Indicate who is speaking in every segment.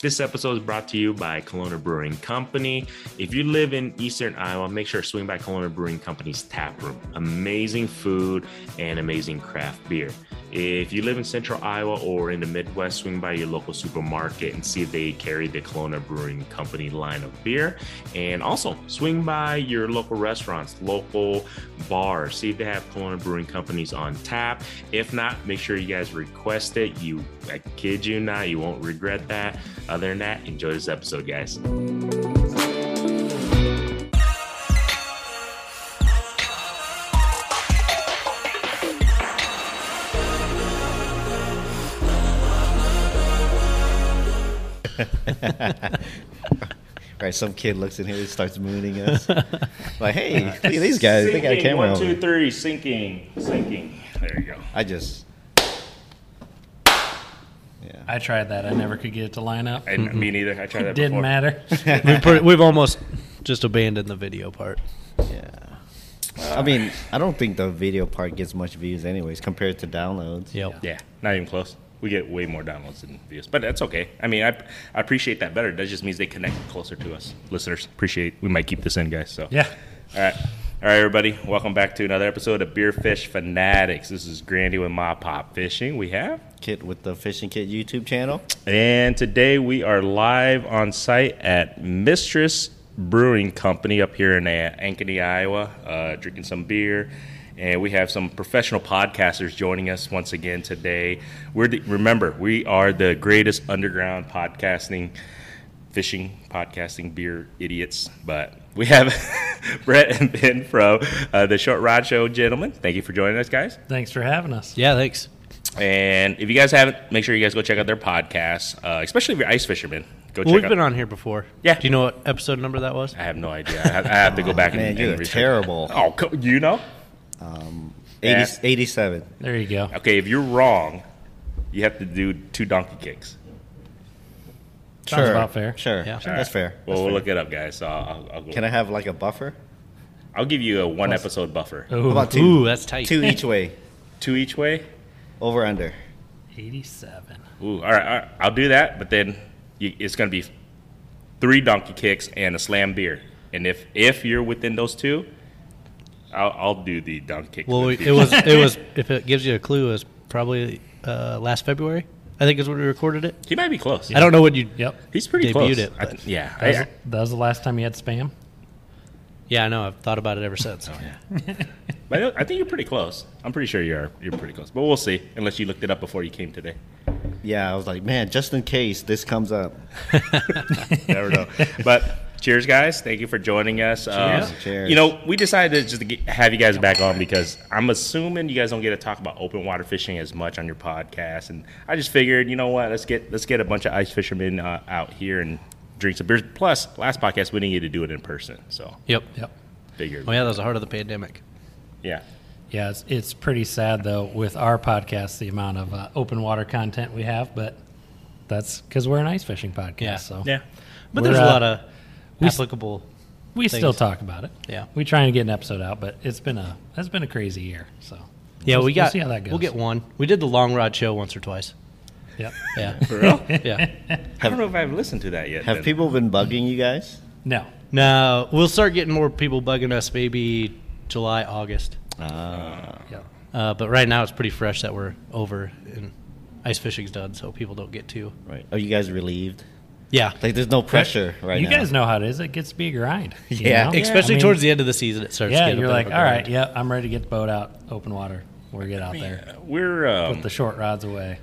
Speaker 1: This episode is brought to you by Kelowna Brewing Company. If you live in Eastern Iowa, make sure to swing by Kelowna Brewing Company's tap room. Amazing food and amazing craft beer. If you live in Central Iowa or in the Midwest, swing by your local supermarket and see if they carry the Kelowna Brewing Company line of beer. And also swing by your local restaurants, local bars, see if they have Kelowna Brewing Companies on tap. If not, make sure you guys request it. You, I kid you not, you won't regret that. Other than that, enjoy this episode, guys.
Speaker 2: right, some kid looks in here and starts mooning us. like, hey, look at these guys. They got a camera
Speaker 1: one,
Speaker 2: on
Speaker 1: two,
Speaker 2: me.
Speaker 1: three, sinking, sinking. There you go.
Speaker 2: I just. Yeah.
Speaker 3: I tried that. I never could get it to line up.
Speaker 1: I, Me neither. I tried that
Speaker 3: Didn't
Speaker 1: before.
Speaker 3: matter. we put, we've almost just abandoned the video part.
Speaker 2: yeah. I mean, I don't think the video part gets much views, anyways, compared to downloads.
Speaker 3: Yep.
Speaker 1: Yeah, not even close. We get way more downloads than views, but that's okay. I mean, I, I appreciate that better. That just means they connect closer to us, listeners. Appreciate. We might keep this in, guys. So
Speaker 3: Yeah.
Speaker 1: All right, all right, everybody. Welcome back to another episode of Beer Fish Fanatics. This is Grandy with Ma Pop Fishing. We have,
Speaker 2: Kid with the Fishing Kid YouTube channel.
Speaker 1: and today we are live on site at Mistress Brewing Company up here in uh, Ankeny, Iowa, uh, drinking some beer. And we have some professional podcasters joining us once again today. We're the, remember we are the greatest underground podcasting fishing, podcasting, beer idiots. But we have Brett and Ben from uh, the Short Rod Show, gentlemen. Thank you for joining us, guys.
Speaker 3: Thanks for having us.
Speaker 4: Yeah, thanks.
Speaker 1: And if you guys haven't, make sure you guys go check out their podcast, uh, especially if you're ice fishermen. Go
Speaker 4: Well,
Speaker 1: check
Speaker 4: we've
Speaker 1: out.
Speaker 4: been on here before.
Speaker 1: Yeah.
Speaker 4: Do you know what episode number that was?
Speaker 1: I have no idea. I have, I have to go back
Speaker 2: man,
Speaker 1: and,
Speaker 2: you're
Speaker 1: and research.
Speaker 2: terrible.
Speaker 1: Oh, co- you know?
Speaker 2: 80,
Speaker 1: Yeah.
Speaker 2: 87.
Speaker 3: There you go.
Speaker 1: Okay, if you're wrong, you have to do two donkey kicks.
Speaker 3: Sounds about fair.
Speaker 2: Sure.
Speaker 4: Yeah.
Speaker 2: That's fair.
Speaker 1: Well, we'll look it up, guys. So I'll, I'll, go.
Speaker 2: Can I have like a buffer?
Speaker 1: I'll give you a one episode buffer.
Speaker 4: Oh.
Speaker 3: Ooh,
Speaker 2: about two?
Speaker 4: Ooh, that's tight.
Speaker 2: Two each way,
Speaker 1: Two each way?
Speaker 2: over under.
Speaker 3: 87.
Speaker 1: Ooh, all right, all right. I'll do that, but then you, it's going to be three donkey kicks and a slam beer. And if if you're within those two, I'll, I'll do the donkey kick.
Speaker 4: Well, we, it was it was if it gives you a clue, it was probably uh, last February. I think is when we recorded it.
Speaker 1: he might be close.
Speaker 4: I don't know what you.
Speaker 3: Yep.
Speaker 1: He's pretty
Speaker 4: Debuted
Speaker 1: close.
Speaker 4: it,
Speaker 1: I
Speaker 4: but-
Speaker 1: th- yeah,
Speaker 3: That was,
Speaker 1: I-
Speaker 3: that was the last time you had spam?
Speaker 4: Yeah, I know. I've thought about it ever since.
Speaker 1: but I don't- I think you're pretty close. I'm pretty sure you are. You're pretty close, but we'll see. Unless you looked it up before you came today.
Speaker 2: Yeah, I was like, man, just in case this comes up.
Speaker 1: Never know. But cheers, guys. Thank you for joining us. Uh,
Speaker 2: Cheers. Cheers.
Speaker 1: You know, we decided just to get, have you guys back on because I'm assuming you guys don't get to talk about open water fishing as much on your podcast, and I just figured, you know what, let's get let's get a bunch of ice fishermen uh, out here and drink some beers. Plus, last podcast we didn't get to do it in person, so
Speaker 4: Yep.
Speaker 3: Yep.
Speaker 1: figured,
Speaker 4: Oh yeah, that was the heart of the pandemic.
Speaker 1: yeah.
Speaker 3: Yeah, it's, it's pretty sad, though, with our podcast, the amount of uh, open water content we have, but that's because we're an ice fishing podcast.
Speaker 4: Yeah.
Speaker 3: So
Speaker 4: But
Speaker 3: We're,
Speaker 4: there's
Speaker 3: uh,
Speaker 4: a lot of
Speaker 3: we s-
Speaker 4: applicable.
Speaker 3: we still
Speaker 4: things.
Speaker 3: talk about it.
Speaker 4: Yeah.
Speaker 3: We try and get an episode out, but it's been a, that's been a crazy year. So
Speaker 4: Yeah,
Speaker 3: we'll-
Speaker 4: we got.
Speaker 3: we'll see how that goes.
Speaker 4: We'll get one. We did the long rod show once or twice.
Speaker 3: Yep.
Speaker 4: Yeah.
Speaker 1: real?
Speaker 4: yeah.
Speaker 1: I don't know if I've listened to that yet.
Speaker 2: Have
Speaker 1: then.
Speaker 2: people been bugging you guys?
Speaker 3: No.
Speaker 4: No, we'll start getting more people bugging us maybe July, August.
Speaker 3: Yep.
Speaker 4: Uh, but right now it's pretty fresh that we're over and ice fishing's done, so people don't get too.
Speaker 2: Right. Are you guys relieved?
Speaker 4: Yeah,
Speaker 2: Like, there's no pressure right
Speaker 3: you
Speaker 2: now.
Speaker 3: guys know how it is. It gets to be a grind. you
Speaker 2: Yeah.
Speaker 3: know?
Speaker 4: especially
Speaker 3: I mean,
Speaker 4: towards the end of the season, it starts.
Speaker 3: Yeah,
Speaker 4: getting a
Speaker 3: you're
Speaker 4: bit
Speaker 3: like,
Speaker 4: of
Speaker 3: all
Speaker 4: a
Speaker 3: right,
Speaker 4: grind."
Speaker 3: yeah, I'm ready to get the boat out, open water. We get out there,
Speaker 1: We're um,
Speaker 3: put the short rods away.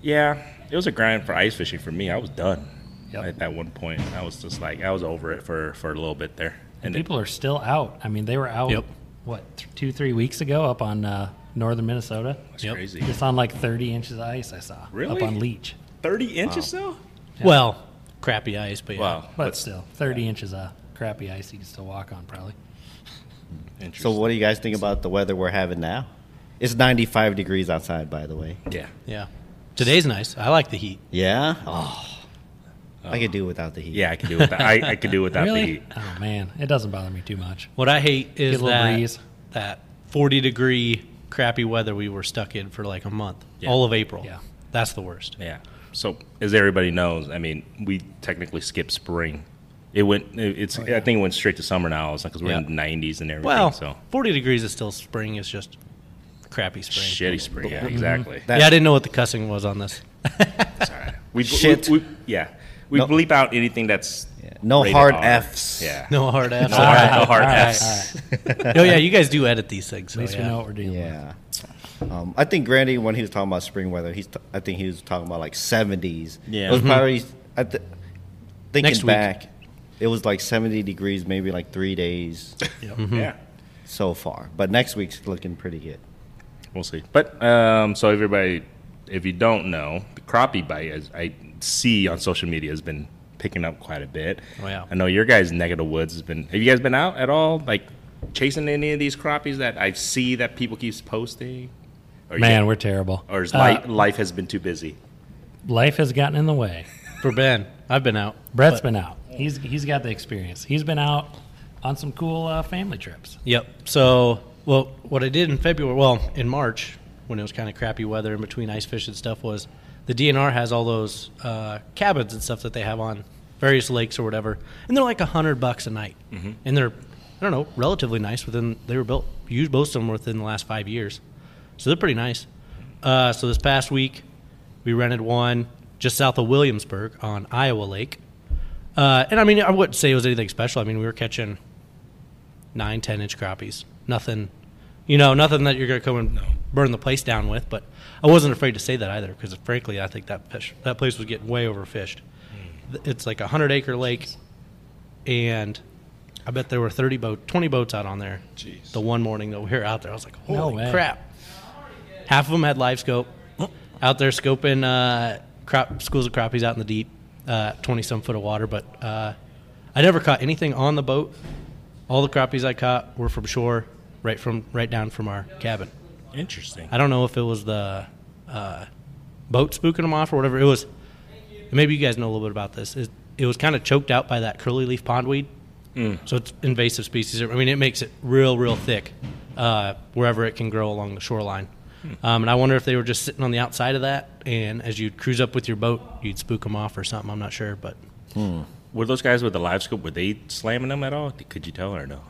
Speaker 1: Yeah, it was a grind for ice fishing for me. I was done
Speaker 3: Yep.
Speaker 1: at that one point. I was just like, I was over it for for a little bit there.
Speaker 3: And
Speaker 1: it-
Speaker 3: people are still out. I mean, they were out
Speaker 4: Yep.
Speaker 3: what th- two, three weeks ago up on uh, northern Minnesota.
Speaker 1: That's
Speaker 4: Yep.
Speaker 1: crazy.
Speaker 3: Just on like 30 inches of ice, I saw
Speaker 1: Really?
Speaker 3: up on Leech,
Speaker 1: Thirty inches though.
Speaker 4: Well, crappy ice, but yeah.
Speaker 1: Wow,
Speaker 3: but
Speaker 1: that's
Speaker 3: still 30 inches of crappy ice you can still walk on probably.
Speaker 2: So,
Speaker 1: interesting.
Speaker 2: what do you guys think about the weather we're having now? It's 95 degrees outside, by the way.
Speaker 1: yeah,
Speaker 4: yeah. Today's nice. I like the heat.
Speaker 2: Yeah. Oh. I could do without the heat.
Speaker 1: yeah, I could do without. I, I could do without the
Speaker 3: really?
Speaker 1: heat.
Speaker 3: Oh man, it doesn't bother me too much.
Speaker 4: What I hate is
Speaker 3: little
Speaker 4: that
Speaker 3: breeze.
Speaker 4: that 40 degree crappy weather we were stuck in for like a month,
Speaker 1: Yeah.
Speaker 4: all of April.
Speaker 3: Yeah.
Speaker 4: that's the worst.
Speaker 1: Yeah, so as everybody knows, I mean, we technically skipped spring. It went. it- It's. I think it went straight to summer now. It's because we're in
Speaker 4: Yeah.
Speaker 1: the nineties and everything.
Speaker 4: Well,
Speaker 1: so
Speaker 4: 40 degrees is still spring. It's just crappy spring.
Speaker 1: shitty spring. Yeah, exactly.
Speaker 2: That-
Speaker 4: yeah, I didn't know what the cussing was on this.
Speaker 1: We,
Speaker 2: Shit.
Speaker 1: We, we, yeah, we
Speaker 2: No.
Speaker 1: bleep out anything that's
Speaker 2: No
Speaker 1: rated
Speaker 2: hard
Speaker 1: R.
Speaker 2: Fs.
Speaker 1: Yeah.
Speaker 4: No hard F's.
Speaker 1: No hard, no
Speaker 3: right,
Speaker 1: hard
Speaker 3: all right,
Speaker 1: Fs.
Speaker 4: oh, yeah, you guys do edit these things. So,
Speaker 3: At least
Speaker 4: yeah.
Speaker 3: we know what we're dealing with.
Speaker 2: Yeah. Um, I think Grandy, when he was talking about spring weather, he's t- I think he was talking about like 70s.
Speaker 1: Yeah.
Speaker 2: It was probably, I th- thinking
Speaker 4: Next week.
Speaker 2: back, it was like 70 degrees, maybe like three days
Speaker 1: Yeah,
Speaker 2: so far. But next week's looking pretty good.
Speaker 1: we'll see. But um, so everybody, if you don't know, the crappie bite, as I see on social media, has been picking up quite a bit.
Speaker 4: Oh, yeah.
Speaker 1: I know your guys' neck of the woods has been. Have you guys been out at all, like chasing any of these crappies that I see that people keeps posting? Or you-
Speaker 3: Man, we're terrible.
Speaker 1: or is
Speaker 3: Uh,
Speaker 1: life, life has been too busy?
Speaker 3: life has gotten in the way.
Speaker 4: For Ben, I've been out.
Speaker 3: Brett's been out. He's he's got the experience. He's been out on some cool uh, family trips.
Speaker 4: Yep. So, well, what I did in February, well, in March, when it was kind of crappy weather in between ice fish and stuff, was the DNR has all those uh, cabins and stuff that they have on various lakes or whatever, and they're like a hundred bucks a night, and they're, I don't know, relatively nice. Within they were built, used most of them within the last five years, so they're pretty nice. Uh, so this past week, we rented one just south of Williamsburg on Iowa Lake. Uh, and I mean, I wouldn't say it was anything special. I mean, we were catching nine, ten inch crappies. Nothing, you know, nothing that you're going to come and burn the place down with. But I wasn't afraid to say that either, because frankly, I think that fish, that place was getting way overfished. Th- It's like a hundred acre lake, and I bet there were thirty boat, twenty boats out on there. Jeez. The one morning that we were out there, I was like,
Speaker 3: No
Speaker 4: holy
Speaker 3: way.
Speaker 4: crap! Half of them had live scope out there scoping uh, crop, schools of crappies out in the deep, twenty some foot of water. But uh, I never caught anything on the boat. All the crappies I caught were from shore, right from right down from our cabin.
Speaker 1: Interesting.
Speaker 4: I don't know if it was the uh, boat spooking them off or whatever. It was. Maybe you guys know a little bit about this. It, it was kind of choked out by that curly leaf pondweed. So it's invasive species. I mean, it makes it real, real thick uh, wherever it can grow along the shoreline. Um, and I wonder if they were just sitting on the outside of that, and as you cruise up with your boat, you'd spook them off or something. I'm not sure, but
Speaker 1: Were those guys with the live scope? Were they slamming them at all? Could you tell or no?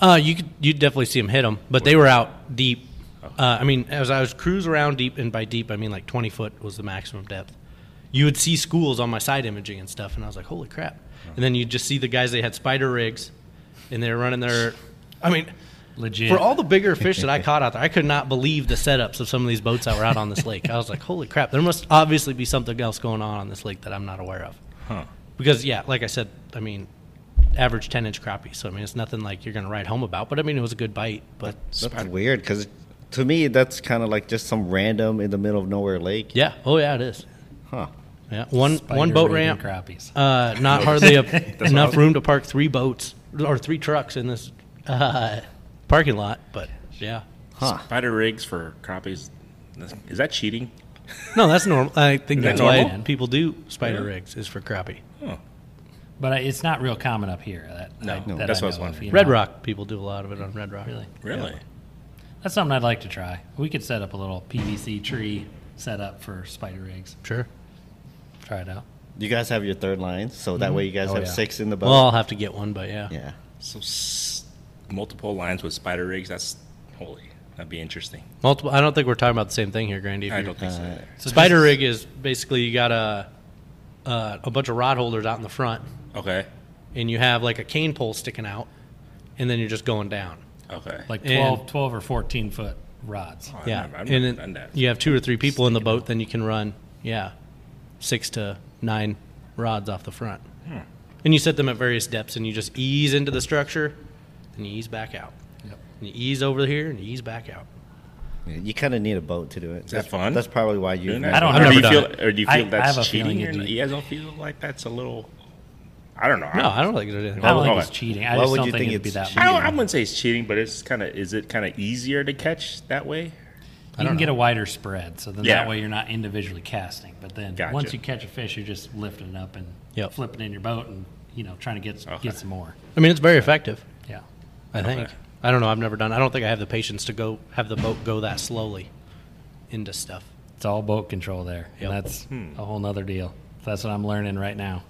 Speaker 4: Uh, you could you definitely see them hit them, but they were out deep. Uh, I mean, as I was cruise around deep, and by deep I mean like twenty foot was the maximum depth. You would see schools on my side imaging and stuff, and I was like, "Holy crap!" And then you would just see the guys they had spider rigs, and they were running their. I mean,
Speaker 3: Legit.
Speaker 4: for all the bigger fish that I caught out there, I could not believe the setups of some of these boats that were out on this lake. I was like, "Holy crap!" There must obviously be something else going on on this lake that I'm not aware of.
Speaker 1: Huh.
Speaker 4: Because yeah, like I said, I mean, average ten inch crappie. So I mean, it's nothing like you're gonna write home about. But I mean, it was a good bite. But
Speaker 2: That's weird because to me, that's kind of like just some random in the middle of nowhere lake.
Speaker 4: yeah, oh yeah, it is.
Speaker 2: Huh.
Speaker 4: Yeah, one
Speaker 3: Spider
Speaker 4: one boat
Speaker 3: raiding
Speaker 4: ramp.
Speaker 3: Crappies.
Speaker 4: Uh, not hardly a, enough room to park three boats or three trucks in this uh, parking lot. But yeah,
Speaker 2: Huh.
Speaker 1: Spider rigs for crappies. That's- Is that cheating?
Speaker 4: no, that's normal. I think
Speaker 1: that
Speaker 4: that's why
Speaker 1: normal?
Speaker 4: people do spider
Speaker 1: Yeah.
Speaker 4: rigs is for crappie.
Speaker 3: But I, it's not real common up here. That,
Speaker 1: No,
Speaker 3: I,
Speaker 1: no,
Speaker 3: that
Speaker 1: that's
Speaker 3: I
Speaker 1: what I was
Speaker 3: know of,
Speaker 1: wondering.
Speaker 3: you
Speaker 4: Red
Speaker 3: know.
Speaker 4: Rock people do a lot of it on Red Rock.
Speaker 3: Really?
Speaker 1: Really?
Speaker 3: That's something I'd like to try. We could set up a little PVC tree setup for spider eggs.
Speaker 4: Sure.
Speaker 3: Try it out.
Speaker 2: You guys have your third line, so
Speaker 1: Mm-hmm.
Speaker 2: that way you guys
Speaker 3: Oh,
Speaker 2: have
Speaker 3: yeah.
Speaker 2: six in the boat.
Speaker 4: Well, I'll have to get one, but yeah.
Speaker 2: yeah.
Speaker 1: So s- multiple lines with spider rigs. That's holy. That'd be interesting.
Speaker 4: Multiple. I don't think we're talking about the same thing here, Grandy. if
Speaker 1: I
Speaker 4: you're-
Speaker 1: don't think so. either.
Speaker 3: So
Speaker 4: Spider
Speaker 3: just-
Speaker 4: rig is basically you got a uh, a bunch of rod holders out in the front,
Speaker 1: Okay.
Speaker 4: and you have like a cane pole sticking out, and then you're just going down.
Speaker 1: Okay.
Speaker 3: Like
Speaker 4: and-
Speaker 3: 12, 12 or 14 foot rods.
Speaker 1: Oh, I've
Speaker 4: yeah,
Speaker 1: never- I've
Speaker 4: and
Speaker 1: never
Speaker 4: then
Speaker 1: done that.
Speaker 4: you have two or three people in the boat, then you can run yeah six to nine rods off the front,
Speaker 1: Hmm.
Speaker 4: and you set them at various depths, and you just ease into the structure, and you ease back out.
Speaker 3: Yep.
Speaker 4: And you ease over here, and you ease back out.
Speaker 2: Yeah, You kind of need a boat to do it. Is
Speaker 1: that fun?
Speaker 2: That's probably why you.
Speaker 1: Doing that?
Speaker 3: I don't
Speaker 1: Or
Speaker 3: know.
Speaker 1: do you
Speaker 3: I've
Speaker 1: feel,
Speaker 3: never done it.
Speaker 1: or do you
Speaker 3: I-
Speaker 1: feel
Speaker 3: I
Speaker 1: that's
Speaker 3: have a
Speaker 1: cheating?
Speaker 3: feeling
Speaker 1: Or
Speaker 3: it'd
Speaker 1: not?
Speaker 3: be-
Speaker 1: You guys don't feel like that's a little. I don't know.
Speaker 4: No, I don't think there's anything
Speaker 3: I don't
Speaker 4: wrong with
Speaker 3: think
Speaker 1: Oh,
Speaker 3: it's cheating. I
Speaker 2: why
Speaker 3: just
Speaker 2: would
Speaker 3: don't
Speaker 2: you
Speaker 3: think,
Speaker 2: think
Speaker 3: it'd be
Speaker 2: it's
Speaker 3: that
Speaker 1: I
Speaker 3: much.
Speaker 1: don't. I wouldn't say it's cheating, but it's kind of. Is it kind of easier to catch that way?
Speaker 3: You
Speaker 4: don't
Speaker 3: can get a wider spread, so then
Speaker 1: Yeah.
Speaker 3: that way you're not individually casting. But then
Speaker 1: Gotcha.
Speaker 3: once you catch a fish, you're just lifting it up and
Speaker 4: Yep.
Speaker 3: flipping it in your boat and you know trying to get
Speaker 1: Okay.
Speaker 3: get some more.
Speaker 4: I mean, it's very effective.
Speaker 3: Yeah,
Speaker 4: I think. I don't know. I've never done. I don't think I have the patience to go have the boat go that slowly into stuff.
Speaker 3: It's all boat control there, and
Speaker 4: Yep.
Speaker 3: that's a whole nother deal. That's what I'm learning right now.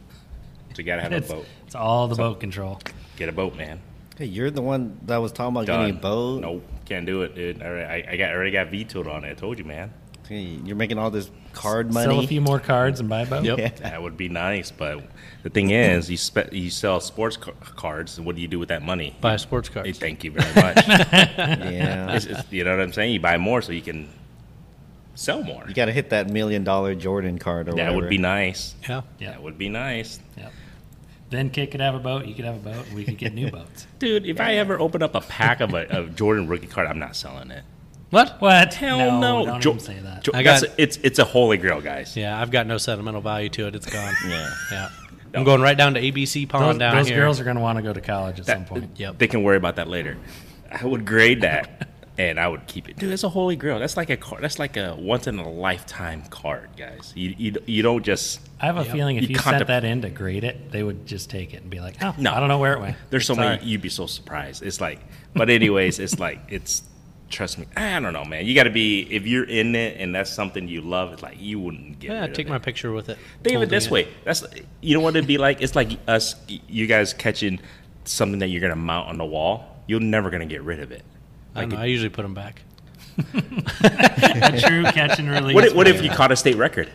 Speaker 1: So you gotta have
Speaker 3: It's,
Speaker 1: a boat.
Speaker 3: it's all the boat control.
Speaker 1: Get a boat, man.
Speaker 2: Hey, you're the one that was talking about
Speaker 1: Done.
Speaker 2: getting a boat.
Speaker 1: Nope, can't do it, dude. All right, I, I got already got vetoed on it. I told you, man.
Speaker 2: Hey, you're making all this card
Speaker 3: Sell a
Speaker 2: money.
Speaker 3: few more cards and buy a boat.
Speaker 4: Yep.
Speaker 1: That would be nice, but the thing is, you spe- you sell sports ca- cards, and what do you do with that money?
Speaker 4: Buy a sports car.
Speaker 1: Hey, thank you very much.
Speaker 2: yeah.
Speaker 1: It's- it's- you know what I'm saying? You buy more so you can sell more.
Speaker 2: You got to hit that million dollar Jordan card or
Speaker 1: That
Speaker 2: whatever.
Speaker 1: would be nice.
Speaker 4: Yeah.
Speaker 1: That would be nice.
Speaker 3: Yep. Then Kit could have a boat. You could have a boat. We could get new boats.
Speaker 1: Dude, if I ever open up a pack of a of Jordan rookie card, I'm not selling it.
Speaker 4: What?
Speaker 3: What?
Speaker 1: Hell no.
Speaker 3: Don't
Speaker 1: Jo-
Speaker 3: even say that.
Speaker 1: Jo-
Speaker 4: I got-
Speaker 1: that's- it's it's a holy grail, guys.
Speaker 4: Yeah, I've got no sentimental value to it. It's gone.
Speaker 2: Yeah.
Speaker 4: yeah. I'm going right down to ABC Pond
Speaker 3: those
Speaker 4: down
Speaker 3: those
Speaker 4: here.
Speaker 3: girls are going to want to go to college at some point.
Speaker 4: Yep.
Speaker 1: They can worry about that later. I would grade that, and I would keep it. Dude, that's a holy grail. That's like a card. That's like a once in a lifetime card, guys. You you, you don't just.
Speaker 3: I have a feeling if
Speaker 1: You
Speaker 3: you,
Speaker 1: contempl-
Speaker 3: sent that in to grade it, they would just take it and be like, "Oh,
Speaker 1: No.
Speaker 3: I don't know where it went."
Speaker 1: There's so
Speaker 3: Sorry.
Speaker 1: many. You'd be so surprised. It's like, but anyways, it's like it's. Trust me, I don't know, man. You got to be if you're in it and that's something you love. It's like you wouldn't get.
Speaker 4: Yeah,
Speaker 1: rid of
Speaker 4: take
Speaker 1: it.
Speaker 4: my picture with it.
Speaker 1: Think of it
Speaker 4: Holding
Speaker 1: this way. That's you know what it'd be like. It's like us, you guys catching something that you're gonna mount on the wall. You're never gonna get rid of it.
Speaker 4: I, don't know, I usually put them back.
Speaker 3: a true catch and release.
Speaker 1: What if, what if
Speaker 3: player.
Speaker 1: you caught a state record?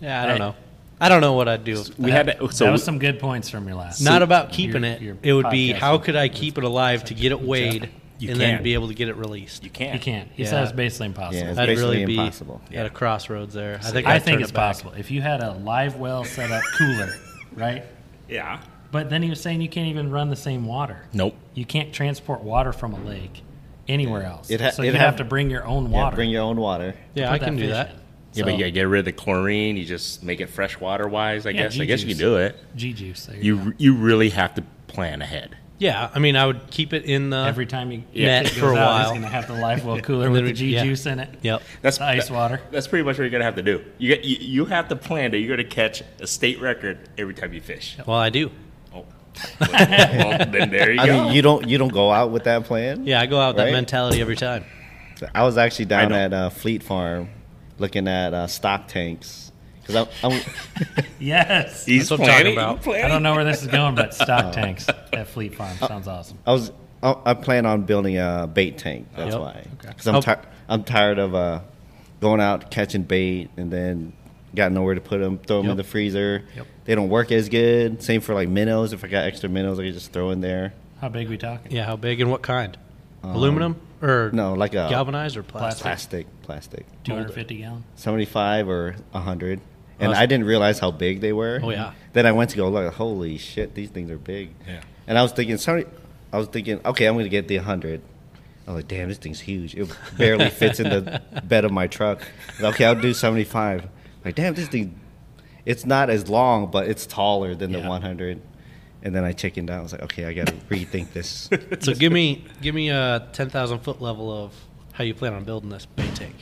Speaker 4: Yeah, I don't know. I don't know what I'd do.
Speaker 1: We had that, so
Speaker 3: that was some good points from your last.
Speaker 4: Not about keeping
Speaker 3: your-
Speaker 4: it.
Speaker 3: your
Speaker 4: it would be
Speaker 3: podcast
Speaker 4: how
Speaker 3: was-
Speaker 4: could I keep it alive to get it weighed
Speaker 1: You
Speaker 4: and
Speaker 1: can't.
Speaker 4: then be able to get it released.
Speaker 1: you can't.
Speaker 3: you can't. He
Speaker 4: Yeah.
Speaker 3: said it's basically impossible.
Speaker 2: Yeah, it's
Speaker 4: That'd
Speaker 2: basically
Speaker 4: really be
Speaker 2: impossible.
Speaker 1: Yeah.
Speaker 4: at a crossroads there. I think
Speaker 3: I
Speaker 4: I'd
Speaker 3: think
Speaker 4: turn
Speaker 3: it's
Speaker 4: it back.
Speaker 3: possible if you had a live well set up cooler, right?
Speaker 1: Yeah.
Speaker 3: But then he was saying you can't even run the same water.
Speaker 1: Nope.
Speaker 3: You can't transport water from a lake anywhere else.
Speaker 2: It ha-
Speaker 3: so
Speaker 2: it
Speaker 3: you
Speaker 2: have-
Speaker 3: have to bring your own
Speaker 2: Yeah,
Speaker 3: water.
Speaker 2: bring your own water.
Speaker 4: Yeah,
Speaker 3: put
Speaker 4: I can do
Speaker 3: fish
Speaker 4: that.
Speaker 3: in.
Speaker 1: Yeah,
Speaker 3: So-
Speaker 1: but yeah, get rid of the chlorine. You just make it freshwater wise. I
Speaker 3: Yeah,
Speaker 1: guess. I guess you
Speaker 3: G-juice.
Speaker 1: can do it.
Speaker 3: G juice. There you
Speaker 1: You you really have to plan ahead.
Speaker 4: Yeah, I mean, I would keep it in the.
Speaker 3: go. Every time you
Speaker 4: Yeah.
Speaker 3: it goes
Speaker 4: For
Speaker 3: out,
Speaker 4: a while.
Speaker 3: he's gonna have the life well cooler with the G
Speaker 4: yeah.
Speaker 3: juice in it.
Speaker 4: yep.
Speaker 1: That's
Speaker 3: The ice
Speaker 1: that-
Speaker 3: water.
Speaker 1: That's pretty much what you're gonna have to do. You get you, you have to plan that you're gonna catch a state record every time you fish.
Speaker 4: Well, I do.
Speaker 1: Oh. well, then there you
Speaker 2: I
Speaker 1: go.
Speaker 2: mean, you don't you don't go out with that plan.
Speaker 4: Yeah, I go out with
Speaker 2: Right?
Speaker 4: that mentality every time.
Speaker 2: I was actually down
Speaker 1: I
Speaker 2: at uh, Fleet Farm, looking at uh, stock tanks because I'm, I'm
Speaker 3: Yes.
Speaker 1: He's
Speaker 4: That's what I'm talking
Speaker 1: planning-
Speaker 4: about.
Speaker 1: planning. Oh.
Speaker 3: I don't know where this is going, but stock tanks at Fleet Farm sounds awesome.
Speaker 2: I was I, I plan on building a bait tank. That's
Speaker 4: Yep.
Speaker 2: why.
Speaker 3: Okay.
Speaker 2: Because I'm
Speaker 4: Oh.
Speaker 2: tired. I'm tired of uh, going out catching bait and then got nowhere to put them. Throw them in
Speaker 4: Yep.
Speaker 2: the freezer.
Speaker 3: Yep.
Speaker 2: They don't work as good. Same for like minnows. If I got extra minnows, I could just throw in there.
Speaker 3: How big we talking?
Speaker 4: Yeah, how big and what kind? Aluminum or
Speaker 2: No, like a
Speaker 4: galvanized or plastic?
Speaker 2: plastic, plastic,
Speaker 3: Two hundred fifty gallon.
Speaker 2: seventy-five or hundred. And
Speaker 4: Awesome.
Speaker 2: I didn't realize how big they were.
Speaker 4: Oh, yeah.
Speaker 2: Then I went to go look. Holy shit, these things are big.
Speaker 1: Yeah.
Speaker 2: And I was thinking, sorry, I was thinking, okay, I'm going to get the 100. I was like, damn, this thing's huge. It barely fits in the bed of my truck. I was like, okay, I'll do 75. Like, damn, this thing, it's not as long, but it's taller than the
Speaker 4: Yeah.
Speaker 2: 100. And then I chickened out. I was like, okay, I got to rethink this.
Speaker 4: So give me give me a ten thousand foot level of how you plan on building this bait tank.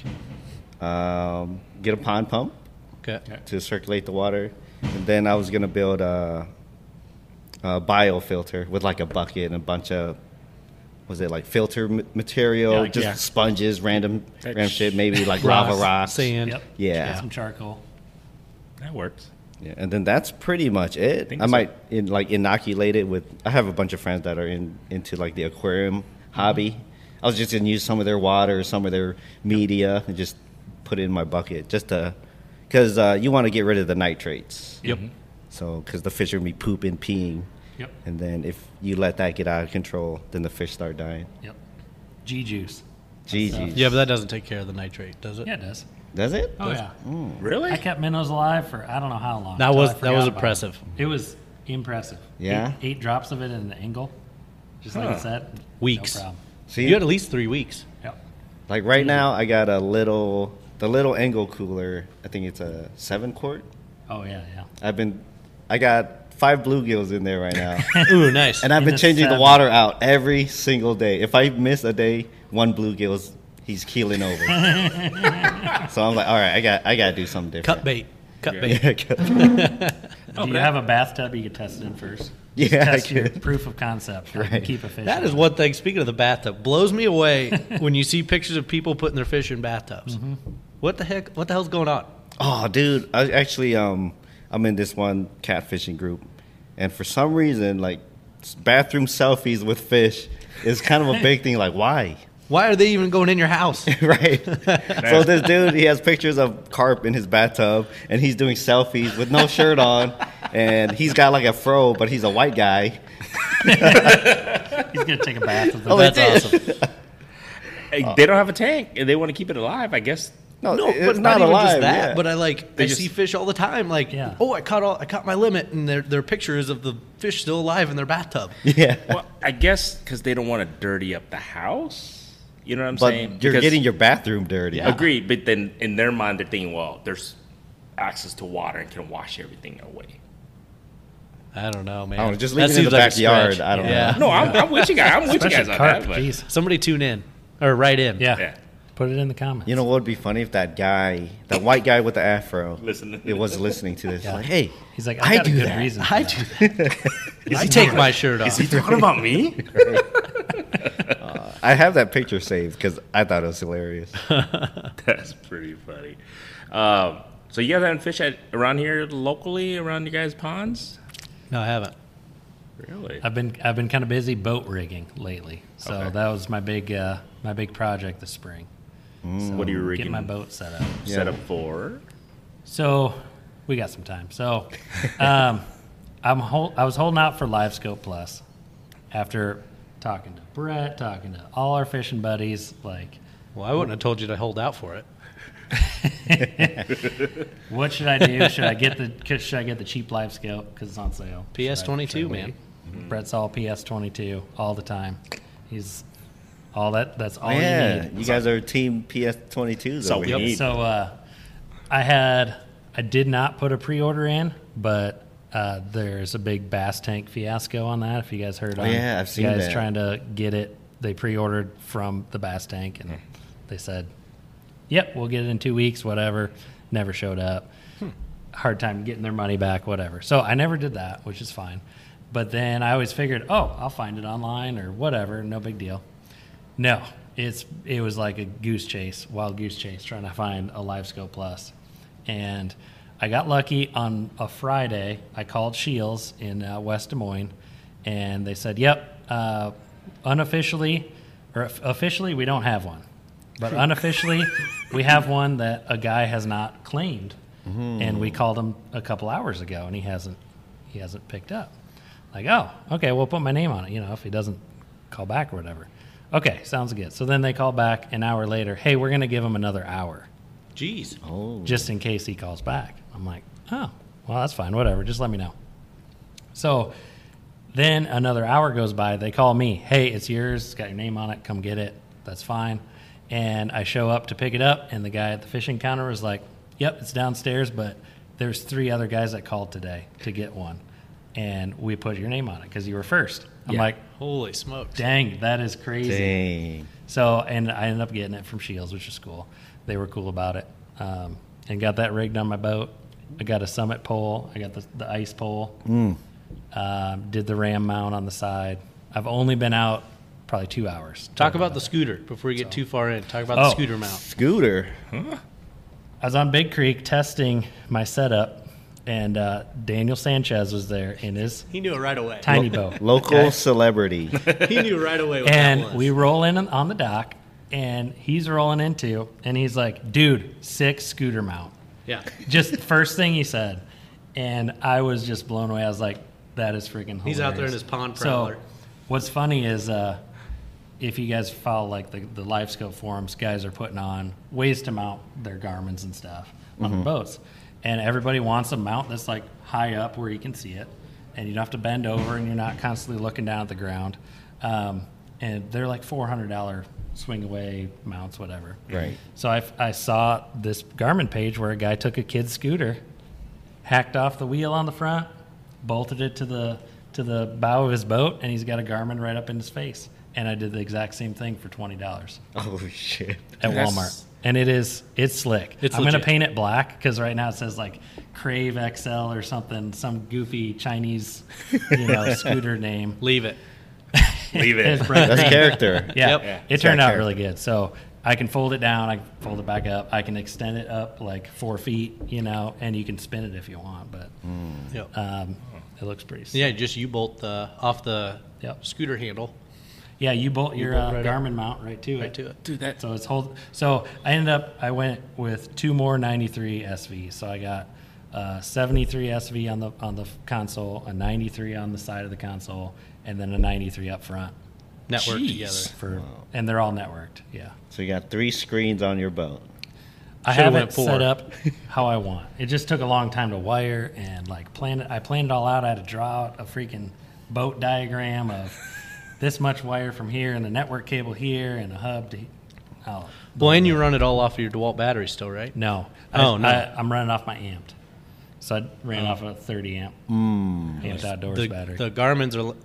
Speaker 2: Um, get a pond pump
Speaker 4: Okay.
Speaker 2: to circulate the water. And then I was going to build a, a biofilter with like a bucket and a bunch of, was it like filter ma- material,
Speaker 3: Yeah, like-
Speaker 2: just
Speaker 3: yeah.
Speaker 2: sponges, random,
Speaker 1: Like
Speaker 2: random shit, maybe like lava
Speaker 4: Rocks,
Speaker 2: rocks.
Speaker 4: sand.
Speaker 3: Yep.
Speaker 2: Yeah.
Speaker 3: Get Some charcoal.
Speaker 1: That works.
Speaker 2: Yeah, and then that's pretty much it.
Speaker 1: think
Speaker 2: I
Speaker 1: so.
Speaker 2: might in, like inoculate it with. I have a bunch of friends that are in into like the aquarium hobby. I was just gonna use some of their water, or some of their media, and just put it in my bucket just to, because uh, you want to get rid of the nitrates.
Speaker 4: Yep.
Speaker 3: Mm-hmm.
Speaker 2: So because the fish are gonna be pooping, peeing,
Speaker 3: Yep.
Speaker 2: and then if you let that get out of control, then the fish start dying.
Speaker 3: Yep. G juice.
Speaker 2: GG.
Speaker 4: Yeah, but that doesn't take care of the nitrate, does it?
Speaker 3: Yeah, it does.
Speaker 2: Does it?
Speaker 3: Oh yeah.
Speaker 1: Really?
Speaker 3: I kept minnows alive for I don't know how long.
Speaker 4: That
Speaker 3: until
Speaker 4: was-
Speaker 3: I
Speaker 4: that
Speaker 3: forgot
Speaker 4: was
Speaker 3: about it.
Speaker 4: impressive.
Speaker 3: It was impressive.
Speaker 2: Yeah?
Speaker 3: Eight, eight drops of it in the angle, just like
Speaker 1: Huh.
Speaker 3: it said.
Speaker 4: Weeks.
Speaker 3: No problem.
Speaker 2: See,
Speaker 4: You had at least three weeks.
Speaker 3: Yep.
Speaker 2: Like
Speaker 3: Mm-hmm.
Speaker 2: right now, I got a little, the little angle cooler. I think it's a seven quart.
Speaker 3: Oh yeah, yeah.
Speaker 2: I've been, I got five bluegills in there right now,
Speaker 4: Ooh, nice.
Speaker 2: and I've
Speaker 3: In
Speaker 2: been
Speaker 3: the
Speaker 2: changing the
Speaker 3: seven.
Speaker 2: water out every single day. If I miss a day, one bluegill's he's keeling over. so I'm like, all right, I got, I got to do something different.
Speaker 4: cut bait. Cut bait.
Speaker 2: Yeah, cut bait.
Speaker 3: Do you have a bathtub you could test it in first?
Speaker 2: Yeah,
Speaker 3: Just
Speaker 2: I
Speaker 3: test your
Speaker 2: could.
Speaker 3: proof of concept. Right.
Speaker 2: Right.
Speaker 3: Keep a fish.
Speaker 4: That
Speaker 3: in
Speaker 4: is
Speaker 3: it.
Speaker 4: one thing. Speaking of the bathtub, blows me away when you see pictures of people putting their fish in bathtubs.
Speaker 3: Mm-hmm.
Speaker 4: What the heck? What the hell's going on?
Speaker 2: Oh, dude, I actually um, I'm in this one catfishing group, and for some reason, like s- bathroom selfies with fish is kind of a big thing. Like, why?
Speaker 4: Why are they even going in your house?
Speaker 2: right. so this dude, he has pictures of carp in his bathtub, and he's doing selfies with no shirt on, and he's got like a fro, but he's a white guy.
Speaker 3: He's gonna take a bath with the
Speaker 2: Oh,
Speaker 3: that's
Speaker 2: it did.
Speaker 3: awesome.
Speaker 1: Hey, they don't have a tank and they want to keep it alive. I guess
Speaker 2: No,
Speaker 4: No,
Speaker 2: it's
Speaker 4: but
Speaker 2: not,
Speaker 4: not, even
Speaker 2: alive.
Speaker 4: just that.
Speaker 2: yeah.
Speaker 4: But I like
Speaker 1: They
Speaker 4: I
Speaker 1: just-
Speaker 4: see fish all the time. Like,
Speaker 3: Yeah.
Speaker 4: oh, I caught all, I caught my limit, and their their picture is of the fish still alive in their bathtub.
Speaker 2: yeah.
Speaker 1: well, I guess because they don't want to dirty up the house. You know what I'm
Speaker 2: But
Speaker 1: saying?
Speaker 2: you're
Speaker 1: Because-
Speaker 2: getting your bathroom dirty.
Speaker 1: agreed. But then in their mind, they're thinking, well, there's access to water and can wash everything away.
Speaker 4: I don't know, man.
Speaker 2: I don't know, Oh, just
Speaker 4: That
Speaker 2: leave it in
Speaker 4: seems
Speaker 2: the
Speaker 4: like a
Speaker 2: backyard,
Speaker 4: stretch.
Speaker 2: I don't
Speaker 4: yeah.
Speaker 1: No, I'm, I'm with you guys. I'm with you guys
Speaker 3: Especially
Speaker 1: on
Speaker 3: carp.
Speaker 1: that. But,
Speaker 3: Jeez.
Speaker 4: Somebody tune in or write in.
Speaker 3: Yeah.
Speaker 1: yeah.
Speaker 3: Put it in the comments.
Speaker 2: You know what would be funny if that guy, that white guy with the afro,
Speaker 1: Listen.
Speaker 2: it was listening to this.
Speaker 3: Yeah.
Speaker 2: Like, hey,
Speaker 3: He's like, I,
Speaker 2: I
Speaker 3: got
Speaker 2: do
Speaker 3: a good
Speaker 2: that.
Speaker 3: reason. for
Speaker 4: I
Speaker 3: that.
Speaker 4: do that. I take my shirt off.
Speaker 1: talking about me?
Speaker 2: I have that picture saved because I thought it was hilarious.
Speaker 1: That's pretty funny. Um, so you guys haven't fished at, around here locally around you guys' ponds?
Speaker 4: No, I haven't.
Speaker 1: Really?
Speaker 3: I've been I've been kind of busy boat rigging lately, so
Speaker 1: Okay.
Speaker 3: that was my big uh, my big project this spring. So
Speaker 1: What are you
Speaker 3: Get
Speaker 1: rigging?
Speaker 3: my boat set up.
Speaker 1: Set
Speaker 2: Yeah.
Speaker 1: up for?
Speaker 3: So we got some time. So um, I'm hol- I was holding out for LiveScope Plus after talking to Brett, talking to all our fishing buddies. Like,
Speaker 4: Well, I wouldn't have told you to hold out for it.
Speaker 3: what should I do? should I get the could- should I get the cheap LiveScope because it's on sale? Should I-
Speaker 4: PS twenty
Speaker 3: should I
Speaker 4: two,
Speaker 3: wait?
Speaker 4: man.
Speaker 3: Brett's all PS twenty two all the time. He's all that. That's all you
Speaker 2: yeah,
Speaker 3: need.
Speaker 2: you, guys are team PS22s
Speaker 1: So
Speaker 2: over
Speaker 1: we
Speaker 2: here.
Speaker 1: need-
Speaker 3: So uh, I had I did not put a pre-order in, but uh, there's a big bass tank fiasco on that. If you guys heard, on,
Speaker 2: Oh, yeah, I've seen
Speaker 3: you guys
Speaker 2: that.
Speaker 3: trying to get it. They pre-ordered from the bass tank,
Speaker 2: Hmm.
Speaker 3: and they said, "Yep, we'll get it in two weeks." Whatever. Never showed up.
Speaker 2: Hmm.
Speaker 3: Hard time getting their money back. Whatever. So I never did that, which is fine. But then I always figured, oh, I'll find it online or whatever. No big deal. No, it's it was like a goose chase, wild goose chase, trying to find a LiveScope Plus, and I got lucky on a Friday. I called Shields in uh, West Des Moines, and they said, "Yep, uh, unofficially or of- officially, we don't have one, but unofficially, we have one that a guy has not claimed." And we called him a couple hours ago, and he hasn't he hasn't picked up. Like, oh, okay, we'll put my name on it. You know, if he doesn't call back or whatever. Okay, sounds good. So then they call back an hour later. Hey, we're gonna give him another hour
Speaker 4: Jeez.
Speaker 2: Oh,
Speaker 3: just in case he calls back. I'm like, oh, well, that's fine. Whatever. Just let me know. So then another hour goes by. They call me. Hey, it's yours. It's got your name on it. Come get it. That's fine. And I show up to pick it up, and the guy at the fishing counter was like, yep, it's downstairs, but there's three other guys that called today to get one. And we put your name on it because you were first. I'm
Speaker 1: Yeah.
Speaker 3: like,
Speaker 4: Holy smokes.
Speaker 3: dang, that is crazy.
Speaker 2: dang.
Speaker 3: So, and I ended up getting it from Shields, which is cool. They were cool about it, um, and got that rigged on my boat. I got a summit pole. I got the, the ice pole.
Speaker 4: Mm.
Speaker 3: Um, did the ram mount on the side. I've only been out probably two hours.
Speaker 4: Talk about the scooter before we get too far in. Talk about the
Speaker 3: Oh.
Speaker 4: scooter mount.
Speaker 2: Scooter.
Speaker 3: I was on Big Creek testing my setup, and uh, Daniel Sanchez was there in his
Speaker 4: He knew it right away.
Speaker 3: tiny boat.
Speaker 2: Local
Speaker 3: Okay?
Speaker 2: celebrity.
Speaker 4: He knew right away what that was.
Speaker 3: and we roll in on the dock, and he's rolling into, and he's like, "Dude, sick scooter mount."
Speaker 4: yeah.
Speaker 3: just first thing he said, and I was just blown away. I was like, "That is freaking." Hilarious.
Speaker 4: He's out there in his pond prowler.
Speaker 3: So, what's funny is uh, if you guys follow like the the LiveScope forums, guys are putting on ways to mount their garments and stuff on their boats, and everybody wants a mount that's like high up where you can see it, and you don't have to bend over, and you're not constantly looking down at the ground. Um, and they're like four hundred dollar swing away mounts, whatever.
Speaker 2: Right.
Speaker 3: So I, I saw this Garmin page where a guy took a kid's scooter, hacked off the wheel on the front, bolted it to the to the bow of his boat, and he's got a Garmin right up in his face. And I did the exact same thing for twenty dollars
Speaker 2: oh, shit.
Speaker 3: at
Speaker 1: That's-
Speaker 3: Walmart. and it is it's slick.
Speaker 4: It's
Speaker 3: I'm going
Speaker 4: legit.
Speaker 3: to paint it black because right now it says like Crave XL or something, some goofy Chinese, you know, scooter name.
Speaker 4: Leave it.
Speaker 1: Leave it.
Speaker 3: It's bright
Speaker 2: That's
Speaker 3: green.
Speaker 2: character.
Speaker 3: Yeah,
Speaker 4: Yep.
Speaker 1: Yeah.
Speaker 3: it
Speaker 2: got
Speaker 3: turned out
Speaker 2: character.
Speaker 3: really good. So I can fold it down, I can fold it back up, I can extend it up like four feet, you know, and you can spin it if you want. But
Speaker 4: Yep.
Speaker 3: um, it looks pretty. Sick.
Speaker 4: Mm. yeah, just you bolt the off the
Speaker 3: Yep.
Speaker 4: scooter handle
Speaker 3: Yeah, you bolt your
Speaker 4: bolt
Speaker 3: uh,
Speaker 4: right up.
Speaker 3: Garmin mount right to
Speaker 4: right
Speaker 3: it.
Speaker 4: to it.
Speaker 1: Dude, that
Speaker 3: So it's hold. So I ended up. I went with two more 93 SV. So I got uh, 73 SV on the on the console, a 93 on the side of the console, and then a 93 up front.
Speaker 4: Network
Speaker 1: Jeez.
Speaker 4: together.
Speaker 3: For and they're all networked. Yeah,
Speaker 2: So you got three screens on your boat.
Speaker 3: I
Speaker 4: Should've
Speaker 3: have
Speaker 4: went
Speaker 3: it
Speaker 4: four.
Speaker 3: set up how I want. It just took a long time to wire and like plan it. I planned it all out. I had to draw out a freaking boat diagram of this much wire from here and a network cable here and a hub to. Oh
Speaker 4: Well, and you run it all off of your DeWalt battery still, right?
Speaker 3: no,
Speaker 4: Oh,
Speaker 3: I,
Speaker 4: no.
Speaker 3: I, am running off my amped, so I ran off a 30 amp amped outdoors
Speaker 4: Mm. The,
Speaker 3: battery.
Speaker 4: the Garmin's are l-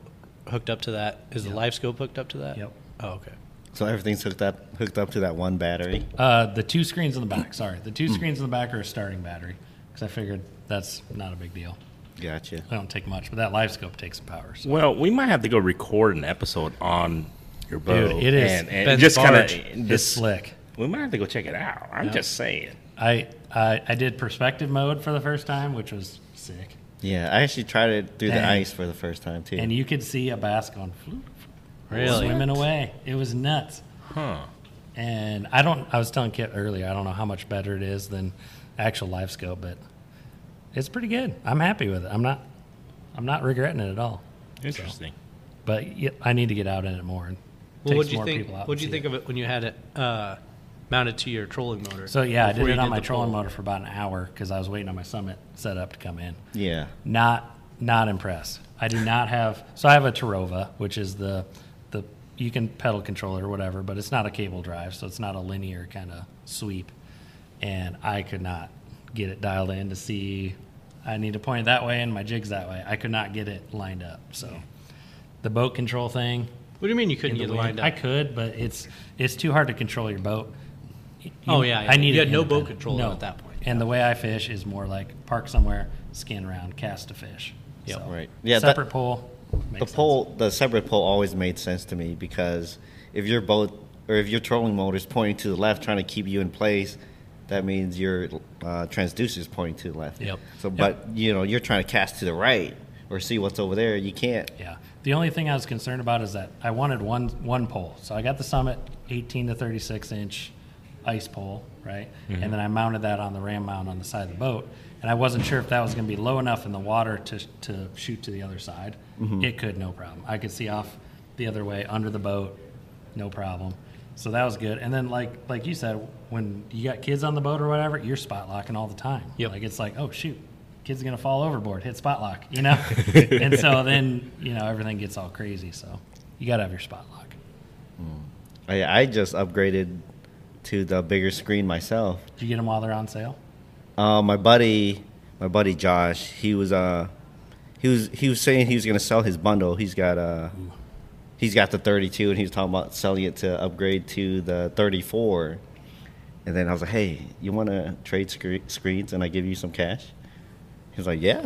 Speaker 4: hooked up to that. Is the live scope hooked up to that?
Speaker 3: Yep.
Speaker 4: Oh, okay.
Speaker 2: So everything's hooked up hooked up to that one battery.
Speaker 3: Uh, the two screens in the back. Sorry, the
Speaker 4: Mm.
Speaker 3: two screens in the back are a starting battery because I figured that's not a big deal.
Speaker 2: Gotcha.
Speaker 3: I don't take much, but that live scope takes some power. So.
Speaker 1: Well, we might have to go record an episode on your boat.
Speaker 3: Dude, it is
Speaker 1: and, and
Speaker 4: Ben's
Speaker 1: just kind
Speaker 4: barge.
Speaker 1: of
Speaker 3: It's
Speaker 1: this.
Speaker 3: slick.
Speaker 1: We might have to go check it out. I'm just saying.
Speaker 3: I, I I did perspective mode for the first time, which was sick.
Speaker 2: Yeah, I actually tried it through the
Speaker 3: Dang.
Speaker 2: ice for the first time too.
Speaker 3: And you could see a bass going floop,
Speaker 4: Really?
Speaker 3: swimming away. It was nuts.
Speaker 1: Huh.
Speaker 3: And I don't. I was telling Kit earlier. I don't know how much better it is than actual live scope, but it's pretty good. I'm happy with it. I'm not. I'm not regretting it at all.
Speaker 1: Interesting.
Speaker 3: But yeah, I need to get out in it more. and
Speaker 4: Well,
Speaker 3: take
Speaker 4: what
Speaker 3: some
Speaker 4: do you
Speaker 3: more
Speaker 4: think?
Speaker 3: people out
Speaker 4: What
Speaker 3: and
Speaker 4: do you
Speaker 3: see
Speaker 4: think
Speaker 3: it.
Speaker 4: of it when you had it uh, mounted to your trolling motor?
Speaker 3: So yeah, I did
Speaker 4: Before
Speaker 3: it
Speaker 4: you
Speaker 3: on my
Speaker 4: the
Speaker 3: trolling
Speaker 4: pole?
Speaker 3: motor for about an hour because I was waiting on my summit setup to come in.
Speaker 2: yeah.
Speaker 3: not not impressed. I do not have so I have a Tarova, which is the the you can pedal controller or whatever, but it's not a cable drive, so it's not a linear kind of sweep. And I could not get it dialed in to see I need to point it that way and my jig's that way. I could not get it lined up. So the boat control thing,
Speaker 4: What do you mean you couldn't
Speaker 3: in the
Speaker 4: get it
Speaker 3: wind,
Speaker 4: lined up?
Speaker 3: I could, but it's it's too hard to control your boat. You-
Speaker 4: Oh, yeah, yeah.
Speaker 3: I need
Speaker 4: You
Speaker 3: it
Speaker 4: had no boat
Speaker 3: independent.
Speaker 4: control at that point,
Speaker 3: And the way I fish is more like park somewhere, skin around, cast a fish.
Speaker 4: Yep.
Speaker 2: Right. Yeah, that-
Speaker 3: Separate pole. makes
Speaker 2: The
Speaker 3: sense.
Speaker 2: pole, the separate pole, always made sense to me because if your boat or if your trolling motor is pointing to the left, trying to keep you in place, that means your uh, transducer is pointing to the left.
Speaker 3: Yep.
Speaker 2: So, but you know, you're trying to cast to the right or see what's over there. You can't.
Speaker 3: Yeah. The only thing I was concerned about is that I wanted one one pole. So I got the Summit 18 to 36 inch ice pole, right? And then I mounted that on the ram mount on the side of the boat. And I wasn't sure if that was going to be low enough in the water to, to shoot to the other side. It could, no problem. I could see off the other way under the boat, no problem. So that was good. And then, like like you said, when you got kids on the boat or whatever, you're spot locking all the time.
Speaker 4: Yep.
Speaker 3: Like it's like, oh shoot, kid's gonna fall overboard, hit spot lock, you know. and so then you know everything gets all crazy. So you gotta have your spot lock.
Speaker 2: I, I just upgraded to the bigger screen myself.
Speaker 3: Do you get them while they're on sale?
Speaker 2: Uh, my buddy, my buddy Josh, he was uh, he was he was saying he was gonna sell his bundle. He's got uh, he's got the 32, and he was talking about selling it to upgrade to the 34. And then I was like, hey, you want to trade scre- screens, and I give you some cash? He's like, yeah.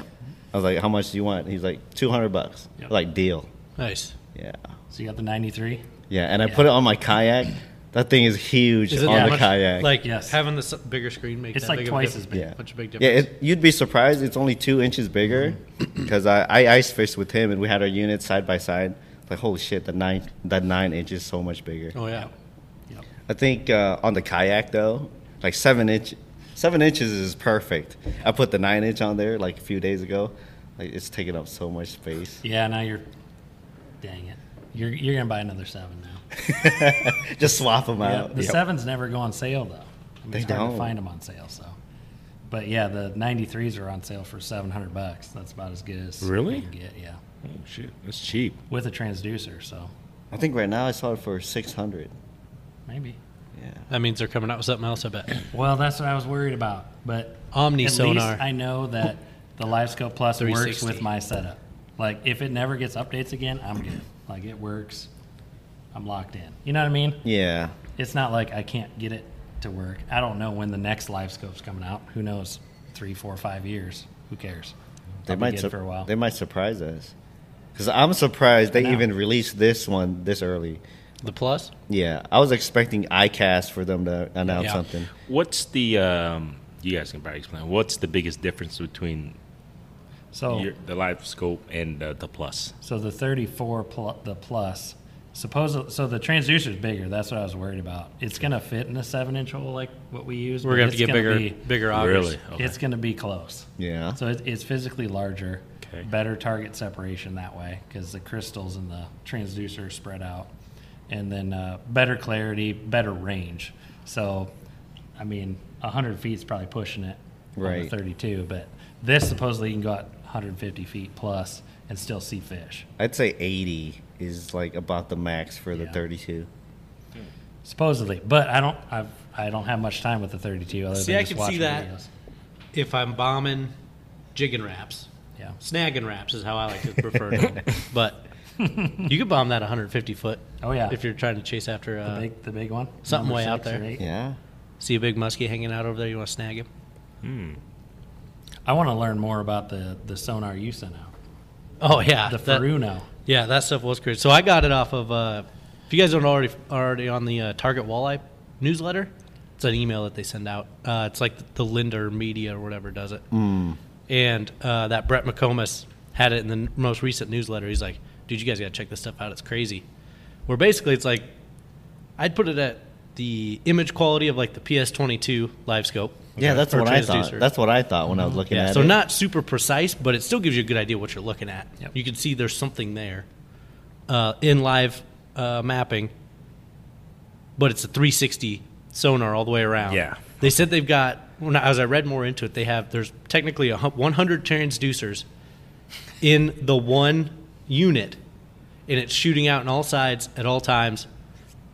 Speaker 2: I was like, how much do you want? He's like, 200 bucks.
Speaker 3: Yep.
Speaker 2: Like deal.
Speaker 4: Nice.
Speaker 2: Yeah,
Speaker 3: So you got the 93.
Speaker 2: yeah. And I put it on my kayak. That thing is huge
Speaker 4: Is it
Speaker 2: on
Speaker 4: that
Speaker 2: the
Speaker 4: much-
Speaker 2: kayak.
Speaker 4: Like
Speaker 3: Yes.
Speaker 4: having the s- bigger screen makes
Speaker 3: It's
Speaker 4: that
Speaker 3: like
Speaker 4: big of a
Speaker 3: twice
Speaker 4: difference?
Speaker 3: as big.
Speaker 2: Yeah.
Speaker 4: Much of a big
Speaker 2: Yeah,
Speaker 4: difference.
Speaker 2: it, you'd be surprised. It's only two inches bigger
Speaker 3: Mm-hmm.
Speaker 2: because I, I ice fished with him and we had our units side by side. It's Like holy shit, that nine that nine inches is so much bigger.
Speaker 4: oh yeah.
Speaker 2: I think uh, on the kayak though, like seven inch, seven inches is perfect. I put the nine inch on there like a few days ago. Like it's taking up so much space.
Speaker 3: Yeah. Now you're, dang it, you're you're gonna buy another seven now.
Speaker 2: Just swap them
Speaker 3: Yeah,
Speaker 2: out.
Speaker 3: the
Speaker 2: Yep.
Speaker 3: sevens never go on sale though. I mean,
Speaker 2: They
Speaker 3: it's hard
Speaker 2: don't.
Speaker 3: to find them on sale. So, but yeah, the 93s are on sale for 700 bucks. That's about as good as
Speaker 1: Really?
Speaker 3: you can get. Yeah,
Speaker 1: Oh shit, that's cheap.
Speaker 3: with a transducer. So
Speaker 2: I think right now I saw it for six hundred.
Speaker 3: maybe.
Speaker 2: Yeah.
Speaker 4: That means they're coming out with something else. I bet.
Speaker 3: Well, that's what I was worried about. But
Speaker 4: Omni
Speaker 3: at
Speaker 4: sonar.
Speaker 3: least I know that the LiveScope Plus works
Speaker 4: 360.
Speaker 3: with my setup. Like if it never gets updates again, I'm good. Like it works. I'm locked in. You know what I mean?
Speaker 2: Yeah.
Speaker 3: It's not like I can't get it to work. I don't know when the next live scope's coming out. Who knows? Three, four, five years. Who cares?
Speaker 2: They
Speaker 3: I'll be
Speaker 2: might
Speaker 3: good
Speaker 2: sup-
Speaker 3: for a while.
Speaker 2: They might surprise us. Because I'm surprised they
Speaker 3: know.
Speaker 2: even released this one this early.
Speaker 4: The plus?
Speaker 2: Yeah, I was expecting iCast for them to announce
Speaker 4: Yeah.
Speaker 2: something.
Speaker 1: What's the um, you guys can probably explain. What's the biggest difference between
Speaker 3: So
Speaker 1: your, the live scope and uh, the plus?
Speaker 3: So the 34 pl- the plus, suppose so the transducer's bigger. That's what I was worried about. It's gonna fit in a seven inch hole like what we use.
Speaker 4: We're
Speaker 3: but
Speaker 4: gonna have
Speaker 3: it's
Speaker 4: to get bigger,
Speaker 3: be-
Speaker 4: bigger augers.
Speaker 1: Really? Okay.
Speaker 3: It's gonna be close.
Speaker 2: Yeah.
Speaker 3: So it, it's physically larger.
Speaker 1: Okay.
Speaker 3: Better target separation that way because the crystals and the transducer are spread out, and then uh, better clarity, better range. So, I mean, 100 feet is probably pushing it. on the
Speaker 2: Right.
Speaker 3: 32, but this supposedly you can go out 150 feet plus and still see fish.
Speaker 2: I'd say 80 is like about the max for the
Speaker 3: Yeah.
Speaker 2: 32.
Speaker 3: supposedly. But I don't. I've I don't have much time with the 32. Other
Speaker 4: See,
Speaker 3: than
Speaker 4: I
Speaker 3: just
Speaker 4: can see
Speaker 3: watching
Speaker 4: that.
Speaker 3: videos.
Speaker 4: If I'm bombing jigging wraps,
Speaker 3: Yeah,
Speaker 4: snagging wraps is how I like to refer to them. But you could bomb that 150 foot.
Speaker 3: Oh, yeah.
Speaker 4: If you're trying to chase after
Speaker 3: the
Speaker 4: uh,
Speaker 3: big the big one.
Speaker 4: something
Speaker 3: Number
Speaker 4: way out
Speaker 3: six or
Speaker 4: there.
Speaker 3: eight.
Speaker 2: Yeah.
Speaker 4: see a big muskie hanging out over there, you want to snag him.
Speaker 3: I want to learn more about the the sonar you sent out.
Speaker 4: Oh yeah,
Speaker 3: The
Speaker 4: that-
Speaker 3: Faruno.
Speaker 4: Yeah, that stuff was crazy. So I got it off of. Uh, if you guys don't already already on the uh, Target Walleye newsletter, it's an email that they send out. Uh, it's like the Linder Media or whatever does it.
Speaker 2: Hmm.
Speaker 4: Mm. And uh, that Brett McComas had it in the n- most recent newsletter. He's like, "Dude, you guys got to check this stuff out. It's crazy." Where basically it's like, I'd put it at the image quality of like the PS22 live scope.
Speaker 2: Yeah, that's
Speaker 4: Or
Speaker 2: what I thought.
Speaker 4: transducer. Mm-hmm.
Speaker 2: That's what I thought when I was looking
Speaker 4: Yeah,
Speaker 2: at
Speaker 4: so
Speaker 2: it.
Speaker 4: not super precise, but it still gives you a good idea what you're looking at.
Speaker 3: Yep.
Speaker 4: You can see there's something there uh, in live uh, mapping, but it's a 360 sonar all the way around.
Speaker 1: Yeah.
Speaker 4: They said they've got, when I, as I read more into it, they have, there's technically a, hun- 100 transducers in the one unit, and it's shooting out on all sides at all times,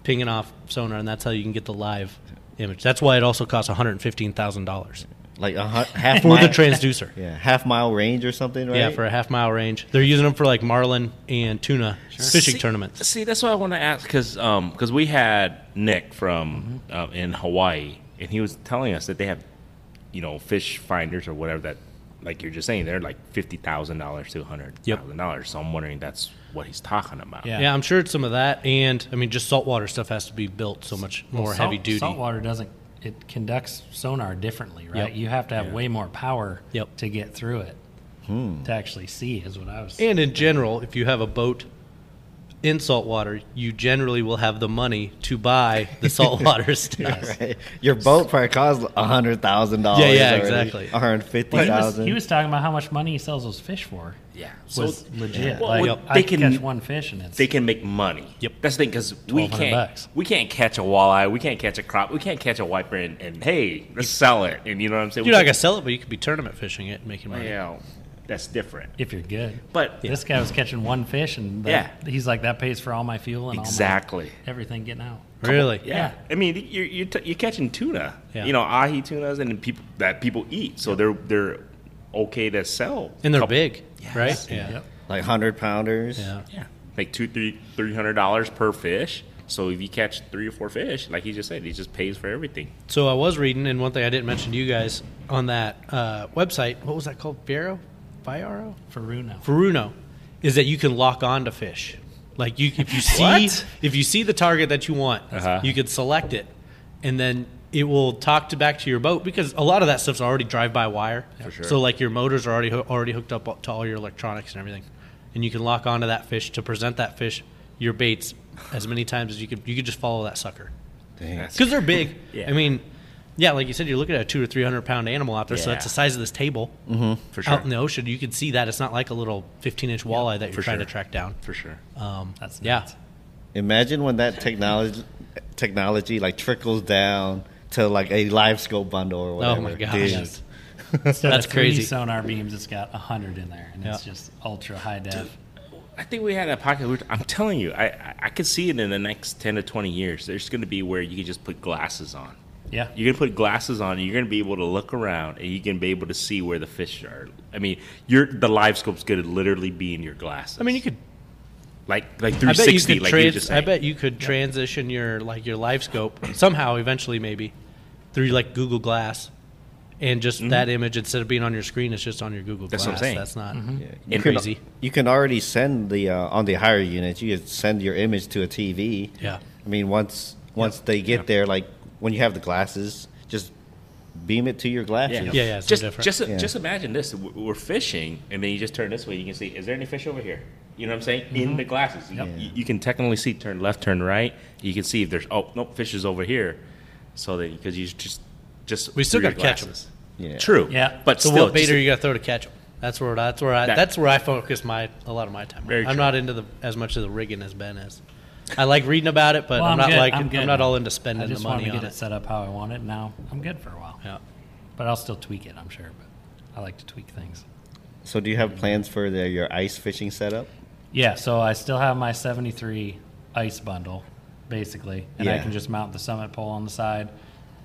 Speaker 4: pinging off sonar, and that's how you can get the live image. That's why it also costs $115,000
Speaker 2: like a hu- half
Speaker 4: for
Speaker 2: mile,
Speaker 4: the transducer.
Speaker 2: yeah, half mile range or something, right?
Speaker 4: Yeah, for a half mile range. They're using them for like marlin and tuna fishing
Speaker 1: See-
Speaker 4: tournaments.
Speaker 1: See, that's what I want to ask because because we had Nick from uh, in Hawaii, and he was telling us that they have, you know, fish finders or whatever that, like you're just saying, they're like fifty thousand dollars to hundred thousand dollars. So I'm wondering that's what he's talking about.
Speaker 3: Yeah.
Speaker 4: Yeah. I'm sure it's some of that, and I mean, just saltwater stuff has to be built so much more
Speaker 3: Well,
Speaker 4: heavy
Speaker 3: salt-
Speaker 4: duty.
Speaker 3: Saltwater doesn't. It conducts sonar differently, right?
Speaker 4: Yep.
Speaker 3: You have to have way more power
Speaker 4: Yep.
Speaker 3: to get through it to actually see. Is what I was.
Speaker 4: And in general, if you have a boat in saltwater, you generally will have the money to buy the saltwater stuff.
Speaker 2: Right. Your boat probably costs a hundred thousand dollars.
Speaker 4: Yeah, yeah, exactly.
Speaker 2: One hundred fifty
Speaker 3: Well, he, was,
Speaker 2: thousand.
Speaker 3: he was talking about how much money he sells those fish for.
Speaker 1: yeah. So
Speaker 3: Was legit.
Speaker 1: Well,
Speaker 3: like,
Speaker 1: well,
Speaker 3: I
Speaker 1: they
Speaker 3: could
Speaker 1: can-
Speaker 3: catch one fish and it's
Speaker 1: they can make money.
Speaker 4: Yep.
Speaker 1: That's the thing because we
Speaker 3: 1200
Speaker 1: can't
Speaker 3: bucks.
Speaker 1: we can't catch a walleye, we can't catch a crop, we can't catch a wiper, and, and hey, let's sell it. And you know what I'm saying?
Speaker 4: You're not
Speaker 1: We
Speaker 4: gonna sell it, but you could be tournament fishing it and making
Speaker 1: can't-
Speaker 4: money.
Speaker 1: you know, that's different.
Speaker 3: if you're good.
Speaker 1: But
Speaker 3: This guy was catching one fish, and the,
Speaker 1: Yeah.
Speaker 3: he's like, "That pays for all my fuel and
Speaker 1: Exactly.
Speaker 3: all my everything getting out."
Speaker 4: Really?
Speaker 1: Yeah. I mean, you're you're, t- you're catching tuna.
Speaker 4: Yeah.
Speaker 1: You know, ahi tunas and people that people eat, so they're they're okay to sell.
Speaker 4: And they're
Speaker 1: Couple-
Speaker 4: big, right? Yeah.
Speaker 3: Yep.
Speaker 2: like hundred pounders.
Speaker 4: Yeah.
Speaker 1: Yeah, like two, three, three hundred dollars per fish. So if you catch three or four fish, like he just said, he just pays for everything.
Speaker 4: So I was reading, and one thing I didn't mention to you guys on that uh, website, what was that called? Vero? Viaro?
Speaker 3: Faruno.
Speaker 4: Furuno is that you can lock on to fish. Like you, if you see
Speaker 1: What?
Speaker 4: if you see the target that you want,
Speaker 1: Uh-huh.
Speaker 4: you can select it, and then it will talk to back to your boat because a lot of that stuff's already drive by wire.
Speaker 1: For sure.
Speaker 4: So like your motors are already hoo- already hooked up to all your electronics and everything, and you can lock onto that fish to present that fish your baits as many times as you could. You could just follow that sucker
Speaker 2: Dang.
Speaker 4: because they're big.
Speaker 1: Yeah.
Speaker 4: I mean, yeah, like you said, you're looking at a two or three hundred pound animal out there, so
Speaker 1: Yeah.
Speaker 4: that's the size of this table
Speaker 1: For sure.
Speaker 4: out in the ocean, you can see that it's not like a little 15 inch walleye that
Speaker 1: for
Speaker 4: you're trying
Speaker 1: sure.
Speaker 4: to track down.
Speaker 1: For sure.
Speaker 4: Um,
Speaker 3: That's
Speaker 4: yeah,
Speaker 3: nuts.
Speaker 2: Imagine when that technology technology like trickles down to like a live scope bundle or whatever.
Speaker 4: Oh my gosh.
Speaker 2: Dude.
Speaker 3: Yes. Instead
Speaker 4: That's
Speaker 3: of three
Speaker 4: crazy.
Speaker 3: sonar beams, it's got hundred in there, and it's
Speaker 4: Yeah.
Speaker 3: just ultra high def.
Speaker 1: I think we had a pocket. we were- I'm telling you, I- I I could see it in the next ten to twenty years. There's going to be where you can just put glasses on.
Speaker 3: Yeah.
Speaker 1: You're gonna put glasses on, and you're gonna be able to look around, and you can be able to see where the fish are. I mean, your the live scope's gonna literally be in your glasses.
Speaker 4: I mean you could.
Speaker 1: like like
Speaker 4: I bet you
Speaker 1: 360,
Speaker 4: could.
Speaker 1: like you
Speaker 4: trans-
Speaker 1: just
Speaker 4: I
Speaker 1: saying.
Speaker 4: bet you could transition your like your live scope somehow eventually maybe through like Google Glass, and just that image instead of being on your screen, it's just on your Google
Speaker 1: Mm-hmm. That's what
Speaker 4: Glass.
Speaker 1: I'm saying. Mm-hmm.
Speaker 4: That's not
Speaker 2: You
Speaker 1: And
Speaker 2: can-
Speaker 4: crazy.
Speaker 2: you can already send the uh, on the higher units. You can send your image to a TV.
Speaker 4: Yeah.
Speaker 2: I mean, once once they get there, like when you have the glasses, just beam it to your glasses.
Speaker 4: Yeah, yeah, it's
Speaker 1: just
Speaker 4: different.
Speaker 1: just
Speaker 2: Yeah.
Speaker 1: just imagine this: W- we're fishing, and then you just turn this way. You can see: is there any fish over here? You know what I'm saying?
Speaker 4: Mm-hmm.
Speaker 1: In the glasses, You- you, you can technically see turn left, turn right. You can see if there's oh nope, fish is over here. So that because you just just
Speaker 4: We still
Speaker 1: through
Speaker 4: got
Speaker 1: your
Speaker 4: catch 'em.
Speaker 1: glasses.
Speaker 2: Yeah.
Speaker 1: True.
Speaker 3: Yeah.
Speaker 1: but
Speaker 4: so
Speaker 1: still,
Speaker 4: what bait
Speaker 1: just-
Speaker 4: are you gonna throw to catch them? That's where that's where I
Speaker 1: That-
Speaker 4: that's where I focus my a lot of my time. on.
Speaker 1: Very
Speaker 4: I'm
Speaker 1: true.
Speaker 4: not into the as much of the rigging as Ben is. I like reading about it, but
Speaker 3: Well,
Speaker 4: I'm,
Speaker 3: I'm
Speaker 4: not
Speaker 3: good,
Speaker 4: like
Speaker 3: I'm
Speaker 4: I'm,
Speaker 3: good.
Speaker 4: not all into
Speaker 3: I
Speaker 4: spending the
Speaker 3: just wanted
Speaker 4: money
Speaker 3: to get
Speaker 4: on
Speaker 3: it,
Speaker 4: it.
Speaker 3: set up how I want it. Now I'm good for a while,
Speaker 4: Yeah.
Speaker 3: but I'll still tweak it. I'm sure, but I like to tweak things.
Speaker 2: So, do you have plans for the, your ice fishing setup?
Speaker 3: Yeah, so I still have my 73 ice bundle, basically, and I
Speaker 2: Yeah.
Speaker 3: can just mount the summit pole on the side,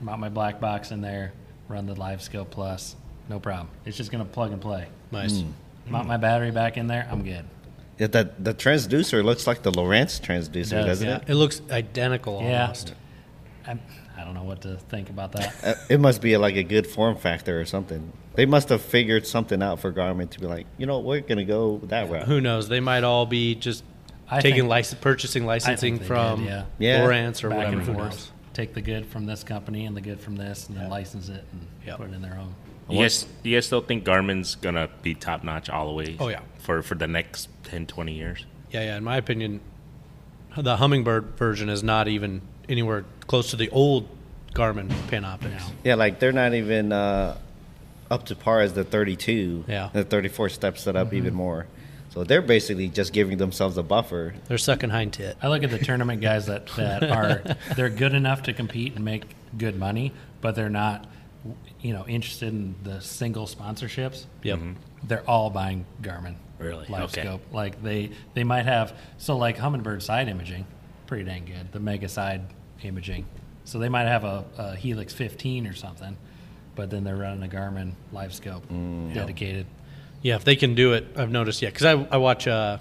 Speaker 3: mount my black box in there, run the live skill plus, no problem. It's just gonna plug and play.
Speaker 4: Nice.
Speaker 1: Hmm.
Speaker 4: Hmm.
Speaker 3: Mount my battery back in there, I'm good.
Speaker 2: Yeah, that the transducer looks like the Lorentz transducer,
Speaker 3: Does,
Speaker 2: does, not
Speaker 3: yeah.
Speaker 2: it?
Speaker 4: It looks identical
Speaker 3: Yeah,
Speaker 4: almost.
Speaker 3: I'm, I don't know what to think about that.
Speaker 2: Uh, it must be like a good form factor or something. They must have figured something out for Garmin to be like, you know, we're gonna go that route.
Speaker 4: Who knows? They might all be just
Speaker 3: I
Speaker 4: taking
Speaker 3: think-
Speaker 4: license, purchasing licensing
Speaker 3: they
Speaker 4: from
Speaker 3: did, yeah.
Speaker 2: Yeah.
Speaker 4: Lawrence or
Speaker 3: back
Speaker 4: whatever.
Speaker 3: and
Speaker 4: Who
Speaker 3: forth.
Speaker 4: knows?
Speaker 3: Take the good from this company and the good from this, and then license it and
Speaker 4: Yep.
Speaker 3: put it in their own.
Speaker 1: You guys, you guys still think Garmin's gonna be top notch all the way?
Speaker 4: Oh, yeah.
Speaker 1: for for the next 10, 20 years.
Speaker 4: Yeah, yeah. In my opinion, the hummingbird version is not even anywhere close to the old Garmin Panoptics.
Speaker 2: Yeah, like they're not even uh, up to par as the 32.
Speaker 4: Yeah. Mm-hmm.
Speaker 2: The 34 steps it up even more. So they're basically just giving themselves a buffer.
Speaker 4: They're sucking hind tit.
Speaker 3: I look at the tournament guys that, that are they're good enough to compete and make good money, but they're not, you know, interested in the single sponsorships.
Speaker 4: Yep.
Speaker 1: Mm-hmm.
Speaker 3: They're all buying Garmin.
Speaker 1: Really? Okay.
Speaker 3: LiveScope. Like they they might have so like Humminbird side imaging, pretty dang good. The Mega side imaging, so they might have a, a Helix 15 or something, but then they're running a Garmin LiveScope dedicated.
Speaker 4: Yeah, if they can do it, I've noticed. Yeah, because I, I watch uh,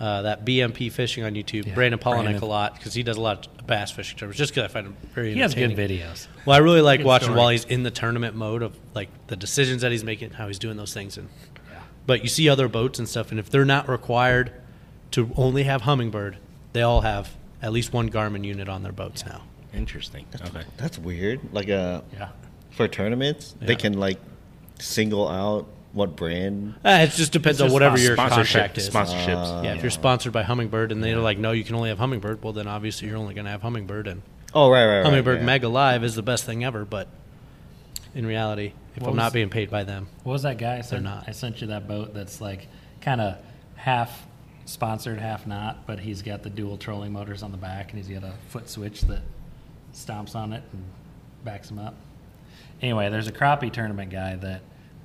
Speaker 4: uh, that BMP fishing on YouTube,
Speaker 3: Yeah,
Speaker 4: Brandon Polinick
Speaker 3: Brandon.
Speaker 4: a lot because he does a lot of bass fishing tournaments. Just because I find him very
Speaker 3: He has good
Speaker 4: entertaining.
Speaker 3: videos.
Speaker 4: Well, I really like
Speaker 3: Good
Speaker 4: watching
Speaker 3: story.
Speaker 4: while he's in the tournament mode of like the decisions that he's making, how he's doing those things, and
Speaker 3: Yeah.
Speaker 4: but you see other boats and stuff, and if they're not required to only have hummingbird, they all have at least one Garmin unit on their boats now.
Speaker 1: Interesting. Okay.
Speaker 2: That's weird. Like uh,
Speaker 3: Yeah.
Speaker 2: for tournaments, they
Speaker 4: Yeah.
Speaker 2: can like single out what brand.
Speaker 4: Uh, it just depends on
Speaker 3: just
Speaker 4: whatever your
Speaker 1: Sponsorship-
Speaker 4: contract is.
Speaker 1: Sponsorships.
Speaker 2: Uh,
Speaker 4: yeah, if you're sponsored by Hummingbird and they're like, no, you can only have Hummingbird, well, then obviously you're only going to have Hummingbird. And
Speaker 2: Oh, right, right, right.
Speaker 4: Hummingbird
Speaker 2: yeah.
Speaker 4: Mega Live is the best thing ever, but in reality, if
Speaker 3: What
Speaker 4: I'm
Speaker 3: was-
Speaker 4: not being paid by them,
Speaker 3: What was that guy? I sent,
Speaker 4: not.
Speaker 3: I sent you that boat that's like kind of half sponsored, half not, but he's got the dual trolling motors on the back and he's got a foot switch that stomps on it and backs him up. Anyway, there's a crappie tournament guy that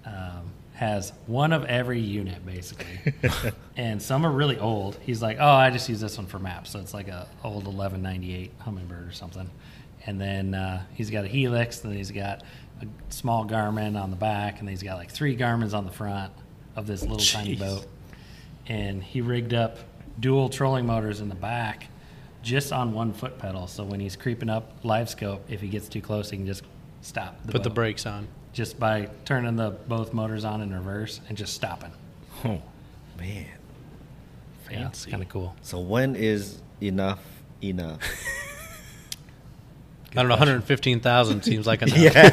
Speaker 3: um, has one of every unit basically, and some are really old. He's like, oh, I just use this one for maps, so it's like a old 1198 Hummingbird or something. And then uh, he's got a Helix, and then he's got a small Garmin on the back, and then he's got like three Garmin's on the front of this little tiny
Speaker 4: Jeez.
Speaker 3: boat. And he rigged up dual trolling motors in the back, just on one foot pedal. So when he's creeping up live scope, if he gets too close, he can just stop.
Speaker 4: put the
Speaker 3: boat
Speaker 4: brakes on.
Speaker 3: just by turning the both motors on in reverse and just stopping.
Speaker 1: Oh,
Speaker 2: Man,
Speaker 3: Yeah, it's kind of cool.
Speaker 2: so when is enough enough?
Speaker 4: I don't know, 115,000 seems like enough.
Speaker 3: You got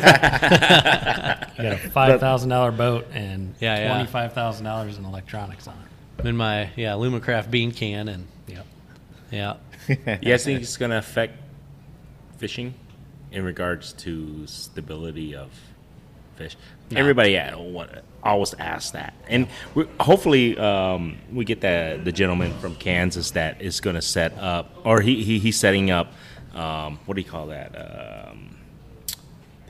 Speaker 3: a five thousand dollar boat and
Speaker 4: Yeah, yeah.
Speaker 3: twenty five thousand dollars in electronics on it.
Speaker 4: I'm in my yeah Lumacraft bean can and
Speaker 3: Yep.
Speaker 4: yeah
Speaker 1: you guys think it's gonna affect fishing in regards to stability of fish? Everybody yeah, wa- always asks that, and we, hopefully um, we get the the gentleman from Kansas that is gonna set up, or he, he he's setting up. Um, what do you call that? Um,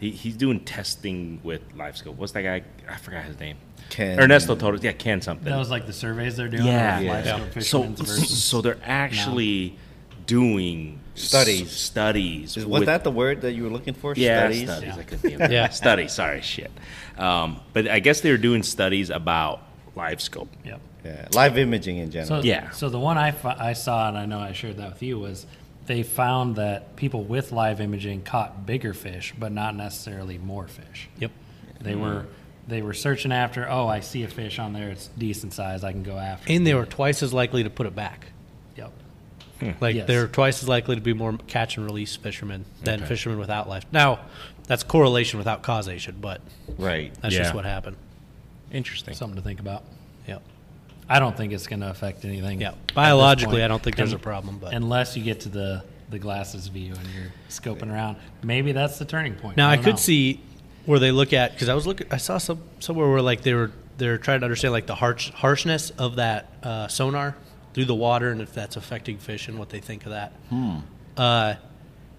Speaker 1: he, he's doing testing with LiveScope. What's that guy? I forgot his name.
Speaker 2: Ken.
Speaker 1: Ernesto told us. Yeah, Ken something.
Speaker 3: That was like the surveys they're doing.
Speaker 1: Yeah.
Speaker 3: with
Speaker 1: Yeah.
Speaker 3: livestock
Speaker 4: Yeah.
Speaker 1: So,
Speaker 3: fishermen's versus-
Speaker 1: so they're actually doing
Speaker 2: Studies.
Speaker 1: s- studies.
Speaker 2: Is, was
Speaker 1: with-
Speaker 2: that the word that you were looking for?
Speaker 1: yeah,
Speaker 2: studies.
Speaker 1: studies. I couldn't think of it.
Speaker 4: Yeah.
Speaker 1: studies. Sorry, shit. Um, but I guess they were doing studies about live scope.
Speaker 3: Yep.
Speaker 2: Yeah, live imaging in general.
Speaker 3: So
Speaker 1: Yeah.
Speaker 3: So the one I, fi- I saw and I know I shared that with you was they found that people with live imaging caught bigger fish, but not necessarily more fish.
Speaker 4: Yep.
Speaker 3: They
Speaker 1: Mm-hmm.
Speaker 3: were they were searching after. Oh, I see a fish on there. It's decent size. I can go after. it."
Speaker 4: And they were twice as likely to put it back.
Speaker 3: Yep.
Speaker 4: Like
Speaker 3: Yes.
Speaker 4: they're twice as likely to be more catch and release fishermen than
Speaker 1: Okay.
Speaker 4: fishermen without life. Now, that's correlation without causation, but
Speaker 2: Right.
Speaker 4: that's
Speaker 1: Yeah.
Speaker 4: just what happened.
Speaker 1: Interesting.
Speaker 3: Something to think about.
Speaker 4: Yep.
Speaker 3: I don't think it's going to affect anything.
Speaker 4: Yeah.
Speaker 3: at this
Speaker 4: Biologically,
Speaker 3: point.
Speaker 4: I don't think there's
Speaker 3: Un-
Speaker 4: a problem, but
Speaker 3: unless you get to the the glasses view and you're scoping around. Maybe that's the turning point.
Speaker 4: Now I
Speaker 3: don't
Speaker 4: could
Speaker 3: know.
Speaker 4: see where they look at because I was looking. I saw some somewhere where like they were they're trying to understand like the harsh harshness of that uh, sonar through the water and if that's affecting fish and what they think of that.
Speaker 3: Hmm.
Speaker 4: Uh,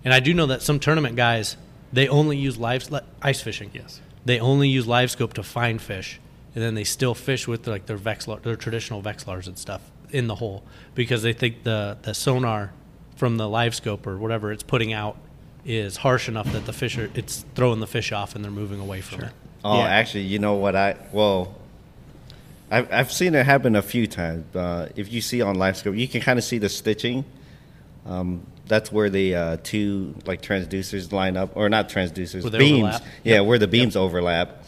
Speaker 4: and I do know that some tournament guys they only use live li- ice fishing.
Speaker 3: Yes.
Speaker 4: they only use live scope to find fish, and then they still fish with like their vexlar, their traditional vexlars and stuff in the hole because they think the the sonar from the live scope or whatever it's putting out is harsh enough that the fish are it's throwing the fish off and they're moving away from it.
Speaker 2: Oh,
Speaker 4: Yeah.
Speaker 2: actually, you know what I well, I've I've seen it happen a few times. Uh, if you see on live scope, you can kind of see the stitching. Um, that's where the uh, two like transducers line up, or not transducers,
Speaker 4: Where they
Speaker 2: beams.
Speaker 4: overlap.
Speaker 2: Yeah, where the beams overlap.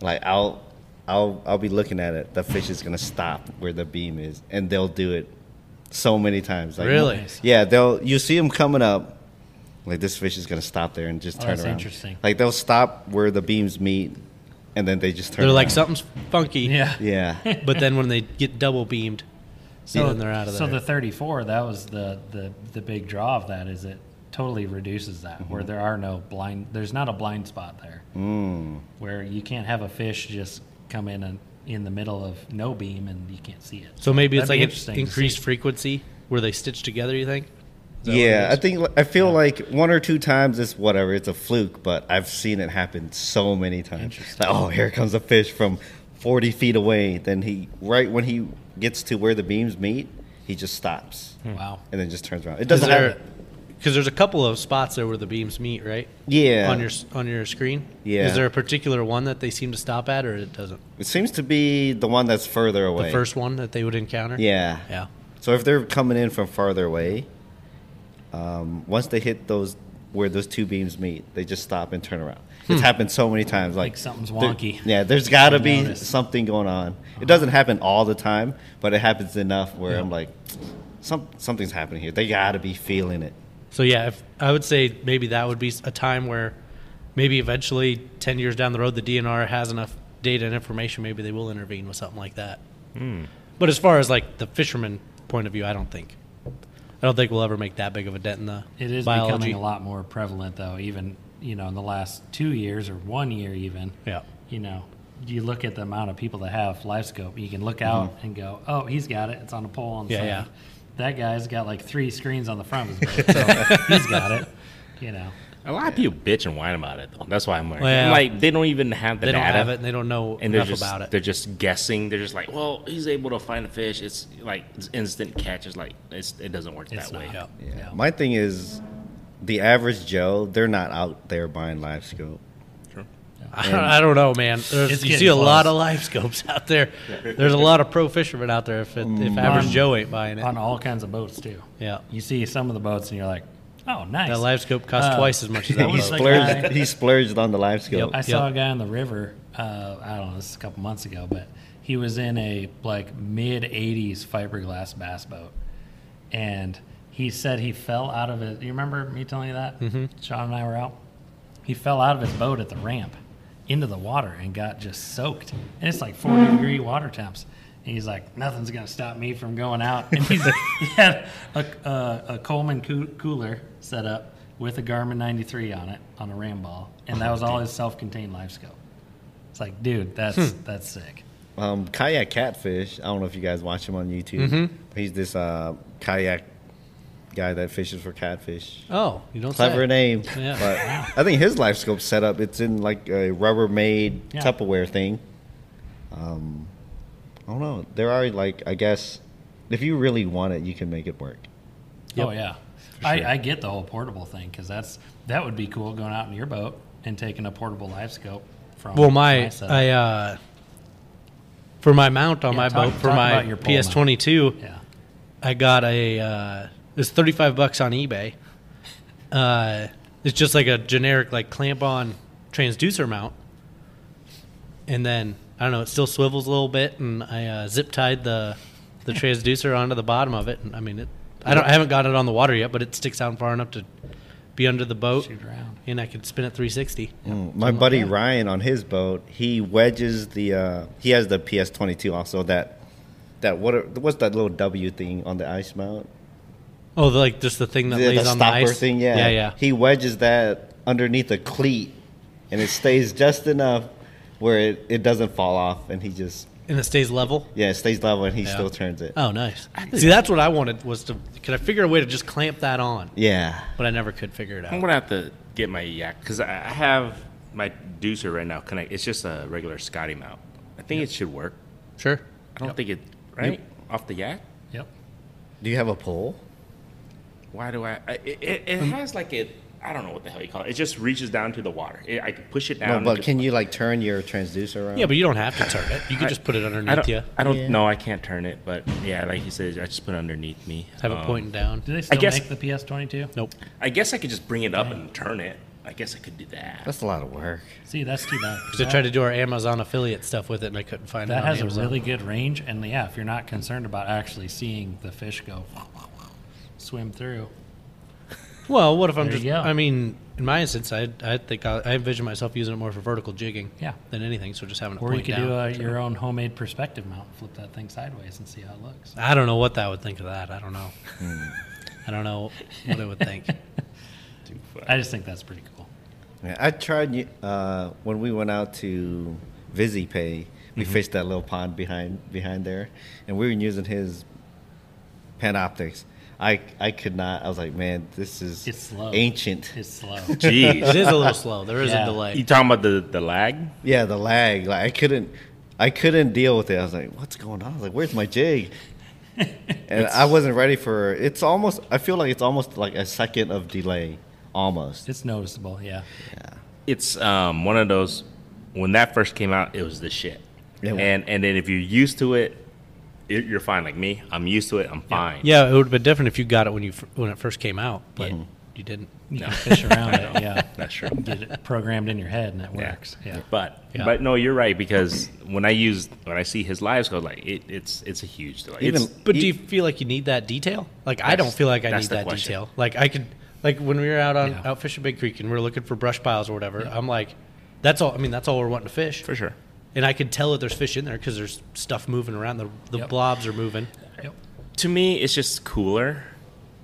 Speaker 2: Like I'll, I'll, I'll be looking at it. The fish is gonna stop where the beam is, and they'll do it so many times. Like,
Speaker 4: Really?
Speaker 3: Nice.
Speaker 2: Yeah, they'll. You see them coming up. Like this fish is gonna stop there and just
Speaker 3: Oh,
Speaker 2: turn
Speaker 3: that's
Speaker 2: around.
Speaker 3: interesting.
Speaker 2: Like they'll stop where the beams meet, and then they just turn.
Speaker 4: They're like
Speaker 2: around.
Speaker 4: something's funky,
Speaker 3: Yeah.
Speaker 2: Yeah.
Speaker 4: But then when they get double beamed, so then they're out of
Speaker 3: So
Speaker 4: there.
Speaker 3: the 34, that was the, the, the big draw of that is it totally reduces that
Speaker 4: Mm-hmm.
Speaker 3: where there are no blind, there's not a blind spot there
Speaker 4: Mm.
Speaker 3: where you can't have a fish just come in and in the middle of no beam and you can't see it.
Speaker 4: so maybe it's
Speaker 3: That'd be
Speaker 4: like
Speaker 3: interesting
Speaker 4: an
Speaker 3: to
Speaker 4: increased
Speaker 3: see.
Speaker 4: frequency where they stitch together. You think?
Speaker 2: Yeah, I think I feel like one or two times it's whatever, it's a fluke, but I've seen it happen so many times. Like, oh, here comes a fish from 40 feet away. Then he, right when he gets to where the beams meet, he just stops
Speaker 3: Wow.
Speaker 2: and then just turns around. It
Speaker 4: Hmm. Is
Speaker 2: doesn't
Speaker 4: there?
Speaker 2: happen.
Speaker 4: Because there's a couple of spots there where the beams meet, right?
Speaker 2: Yeah.
Speaker 4: on your s- on your screen.
Speaker 2: Yeah.
Speaker 4: Is there a particular one that they seem to stop at, or it doesn't?
Speaker 2: it seems to be the one that's further
Speaker 4: The
Speaker 2: away.
Speaker 4: first one that they would encounter.
Speaker 2: Yeah.
Speaker 4: Yeah.
Speaker 2: So if they're coming in from farther away, um, once they hit those where those two beams meet, they just stop and turn around. It's happened so many times. Like
Speaker 3: Hmm. Like something's
Speaker 2: there-
Speaker 3: wonky.
Speaker 2: yeah, there's got to
Speaker 3: I
Speaker 2: be
Speaker 3: noticed. Uh-huh.
Speaker 2: something going on. It doesn't happen all the time, but it happens enough where I'm like, some something's happening here. They got to be feeling it.
Speaker 4: So yeah, if, I would say maybe that would be a time where maybe eventually ten years down the road, the DNR has enough data and information. Maybe they will intervene with something like that. But as far as like the fisherman point of view, I don't think. I don't think we'll ever make that big of a dent in the
Speaker 3: It is
Speaker 4: biology.
Speaker 3: becoming a lot more prevalent though, even, you know, in the last two years or one year even.
Speaker 4: Yeah.
Speaker 3: you know, you look at the amount of people that have live scope, you can look out and go, oh, he's got it. It's on a pole on the
Speaker 4: Mm-hmm. Yeah,
Speaker 3: side.
Speaker 4: yeah.
Speaker 3: That guy's got like three screens on the front of his boat, so he's got it. You know,
Speaker 1: A lot of people bitch and whine about it though. That's why I'm like,
Speaker 4: Well,
Speaker 1: like they don't even have the
Speaker 4: They don't
Speaker 1: data.
Speaker 4: have it, and they don't know
Speaker 1: and they're
Speaker 4: enough
Speaker 1: just,
Speaker 4: about it.
Speaker 1: They're just guessing. They're just like, well, he's able to find a fish. It's like it's instant catch. It's like it's, it doesn't work
Speaker 3: it's
Speaker 1: that way.
Speaker 3: not.
Speaker 2: Yeah.
Speaker 3: No.
Speaker 2: My thing is, the average Joe, they're not out there buying live scope.
Speaker 4: I don't, I don't know, man. There's,
Speaker 3: It's
Speaker 4: you
Speaker 3: getting
Speaker 4: see a
Speaker 3: close.
Speaker 4: lot of live scopes out there. There's a lot of pro fishermen out there. If it, if average
Speaker 3: On-
Speaker 4: Joe ain't buying
Speaker 3: Mm. On
Speaker 4: it,
Speaker 3: all kinds of boats too.
Speaker 4: yeah,
Speaker 3: You see some of the boats and you're like, oh, nice.
Speaker 4: that live scope costs
Speaker 3: Uh,
Speaker 4: twice as much as that
Speaker 3: what
Speaker 2: he
Speaker 3: was
Speaker 4: boat.
Speaker 3: that
Speaker 2: splurged.
Speaker 3: guy?
Speaker 2: he splurged on the live scope.
Speaker 3: I saw a guy on the river. Uh, I don't know. This is a couple months ago, but he was in a like mid '80s fiberglass bass boat, and he said he fell out of it. You remember me telling you that? Mm-hmm. Sean and I were out. He fell out of his boat at the ramp into the water and got just soaked. And it's like 40 degree water temps. And he's like, nothing's going to stop me from going out. And he's, he had a, a, a Coleman coo- cooler set up with a Garmin 93 on it, on a ram ball. And that was all his self contained live scope. It's like, dude, that's that's sick.
Speaker 2: um, kayak catfish. I don't know if you guys watch him on YouTube.
Speaker 4: Mm-hmm.
Speaker 2: He's this uh, kayak guy that fishes for catfish.
Speaker 4: Oh, you don't
Speaker 2: Clever
Speaker 4: say.
Speaker 2: name,
Speaker 4: Yeah.
Speaker 2: but I think his life scope setup. It's in like a Rubbermaid
Speaker 3: Yeah.
Speaker 2: Tupperware thing. Um, I don't know. There are like I guess if you really want it, you can make it work.
Speaker 3: Oh, yeah.
Speaker 2: sure.
Speaker 3: I, I get the whole portable thing because that's that would be cool going out in your boat and taking a portable live scope from
Speaker 4: Well, my
Speaker 3: setup.
Speaker 4: I uh, for my mount on
Speaker 3: Yeah,
Speaker 4: my
Speaker 3: talk-
Speaker 4: boat for
Speaker 3: talk
Speaker 4: my
Speaker 3: about your pole
Speaker 4: PS22,
Speaker 3: yeah.
Speaker 4: I got a uh, It's thirty five bucks on eBay. Uh, it's just like a generic like clamp on transducer mount, and then I don't know. It still swivels a little bit, and I uh, zip tied the the transducer onto the bottom of it. And I mean, it, I don't I haven't got it on the water yet, but it sticks out far enough to be under the boat,
Speaker 3: Shoot around.
Speaker 4: and I could spin it three sixty.
Speaker 2: Mm, my buddy Ryan on his boat, he wedges the uh, he has the PS twenty two also that that what are- what's that little W thing on the ice mount?
Speaker 4: Oh, the, like just the thing that lays on the ice.
Speaker 2: thing, yeah.
Speaker 4: yeah, yeah.
Speaker 2: He wedges that underneath a cleat and it stays just enough where it, it doesn't fall off and he just
Speaker 4: and it stays level.
Speaker 2: yeah, it stays level and he
Speaker 4: Yeah.
Speaker 2: still turns it.
Speaker 4: Oh, nice. See, that's what I wanted was to could I figure a way to just clamp that on,
Speaker 2: Yeah.
Speaker 4: but I never could figure it
Speaker 1: I'm
Speaker 4: out.
Speaker 1: gonna have to get my yak because I I have my deucer right now. Connect. It's just a regular Scotty mount. I think it should work.
Speaker 4: Sure.
Speaker 1: I don't think it right off the yak.
Speaker 3: Yep.
Speaker 2: Do you have a pole?
Speaker 1: Why do I? I it, it, it has like it. I don't know what the hell you call it. It just reaches down to the water. It, I can push it
Speaker 2: No,
Speaker 1: down.
Speaker 2: but can you like turn your transducer around?
Speaker 4: Yeah, but you don't have to turn it. You can just put it
Speaker 1: I
Speaker 4: underneath
Speaker 1: don't.
Speaker 4: you.
Speaker 1: I don't
Speaker 2: Yeah.
Speaker 1: know. I can't turn it. But yeah, like you said, I just put it underneath me.
Speaker 4: Have it
Speaker 1: Um,
Speaker 4: pointing down.
Speaker 3: Do they still
Speaker 1: guess-
Speaker 3: make the PS22?
Speaker 4: Nope.
Speaker 1: I guess I could just bring it up and turn it. I guess I could do that.
Speaker 2: That's a lot of work.
Speaker 3: See, that's too bad. 'cause
Speaker 4: Because I tried to
Speaker 3: that-
Speaker 4: do our Amazon affiliate stuff with it, and I couldn't find it.
Speaker 3: That
Speaker 4: on
Speaker 3: has a
Speaker 4: Amazon.
Speaker 3: really good range, and yeah, if you're not concerned about actually seeing the fish go swim through,
Speaker 4: well. What if I'm
Speaker 3: There
Speaker 4: just?
Speaker 3: you go.
Speaker 4: I mean, in my instance, I I think I, I envision myself using it more for vertical jigging.
Speaker 3: Yeah.
Speaker 4: Than anything, so just having it
Speaker 3: or you
Speaker 4: point
Speaker 3: could
Speaker 4: down.
Speaker 3: do a, your own homemade perspective mount, flip that thing sideways and see how it looks.
Speaker 4: I don't know what I would think of that. I don't know. I don't know what I would think.
Speaker 3: I just think that's pretty cool.
Speaker 2: Yeah, I tried uh, when we went out to VisiPay. We
Speaker 4: Mm-hmm.
Speaker 2: fished that little pond behind behind there, and we were using his panoptics. I I could not. I was like, man, this is
Speaker 3: It's slow.
Speaker 2: ancient.
Speaker 3: It's slow.
Speaker 4: It
Speaker 1: Jeez.
Speaker 4: is a little slow. There is
Speaker 3: Yeah.
Speaker 4: a delay.
Speaker 1: you talking about the the lag?
Speaker 2: yeah, the lag. Like I couldn't, I couldn't deal with it. I was like, what's going on? I was like, where's my jig? And I wasn't ready for. It's almost. I feel like it's almost like a second of delay, almost.
Speaker 3: it's noticeable, yeah.
Speaker 1: it's um, one of those when that first came out it was the shit
Speaker 2: Yeah.
Speaker 1: and and then if you're used to it it- you're fine like me i'm used to it i'm fine
Speaker 4: Yeah, it would have been different if you got it when you fir- when it first came out, but
Speaker 1: Yeah.
Speaker 4: you didn't.
Speaker 3: You can fish around it, yeah.
Speaker 1: that's true
Speaker 3: Get it programmed in your head and it
Speaker 1: Yeah.
Speaker 3: works. Yeah.
Speaker 1: but
Speaker 4: Yeah.
Speaker 1: but no you're right because when i use when i see his live score like it, it's it's a huge delay
Speaker 2: Even-
Speaker 1: It's-
Speaker 4: But do
Speaker 2: You-
Speaker 4: you feel like you need that detail? Like I don't
Speaker 1: That's-
Speaker 4: feel like I
Speaker 1: that's
Speaker 4: need
Speaker 1: the
Speaker 4: that
Speaker 1: question.
Speaker 4: detail. Like I could like when we were out on
Speaker 3: Yeah.
Speaker 4: out fishing Big Creek and we were looking for brush piles or whatever. I'm like, that's all. I mean, that's all we're wanting to fish.
Speaker 1: for sure
Speaker 4: And I could tell that there's fish in there because there's stuff moving around. The the
Speaker 3: Yep.
Speaker 4: blobs are moving.
Speaker 3: Yep.
Speaker 1: to me it's just cooler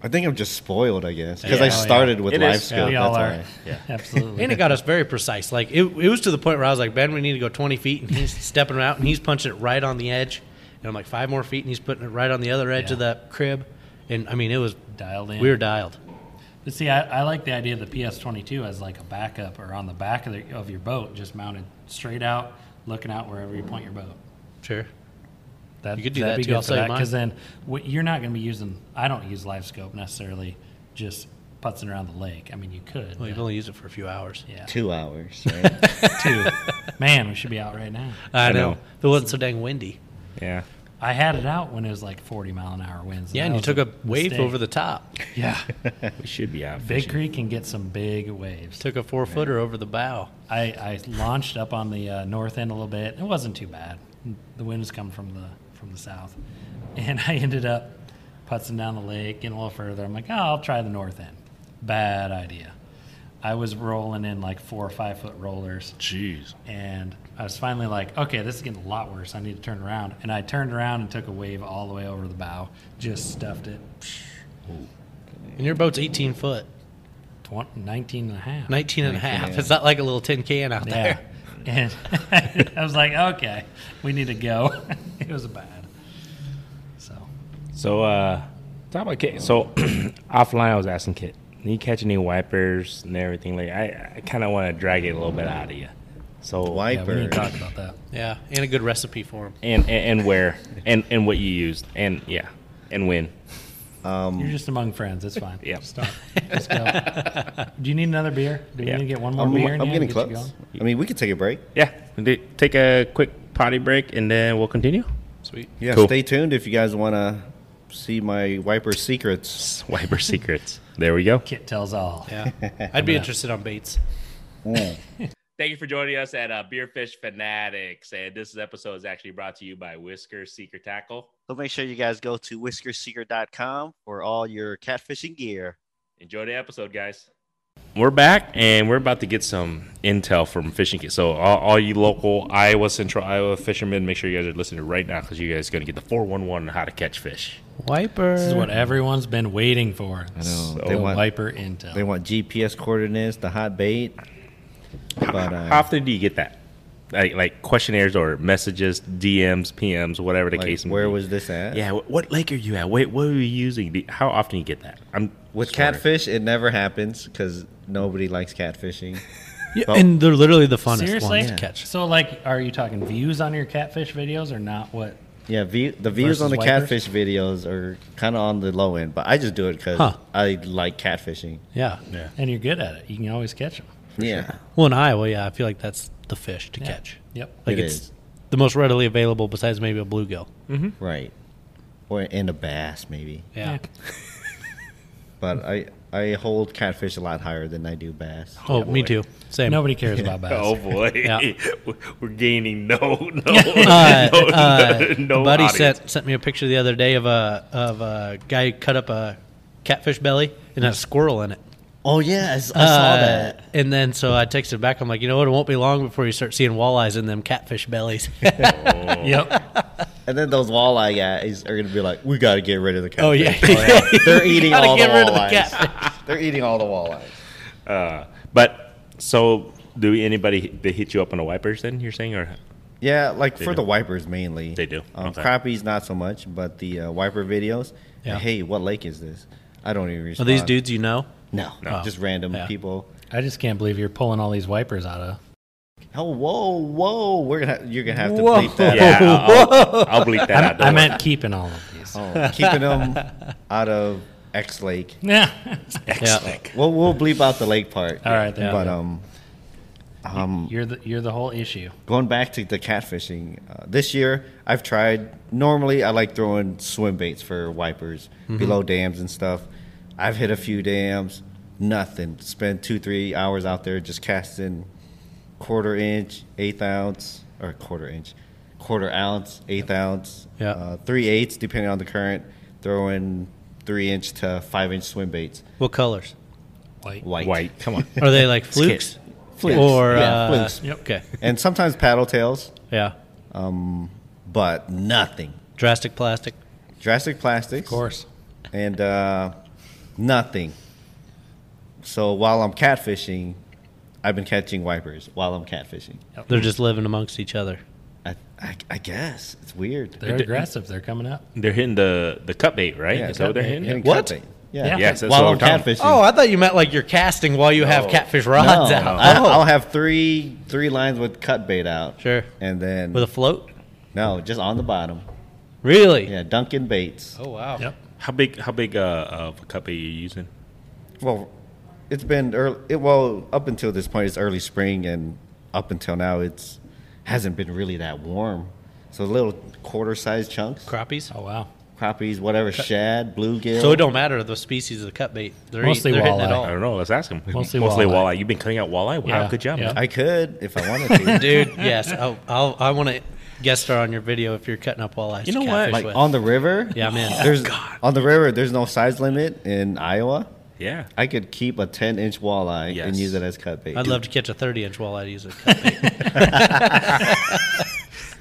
Speaker 2: I think I'm just spoiled, I guess, because
Speaker 3: Yeah.
Speaker 2: I
Speaker 3: Oh, yeah.
Speaker 2: started with
Speaker 1: It
Speaker 2: live
Speaker 1: is.
Speaker 2: scope.
Speaker 1: Yeah,
Speaker 3: we
Speaker 2: that's
Speaker 3: all are.
Speaker 2: why.
Speaker 1: Yeah.
Speaker 3: Absolutely.
Speaker 4: And it got us very precise. Like it, it was to the point where I was like, Ben, we need to go 20 feet, and he's stepping out and he's punching it right on the edge. And I'm like, five more feet, and he's putting it right on the other edge of
Speaker 3: Yeah.
Speaker 4: that crib. And I mean, it was
Speaker 3: dialed in.
Speaker 4: we were dialed.
Speaker 3: But see, I, I like the idea of the PS22 as like a backup or on the back of, the, of your boat, just mounted straight out, looking out wherever you point your boat.
Speaker 4: Sure.
Speaker 3: That,
Speaker 4: You could do
Speaker 3: that'd
Speaker 4: that
Speaker 3: be
Speaker 4: too.
Speaker 3: good
Speaker 4: I'll
Speaker 3: for
Speaker 4: sell you
Speaker 3: that,
Speaker 4: mine.
Speaker 3: 'cause then what, you're not going to be using. I don't use live scope necessarily, just putzing around the lake. I mean, you could.
Speaker 4: Well, you've
Speaker 3: but-
Speaker 4: only used it for a few hours.
Speaker 3: yeah,
Speaker 2: Two hours. Right?
Speaker 3: two. Man, we should be out right now.
Speaker 4: I,
Speaker 1: know.
Speaker 4: know. If it wasn't so dang windy.
Speaker 1: yeah
Speaker 3: I had it out when it was like 40 mile an hour winds.
Speaker 4: Yeah, and you
Speaker 3: that
Speaker 4: took
Speaker 3: was
Speaker 4: a wave
Speaker 3: mistake.
Speaker 4: over the top.
Speaker 3: yeah.
Speaker 1: we should be out
Speaker 3: Big
Speaker 1: fishing.
Speaker 3: Creek can get some big waves.
Speaker 4: Took a four footer over the bow.
Speaker 3: I, I launched up on the uh, north end a little bit. It wasn't too bad. The wind was coming from the from the south, and I ended up putzing down the lake, getting a little further. I'm like, oh, I'll try the north end. Bad idea. I was rolling in like four or five foot rollers,
Speaker 1: jeez
Speaker 3: and I was finally like, okay, this is getting a lot worse. I need to turn around. And I turned around and took a wave all the way over the bow, just stuffed it.
Speaker 4: And your boat's 18 foot,
Speaker 3: 20, 19 and a half.
Speaker 4: 19 and a half.
Speaker 2: yeah.
Speaker 4: It's not like a little tin can out
Speaker 3: Yeah.
Speaker 4: there.
Speaker 3: And I was like, okay, we need to go. it was bad. So,
Speaker 1: so uh talk about kit so offline i was asking kit you catch any wipers and everything like i, I kind of want to drag it a little bit out of you so
Speaker 3: yeah, we
Speaker 2: Wiper.
Speaker 3: didn't talk about that.
Speaker 4: Yeah. And a good recipe for them.
Speaker 1: and and, and where and and what you used and yeah and when
Speaker 3: You're just among friends. It's fine.
Speaker 1: Yep.
Speaker 3: Stop. Let's go. Do you need another beer? Do we
Speaker 1: Yeah.
Speaker 3: need to get one more
Speaker 2: I'm,
Speaker 3: beer? in
Speaker 2: I'm
Speaker 3: you to
Speaker 2: getting
Speaker 3: get you
Speaker 2: close.
Speaker 3: going?
Speaker 2: I mean, we could take a break.
Speaker 1: yeah we did- take a quick potty break and then we'll continue
Speaker 4: Sweet.
Speaker 2: Yeah,
Speaker 1: Cool.
Speaker 2: stay tuned if you guys want to see my wiper secrets.
Speaker 5: Swiper secrets. There we go.
Speaker 3: Kit tells all.
Speaker 4: Yeah, I'd be interested on baits.
Speaker 1: Thank you for joining us at uh, Beerfish Fanatics. And this episode is actually brought to you by Whisker Seeker Tackle.
Speaker 2: So make sure you guys go to whiskerseeker.com for all your catfishing gear.
Speaker 1: Enjoy the episode, guys. We're back and we're about to get some intel from fishing. Kit. So, all, all you local Iowa, Central Iowa fishermen, make sure you guys are listening right now because you guys are going to get the 411 on how to catch fish.
Speaker 4: Wiper.
Speaker 3: This is what everyone's been waiting for. I know.
Speaker 2: They want-
Speaker 3: Viper Intel.
Speaker 2: They want GPS coordinates, the hot bait. But
Speaker 1: How
Speaker 2: uh,
Speaker 1: often do you get that? Like, like questionnaires or messages, DMs, PMs, whatever the
Speaker 2: like,
Speaker 1: case may
Speaker 2: where
Speaker 1: be.
Speaker 2: was this at?
Speaker 1: Yeah, wh- what lake are you at? Wait, what are you using? Do- How often you get that? I'm
Speaker 2: With
Speaker 1: sorry.
Speaker 2: catfish, it never happens because nobody likes catfishing.
Speaker 4: Yeah, and they're literally the funnest
Speaker 3: Seriously?
Speaker 4: ones to catch.
Speaker 3: So, like, are you talking views on your catfish videos or not? What?
Speaker 2: Yeah, view, the views
Speaker 3: Versus
Speaker 2: on the
Speaker 3: wipers?
Speaker 2: catfish videos are kind of on the low end, but I just do it because
Speaker 4: Huh.
Speaker 2: I like catfishing.
Speaker 4: Yeah.
Speaker 3: And you're good at it. You can always catch them.
Speaker 2: yeah,
Speaker 4: Well, in Iowa, yeah, I feel like that's the fish to catch.
Speaker 3: Yep.
Speaker 4: Like
Speaker 2: It
Speaker 4: it's
Speaker 2: is.
Speaker 4: the most readily available besides maybe a bluegill.
Speaker 2: right. Or in a bass maybe,
Speaker 4: Yeah.
Speaker 2: but I I hold catfish a lot higher than I do bass.
Speaker 4: Oh, me too. Same.
Speaker 3: Eh, Nobody cares about bass.
Speaker 1: Oh boy,
Speaker 4: Yeah.
Speaker 1: We're- we're gaining no, no,
Speaker 4: Uh,
Speaker 1: no,
Speaker 4: uh,
Speaker 1: no
Speaker 4: buddy
Speaker 1: audience.
Speaker 4: sent sent me a picture the other day of a of a guy who cut up a catfish belly and had a squirrel in it.
Speaker 2: Oh yeah, I, s- I saw
Speaker 4: Uh,
Speaker 2: that.
Speaker 4: And then so I texted back. I'm like, you know what? It won't be long before you start seeing walleyes in them catfish bellies.
Speaker 3: Yep.
Speaker 2: And then those walleye guys are gonna be like, we got to get rid of the catfish.
Speaker 4: oh yeah,
Speaker 2: they're eating
Speaker 4: Gotta
Speaker 2: all the
Speaker 4: get rid of the
Speaker 2: walleyes.
Speaker 4: catfish.
Speaker 2: they're eating all the walleyes.
Speaker 1: Uh, but so, do anybody they hit you up on the wipers? Then you're saying, or
Speaker 2: Yeah, like for
Speaker 1: do.
Speaker 2: the wipers mainly.
Speaker 1: They do.
Speaker 2: Um,
Speaker 1: Okay.
Speaker 2: Crappies not so much, but the uh, wiper videos.
Speaker 4: Yeah.
Speaker 2: Hey, what lake is this? I don't even.
Speaker 4: Are
Speaker 2: Respond.
Speaker 4: these dudes you know?
Speaker 2: No,
Speaker 1: No.
Speaker 2: just random
Speaker 4: Yeah.
Speaker 2: people.
Speaker 3: I just can't believe you're pulling all these wipers out of.
Speaker 2: Oh, whoa, whoa! We're gonna you're gonna have to
Speaker 4: Whoa.
Speaker 2: bleep that.
Speaker 1: yeah, I'll, I'll, I'll bleep that out. don't
Speaker 3: I
Speaker 1: worry.
Speaker 3: meant keeping all of these.
Speaker 2: out. Oh, keeping them out of X Lake.
Speaker 3: Yeah.
Speaker 4: Yeah.
Speaker 2: We'll we'll bleep out the lake part.
Speaker 3: All right, there.
Speaker 2: but um, um,
Speaker 3: You're the you're the whole issue.
Speaker 2: going back to the catfishing uh, this year, I've tried. Normally, I like throwing swim baits for wipers
Speaker 4: Mm-hmm.
Speaker 2: below dams and stuff. I've hit a few dams, nothing. Spend two three hours out there just casting quarter inch, eighth ounce, or quarter inch, quarter ounce, eighth ounce,
Speaker 4: Yeah.
Speaker 2: uh, three eighths, depending on the current. Throwing three inch to five inch swim baits,
Speaker 4: What colors?
Speaker 3: White.
Speaker 2: white,
Speaker 1: White, come on.
Speaker 4: Are they like flukes?
Speaker 2: Flukes.
Speaker 4: Or
Speaker 2: Yeah,
Speaker 4: uh,
Speaker 2: flukes.
Speaker 3: Yep.
Speaker 4: Okay.
Speaker 2: and sometimes paddle tails,
Speaker 4: Yeah.
Speaker 2: but nothing.
Speaker 4: Drastic plastic.
Speaker 2: Drastic plastics,
Speaker 3: Of course.
Speaker 2: and uh, nothing. So while I'm catfishing, I've been catching wipers while I'm catfishing.
Speaker 4: They're just living amongst each other.
Speaker 2: I, I, I guess it's weird.
Speaker 3: They're aggressive. They're coming up.
Speaker 1: They're hitting the the cut bait, right?
Speaker 2: Yeah,
Speaker 1: Is that what
Speaker 3: cut
Speaker 1: they're
Speaker 3: bait,
Speaker 1: hitting?
Speaker 2: Getting
Speaker 4: What?
Speaker 2: cut bait. Yeah.
Speaker 1: Yes, that's
Speaker 2: while
Speaker 1: what
Speaker 2: I'm
Speaker 1: we're talking
Speaker 2: catfishing.
Speaker 4: Oh, I thought you meant like you're casting while you have catfish rods
Speaker 2: No,
Speaker 4: out.
Speaker 2: I,
Speaker 4: Oh.
Speaker 2: I'll have three three lines with cut bait out.
Speaker 4: Sure.
Speaker 2: And then
Speaker 4: With a float?
Speaker 2: no, just on the bottom.
Speaker 4: Really?
Speaker 2: Yeah, Duncan baits.
Speaker 4: Oh wow.
Speaker 3: Yep.
Speaker 1: How big? How big uh, of a cut bait are you using?
Speaker 2: Well, it's been early. It, well, up until this point, it's early spring, and up until now, it's hasn't been really that warm. So little quarter-sized chunks,
Speaker 4: Crappies.
Speaker 3: Oh wow.
Speaker 2: crappies, whatever, shad, bluegill.
Speaker 4: So it don't matter the species of the cut bait. They're,
Speaker 3: Mostly
Speaker 4: Mostly they're hitting
Speaker 1: I
Speaker 3: walleye.
Speaker 4: it all.
Speaker 1: don't know. Let's ask him.
Speaker 3: Mostly walleye.
Speaker 1: walleye. You've been cutting out walleye. Wow,
Speaker 3: Yeah,
Speaker 1: good job.
Speaker 3: yeah.
Speaker 1: man.
Speaker 2: I could if I wanted to.
Speaker 4: Dude, yes. I'll, I'll, I want to guest star on your video if you're cutting up walleyes.
Speaker 1: You know
Speaker 4: to
Speaker 1: what?
Speaker 4: catfish
Speaker 2: like
Speaker 4: with.
Speaker 2: on the river.
Speaker 4: Yeah, man.
Speaker 2: There's on the river. There's no size limit in Iowa.
Speaker 1: Yeah.
Speaker 2: I could keep a 10-inch walleye
Speaker 1: Yes.
Speaker 2: and use it as cut bait.
Speaker 4: I'd love to catch a 30 inch walleye to use a cut bait.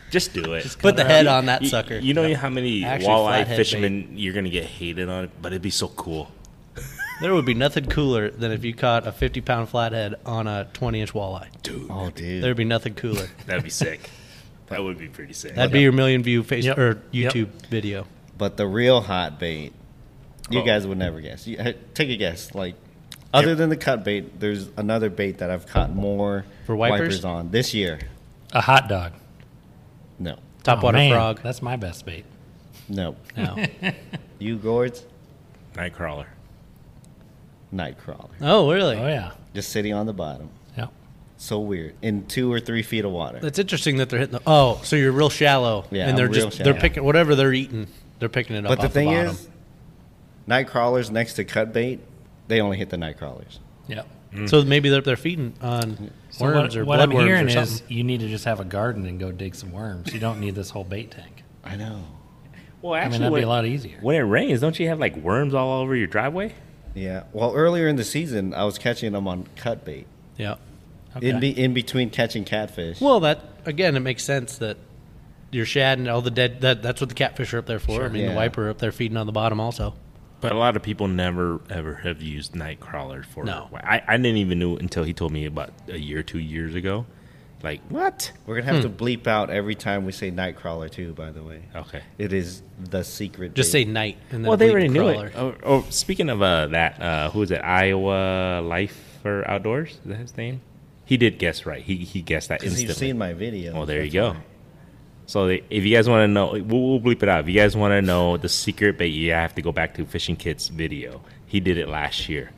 Speaker 1: Just do it. Just
Speaker 4: Put the head on that sucker.
Speaker 1: You know how many
Speaker 4: Actually,
Speaker 1: walleye
Speaker 4: flathead
Speaker 1: fishermen you're gonna get hated on, but it'd be so cool.
Speaker 4: There would be nothing cooler than if you caught a 50 pound flathead on a 20 inch walleye.
Speaker 1: Dude,
Speaker 2: Oh, dude.
Speaker 4: There'd be nothing cooler.
Speaker 1: that'd be sick. that would be pretty sick.
Speaker 4: That'd be your million view face
Speaker 3: Yep.
Speaker 4: or
Speaker 3: Yep.
Speaker 4: YouTube video.
Speaker 2: But the real hot bait, you
Speaker 1: Oh.
Speaker 2: guys would never guess. You, hey, take a guess. Like, other than the cut bait, there's another bait that I've caught more
Speaker 4: For wipers?
Speaker 2: on this year.
Speaker 3: A hot dog.
Speaker 2: No,
Speaker 4: Top
Speaker 3: Oh,
Speaker 4: water
Speaker 3: man,
Speaker 4: frog.
Speaker 3: That's my best bait.
Speaker 2: no.
Speaker 4: No.
Speaker 2: You gourds,
Speaker 1: Nightcrawler.
Speaker 2: night crawler,
Speaker 4: oh, really?
Speaker 3: Oh yeah.
Speaker 2: just sitting on the bottom.
Speaker 3: Yep.
Speaker 2: So weird. In two or three feet of water.
Speaker 4: That's interesting that they're hitting the. Oh, so you're real shallow.
Speaker 2: Yeah,
Speaker 4: and they're
Speaker 2: I'm real
Speaker 4: just
Speaker 2: shallow.
Speaker 4: they're picking whatever they're eating. They're picking it up.
Speaker 2: But
Speaker 4: off
Speaker 2: the thing
Speaker 4: bottom.
Speaker 2: is, night crawlers next to cut bait, they only hit the night crawlers.
Speaker 3: Yeah.
Speaker 4: so maybe they're, they're feeding on
Speaker 3: Mm. So what,
Speaker 4: worms or
Speaker 3: what I'm
Speaker 4: bloodworms
Speaker 3: hearing
Speaker 4: or
Speaker 3: is
Speaker 4: something.
Speaker 3: you need to just have a garden and go dig some worms. You don't need this whole bait tank.
Speaker 2: I know.
Speaker 1: Well,
Speaker 3: I mean,
Speaker 1: actually,
Speaker 3: that'd
Speaker 1: when,
Speaker 3: be a lot easier.
Speaker 1: when it rains, don't you have like worms all over your driveway?
Speaker 2: Yeah. Well, earlier in the season, I was catching them on cut bait.
Speaker 4: yeah.
Speaker 2: In, be, in between catching catfish.
Speaker 4: Well, that again, it makes sense that your shad and all the dead. That, that's what the catfish are up there for. I mean,
Speaker 2: Yeah.
Speaker 4: the wiper are up there feeding on the bottom also.
Speaker 1: But a lot of people never ever have used night crawlers for.
Speaker 4: No.
Speaker 1: I, I didn't even know until he told me about a year, two years ago. Like what?
Speaker 2: We're gonna have to bleep out every time we say night crawler too. By the way,
Speaker 1: Okay.
Speaker 2: it is the secret.
Speaker 4: Just
Speaker 2: bait.
Speaker 4: say night. And then
Speaker 1: Well, they
Speaker 4: bleed
Speaker 1: already knew
Speaker 4: crawler.
Speaker 1: it. Oh, oh, speaking of uh, that, uh, who is it? Iowa Life for Outdoors? Is that his name? He did guess right. He he guessed that
Speaker 2: 'Cause
Speaker 1: instantly.
Speaker 2: you've seen my video.
Speaker 1: Well, there you go. So they, if you guys want to know, we'll, we'll bleep it out. If you guys want to know the secret bait, you have to go back to Fishing Kids video. He did it last year.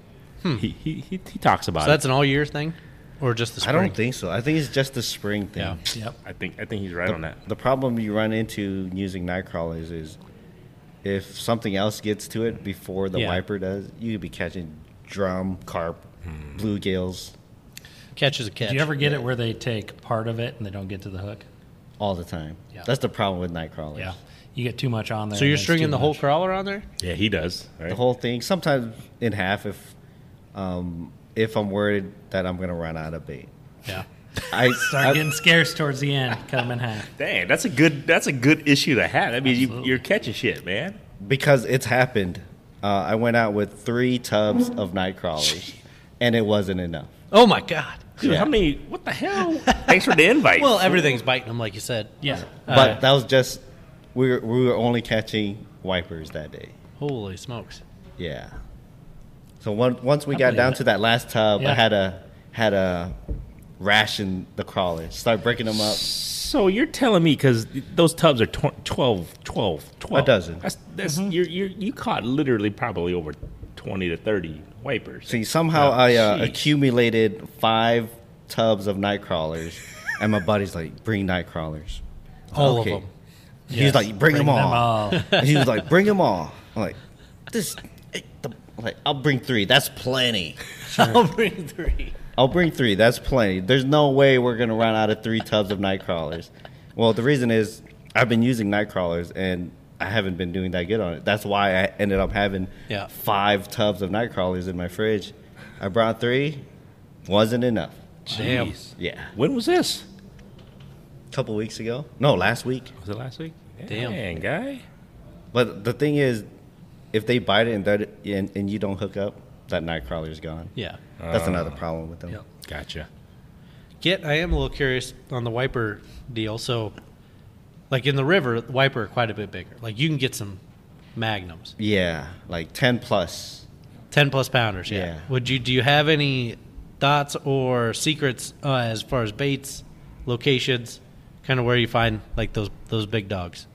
Speaker 1: He, he, he, he talks about
Speaker 4: So
Speaker 1: it.
Speaker 4: that's an all year thing, or just the
Speaker 2: I
Speaker 4: spring?
Speaker 2: don't think so. I think it's just the spring thing.
Speaker 4: Yeah.
Speaker 3: Yep.
Speaker 1: I think I think he's right on that.
Speaker 2: The problem you run into using night crawlers is if something else gets to it before the
Speaker 4: Yeah.
Speaker 2: wiper does, you could be catching drum, carp, bluegills
Speaker 4: Catch is a catch.
Speaker 3: Do you ever get it where they take part of it and they don't get to the hook?
Speaker 2: all the time.
Speaker 3: Yeah.
Speaker 2: That's the problem with night crawlers.
Speaker 3: Yeah. You get too much on there.
Speaker 4: so
Speaker 3: and
Speaker 4: you're
Speaker 3: it's
Speaker 4: stringing
Speaker 3: too
Speaker 4: the whole
Speaker 3: much.
Speaker 4: crawler on there?
Speaker 1: Yeah, he does. Right?
Speaker 2: The whole thing, sometimes in half if um, if I'm worried that I'm gonna run out of bait.
Speaker 3: Yeah.
Speaker 2: I
Speaker 3: Start
Speaker 2: I-
Speaker 3: getting scarce towards the end. Cut them in half.
Speaker 1: Dang, that's a good that's a good issue to have. That means you,
Speaker 3: Absolutely.
Speaker 1: you're catching shit, man.
Speaker 2: because it's happened. Uh, I went out with three tubs of night crawlers, and it wasn't enough.
Speaker 4: Oh my god!
Speaker 1: Dude, how
Speaker 2: Yeah.
Speaker 1: many? What the hell? Thanks for the invite.
Speaker 4: Well, everything's biting them, like you said.
Speaker 3: Yeah.
Speaker 2: But
Speaker 4: Uh,
Speaker 2: that was just we were, we were only catching wipers that day.
Speaker 4: Holy smokes!
Speaker 2: Yeah. So one, once we
Speaker 3: I
Speaker 2: got
Speaker 3: believe
Speaker 2: down
Speaker 3: it.
Speaker 2: to that last tub,
Speaker 3: Yeah.
Speaker 2: I had a had a ration the crawlers, start breaking them up.
Speaker 1: so you're telling me because those tubs are tw- 12, 12, 12.
Speaker 2: A dozen.
Speaker 1: That's, that's you're, you're, you caught literally probably over twenty to thirty wipers.
Speaker 2: See, somehow
Speaker 1: Oh,
Speaker 2: I uh,
Speaker 1: jeez.
Speaker 2: accumulated five tubs of night crawlers, and my buddy's like, "Bring night crawlers."
Speaker 4: All
Speaker 2: Okay.
Speaker 4: of them.
Speaker 2: He was like, "Bring, them all."
Speaker 3: all.
Speaker 2: And he was like, "Bring them all." I'm like, "This, it- the, I'm like, I'll bring three. That's plenty.
Speaker 4: I'll bring three.
Speaker 2: I'll bring three. That's plenty. There's no way we're gonna run out of three tubs of night crawlers." Well, the reason is I've been using night crawlers and I haven't been doing that good on it. That's why I ended up having
Speaker 4: Yeah.
Speaker 2: five tubs of night crawlers in my fridge. I brought three, wasn't enough.
Speaker 4: Damn.
Speaker 1: Jeez.
Speaker 2: Yeah,
Speaker 1: When was this?
Speaker 2: a couple weeks ago. No, last week.
Speaker 1: Was it last week?
Speaker 4: Damn.
Speaker 1: Dang, guy.
Speaker 2: But the thing is, if they bite it and that and, and you don't hook up, that night crawler's gone.
Speaker 4: Yeah.
Speaker 2: That's
Speaker 4: Uh,
Speaker 2: another problem with them.
Speaker 4: Yep.
Speaker 1: Gotcha.
Speaker 4: Get. I am a little curious on the wiper deal. So, like in the river, the wiper are quite a bit bigger. Like you can get some magnums,
Speaker 2: Yeah, like 10 plus.
Speaker 4: ten plus pounders. Yeah.
Speaker 2: Yeah.
Speaker 4: Would you? Do you have any thoughts or secrets uh, as far as baits, locations, kind of where you find like those those big dogs?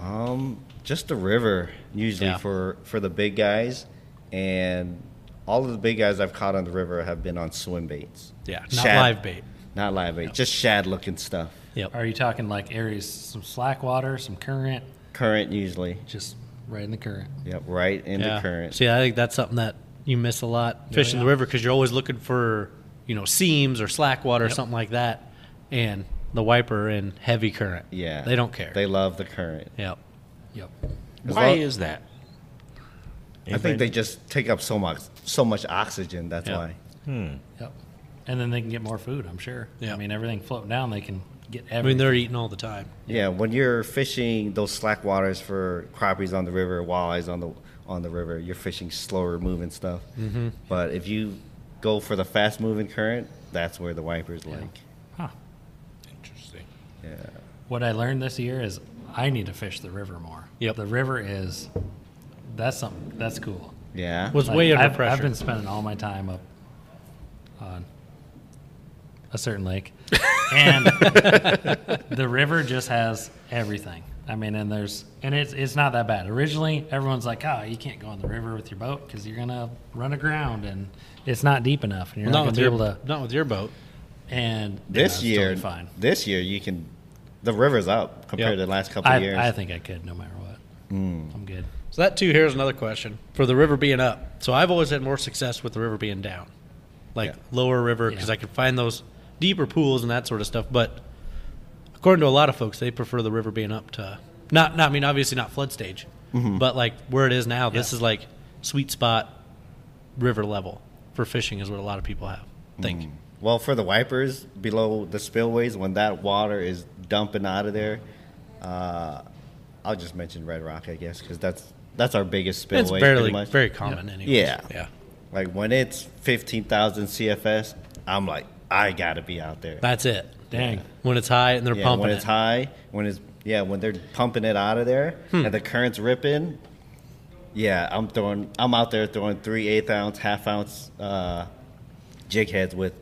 Speaker 2: Um, just the river usually
Speaker 4: Yeah.
Speaker 2: for for the big guys, and all of the big guys I've caught on the river have been on swim baits,
Speaker 4: Yeah. Not
Speaker 2: Shad.
Speaker 4: live bait.
Speaker 2: not live bait, just shad looking stuff.
Speaker 4: Yep.
Speaker 3: Are you talking like areas, some slack water, some current,
Speaker 2: Current usually,
Speaker 3: just right in the current?
Speaker 2: yep, right in the current.
Speaker 4: See, I think that's something that you miss a lot fishing
Speaker 3: yeah.
Speaker 4: the river because you're always looking for you know seams or slack water or
Speaker 3: Yep.
Speaker 4: something like that, and the wiper in heavy current.
Speaker 2: yeah,
Speaker 4: they don't care.
Speaker 2: They love the current.
Speaker 4: yep.
Speaker 3: Yep.
Speaker 2: As
Speaker 1: Why
Speaker 2: long-
Speaker 1: is that?
Speaker 2: I think they just take up so much so much oxygen. That's
Speaker 4: Yeah.
Speaker 2: why.
Speaker 3: Yep. And then they can get more food, I'm sure.
Speaker 4: Yeah.
Speaker 3: I mean, everything floating down, they can get
Speaker 4: I mean,
Speaker 3: everything.
Speaker 4: they're eating all the time.
Speaker 2: Yeah, when you're fishing those slack waters for crappies on the river, walleyes on the on the river, you're fishing slower moving stuff. Mm-hmm. But if you go for the fast moving current, that's where the wipers like.
Speaker 3: Huh.
Speaker 1: Interesting.
Speaker 2: Yeah,
Speaker 3: What I learned this year is I need to fish the river more.
Speaker 4: Yep.
Speaker 3: The river is, that's something, that's cool.
Speaker 2: yeah.
Speaker 4: Was way under
Speaker 3: I've,
Speaker 4: pressure.
Speaker 3: I've been spending all my time up on a certain lake, and the river just has everything. I mean, and there's and it's it's not that bad. Originally, everyone's like, "Oh, you can't go on the river with your boat because you're gonna run aground and it's not deep enough, and you're
Speaker 4: not
Speaker 3: not
Speaker 4: with
Speaker 3: gonna be
Speaker 4: your
Speaker 3: able to."
Speaker 4: not with your boat.
Speaker 3: And
Speaker 2: this
Speaker 3: yeah, it's
Speaker 2: year,
Speaker 3: totally fine.
Speaker 2: this year you can, the river's up compared
Speaker 4: Yep.
Speaker 2: to the last couple
Speaker 3: I
Speaker 2: of years. Hmm.
Speaker 3: I think I could no matter what. I'm good.
Speaker 4: So that too. Here's another question for the river being up. So I've always had more success with the river being down, like lower river, because
Speaker 3: Yeah.
Speaker 4: I can find those deeper pools and that sort of stuff. But according to a lot of folks, they prefer the river being up to not. Not I mean, obviously not flood stage,
Speaker 2: Mm-hmm.
Speaker 4: but like where it is now. This is like sweet spot river level for fishing is what a lot of people have think.
Speaker 2: Mm-hmm. Well, for the wipers below the spillways, when that water is dumping out of there, uh, I'll just mention Red Rock, I guess, because that's that's our biggest spillway.
Speaker 4: It's
Speaker 2: pretty
Speaker 4: barely
Speaker 2: much.
Speaker 4: very common anyway.
Speaker 2: Yeah.
Speaker 4: yeah.
Speaker 2: like when it's fifteen thousand CFS, I'm like, I gotta be out there.
Speaker 4: That's it.
Speaker 3: Dang.
Speaker 4: When it's high and they're
Speaker 2: Yeah,
Speaker 4: pumping
Speaker 2: when it's
Speaker 4: it.
Speaker 2: high, when it's yeah, when they're pumping it out of there
Speaker 4: Hmm.
Speaker 2: and the current's ripping. Yeah, I'm throwing. I'm out there throwing three eighth ounce, half ounce uh, jig heads with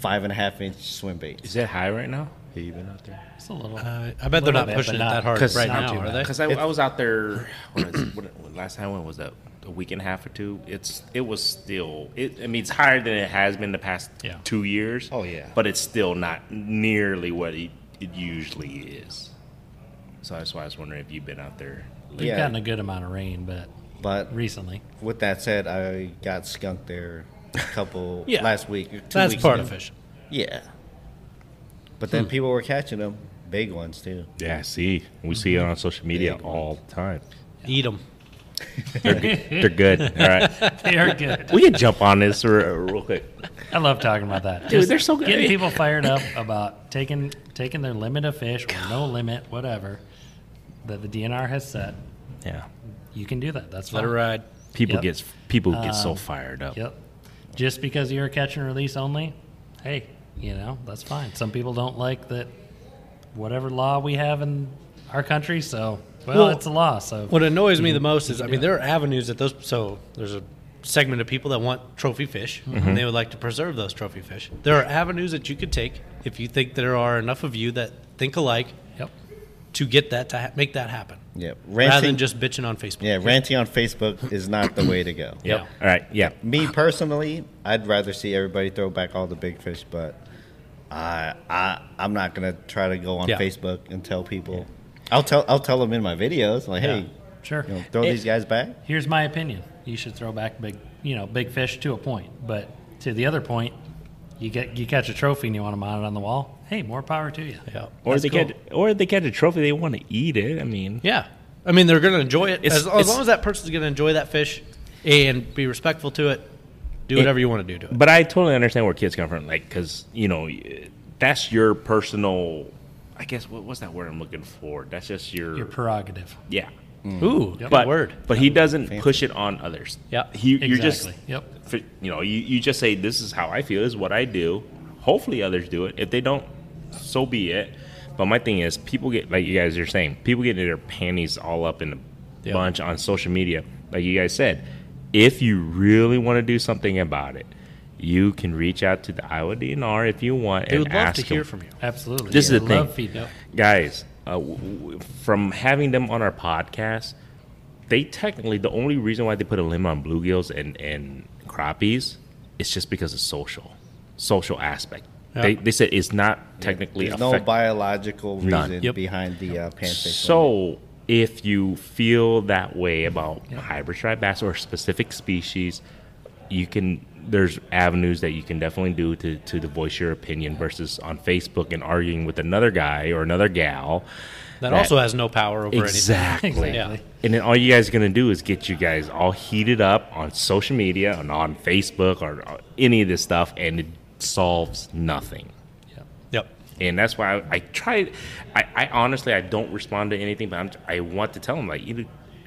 Speaker 2: five and a half inch swim baits.
Speaker 1: Is it high right now? Have you been out there?
Speaker 3: It's a little.
Speaker 4: Uh, I bet
Speaker 3: Little
Speaker 4: they're not
Speaker 3: bit,
Speaker 4: pushing
Speaker 3: but
Speaker 4: it
Speaker 3: not-
Speaker 4: that hard
Speaker 1: 'Cause
Speaker 4: right
Speaker 1: not
Speaker 4: now,
Speaker 3: too
Speaker 4: are
Speaker 3: bad.
Speaker 4: they?
Speaker 1: Because I, I was out there when it's- when- when last time. When was that? A week and a half or two. It's it was still. It, I mean, it's higher than it has been the past
Speaker 3: Yeah.
Speaker 1: two years.
Speaker 2: Oh, yeah.
Speaker 1: but it's still not nearly what it, it usually is. So that's why I was wondering if you've been out there.
Speaker 3: We've
Speaker 2: yeah.
Speaker 3: gotten a good amount of rain, but
Speaker 2: But
Speaker 3: recently.
Speaker 2: with that said, I got skunked there a couple
Speaker 4: Yeah.
Speaker 2: last week. Two
Speaker 4: That's
Speaker 2: weeks
Speaker 4: part
Speaker 2: ago.
Speaker 4: of Hmm. fishing.
Speaker 2: Yeah. But then people were catching them, big ones too.
Speaker 1: Yeah, I see. We see it on social media all the time.
Speaker 4: Eat them.
Speaker 1: They're good. All right,
Speaker 3: They are good.
Speaker 1: we can jump on this r- real quick.
Speaker 3: I love talking about that.
Speaker 1: Dude, they're so good.
Speaker 3: Getting people fired up about taking taking their limit of fish or no limit, whatever that the DNR has set.
Speaker 1: Yeah,
Speaker 3: You can do that. That's
Speaker 4: Let it
Speaker 3: fine.
Speaker 4: ride.
Speaker 1: people
Speaker 3: Yep.
Speaker 1: get people get so
Speaker 3: Um,
Speaker 1: fired up.
Speaker 3: Yep. Just because you're a catch and release only, hey, you know that's fine. Some people don't like that whatever law we have in our country. So well,
Speaker 4: Well,
Speaker 3: it's a law. So
Speaker 4: What annoys me the most is, I mean, there are avenues that those. So there's a segment of people that want trophy fish, and they would like to preserve those trophy fish. There are avenues that you could take if you think there are enough of you that think alike
Speaker 3: yep.
Speaker 4: to get that to ha- make that happen,
Speaker 2: Yeah,
Speaker 4: rather
Speaker 2: ranting.
Speaker 4: than just bitching on Facebook.
Speaker 2: yeah, ranting on Facebook is not the way to go.
Speaker 1: Yep.
Speaker 3: Yeah.
Speaker 1: All right. Yeah.
Speaker 2: Me personally, I'd rather see everybody throw back all the big fish, but I I I'm not gonna try to go on
Speaker 4: Yeah.
Speaker 2: Facebook and tell people. I'll tell I'll tell them in my videos like, hey,
Speaker 3: Sure.
Speaker 2: you know, throw these guys back.
Speaker 3: here's my opinion. You should throw back big, you know, big fish to a point. But to the other point, you get you catch a trophy and you want to mount it on the wall. Hey, more power to you.
Speaker 4: Yeah.
Speaker 1: Or
Speaker 3: That's
Speaker 1: they
Speaker 3: cool.
Speaker 1: get or they get a trophy. They want to eat it. I mean,
Speaker 4: Yeah. I mean, they're going to enjoy it.
Speaker 1: It's-
Speaker 4: as, as
Speaker 1: it's-
Speaker 4: long as that person's going to enjoy that fish and be respectful to it, do whatever you want to do to it.
Speaker 1: but I totally understand where kids come from. Like, because you know, y- that's your personal. I guess what, what's that word I'm looking for? That's just your,
Speaker 3: Your Mm. prerogative.
Speaker 1: yeah.
Speaker 4: Ooh, good
Speaker 1: But
Speaker 4: word.
Speaker 1: but he doesn't push it on others.
Speaker 4: Yeah.
Speaker 1: he, you're just
Speaker 3: Exactly. Yep.
Speaker 1: fi- you know you, you just say this is how I feel. This is what I do. Hopefully others do it. If they don't, so be it. But my thing is, people get like you guys are saying, people get their panties all up in a
Speaker 4: Yeah.
Speaker 1: bunch on social media. Like you guys said, if you really want to do something about it, you can reach out to the Iowa DNR if you want
Speaker 4: They
Speaker 1: and
Speaker 4: would love
Speaker 1: ask
Speaker 4: to hear
Speaker 1: them.
Speaker 4: from you.
Speaker 3: Absolutely.
Speaker 1: This is
Speaker 3: I
Speaker 1: the
Speaker 3: love
Speaker 1: thing.
Speaker 3: feedback.
Speaker 1: guys. Uh, w- w- from having them on our podcast, they technically the only reason why they put a limit on bluegills and and crappies is just because of social social aspect. They,
Speaker 4: Yeah.
Speaker 1: they said it's not technically
Speaker 2: There's no
Speaker 1: affect-
Speaker 2: biological
Speaker 1: None.
Speaker 2: reason
Speaker 4: Yep.
Speaker 2: behind the uh, panfish.
Speaker 1: so if you feel that way about hybrid striped bass or specific species, you can there's avenues that you can definitely do to to the voice your opinion versus on Facebook and arguing with another guy or another gal.
Speaker 4: That,
Speaker 1: That-
Speaker 4: also has no power over
Speaker 1: Exactly.
Speaker 3: Exactly.
Speaker 4: Yeah.
Speaker 1: And then all you guys are gonna do is get you guys all heated up on social media and on Facebook or, or any of this stuff, and it solves nothing.
Speaker 3: Yep.
Speaker 4: anything. Yep.
Speaker 1: And that's why I, I try. I, I honestly I don't respond to anything, but I'm, I want to tell them like, you know,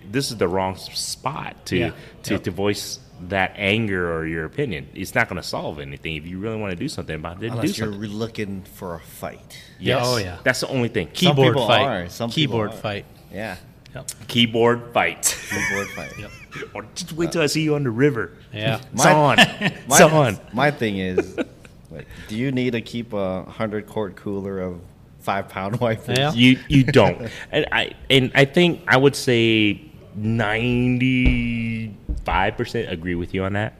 Speaker 1: this is the wrong s- spot to
Speaker 3: Yeah.
Speaker 1: to, to voice that anger or your opinion. It's not gonna solve anything. If you really want to do something about it, then do
Speaker 2: Unless you're
Speaker 1: something.
Speaker 2: looking for a fight.
Speaker 1: Yes.
Speaker 3: Oh, yeah.
Speaker 1: That's the only thing. Key-
Speaker 2: Some
Speaker 4: Keyboard
Speaker 2: people
Speaker 4: fight.
Speaker 2: are, some people
Speaker 4: Keyboard
Speaker 2: aren't.
Speaker 4: fight.
Speaker 2: Yeah,
Speaker 1: keyboard fight.
Speaker 2: keyboard fight.
Speaker 1: or just wait till I see you on the river.
Speaker 4: Yeah.
Speaker 1: It's
Speaker 2: My-
Speaker 1: on.
Speaker 2: My,
Speaker 1: It's on.
Speaker 2: my thing is, like, do you need to keep a hundred quart cooler of five pound wipers?
Speaker 4: Yeah.
Speaker 1: You you don't. and I and I think I would say ninety five percent agree with you on that.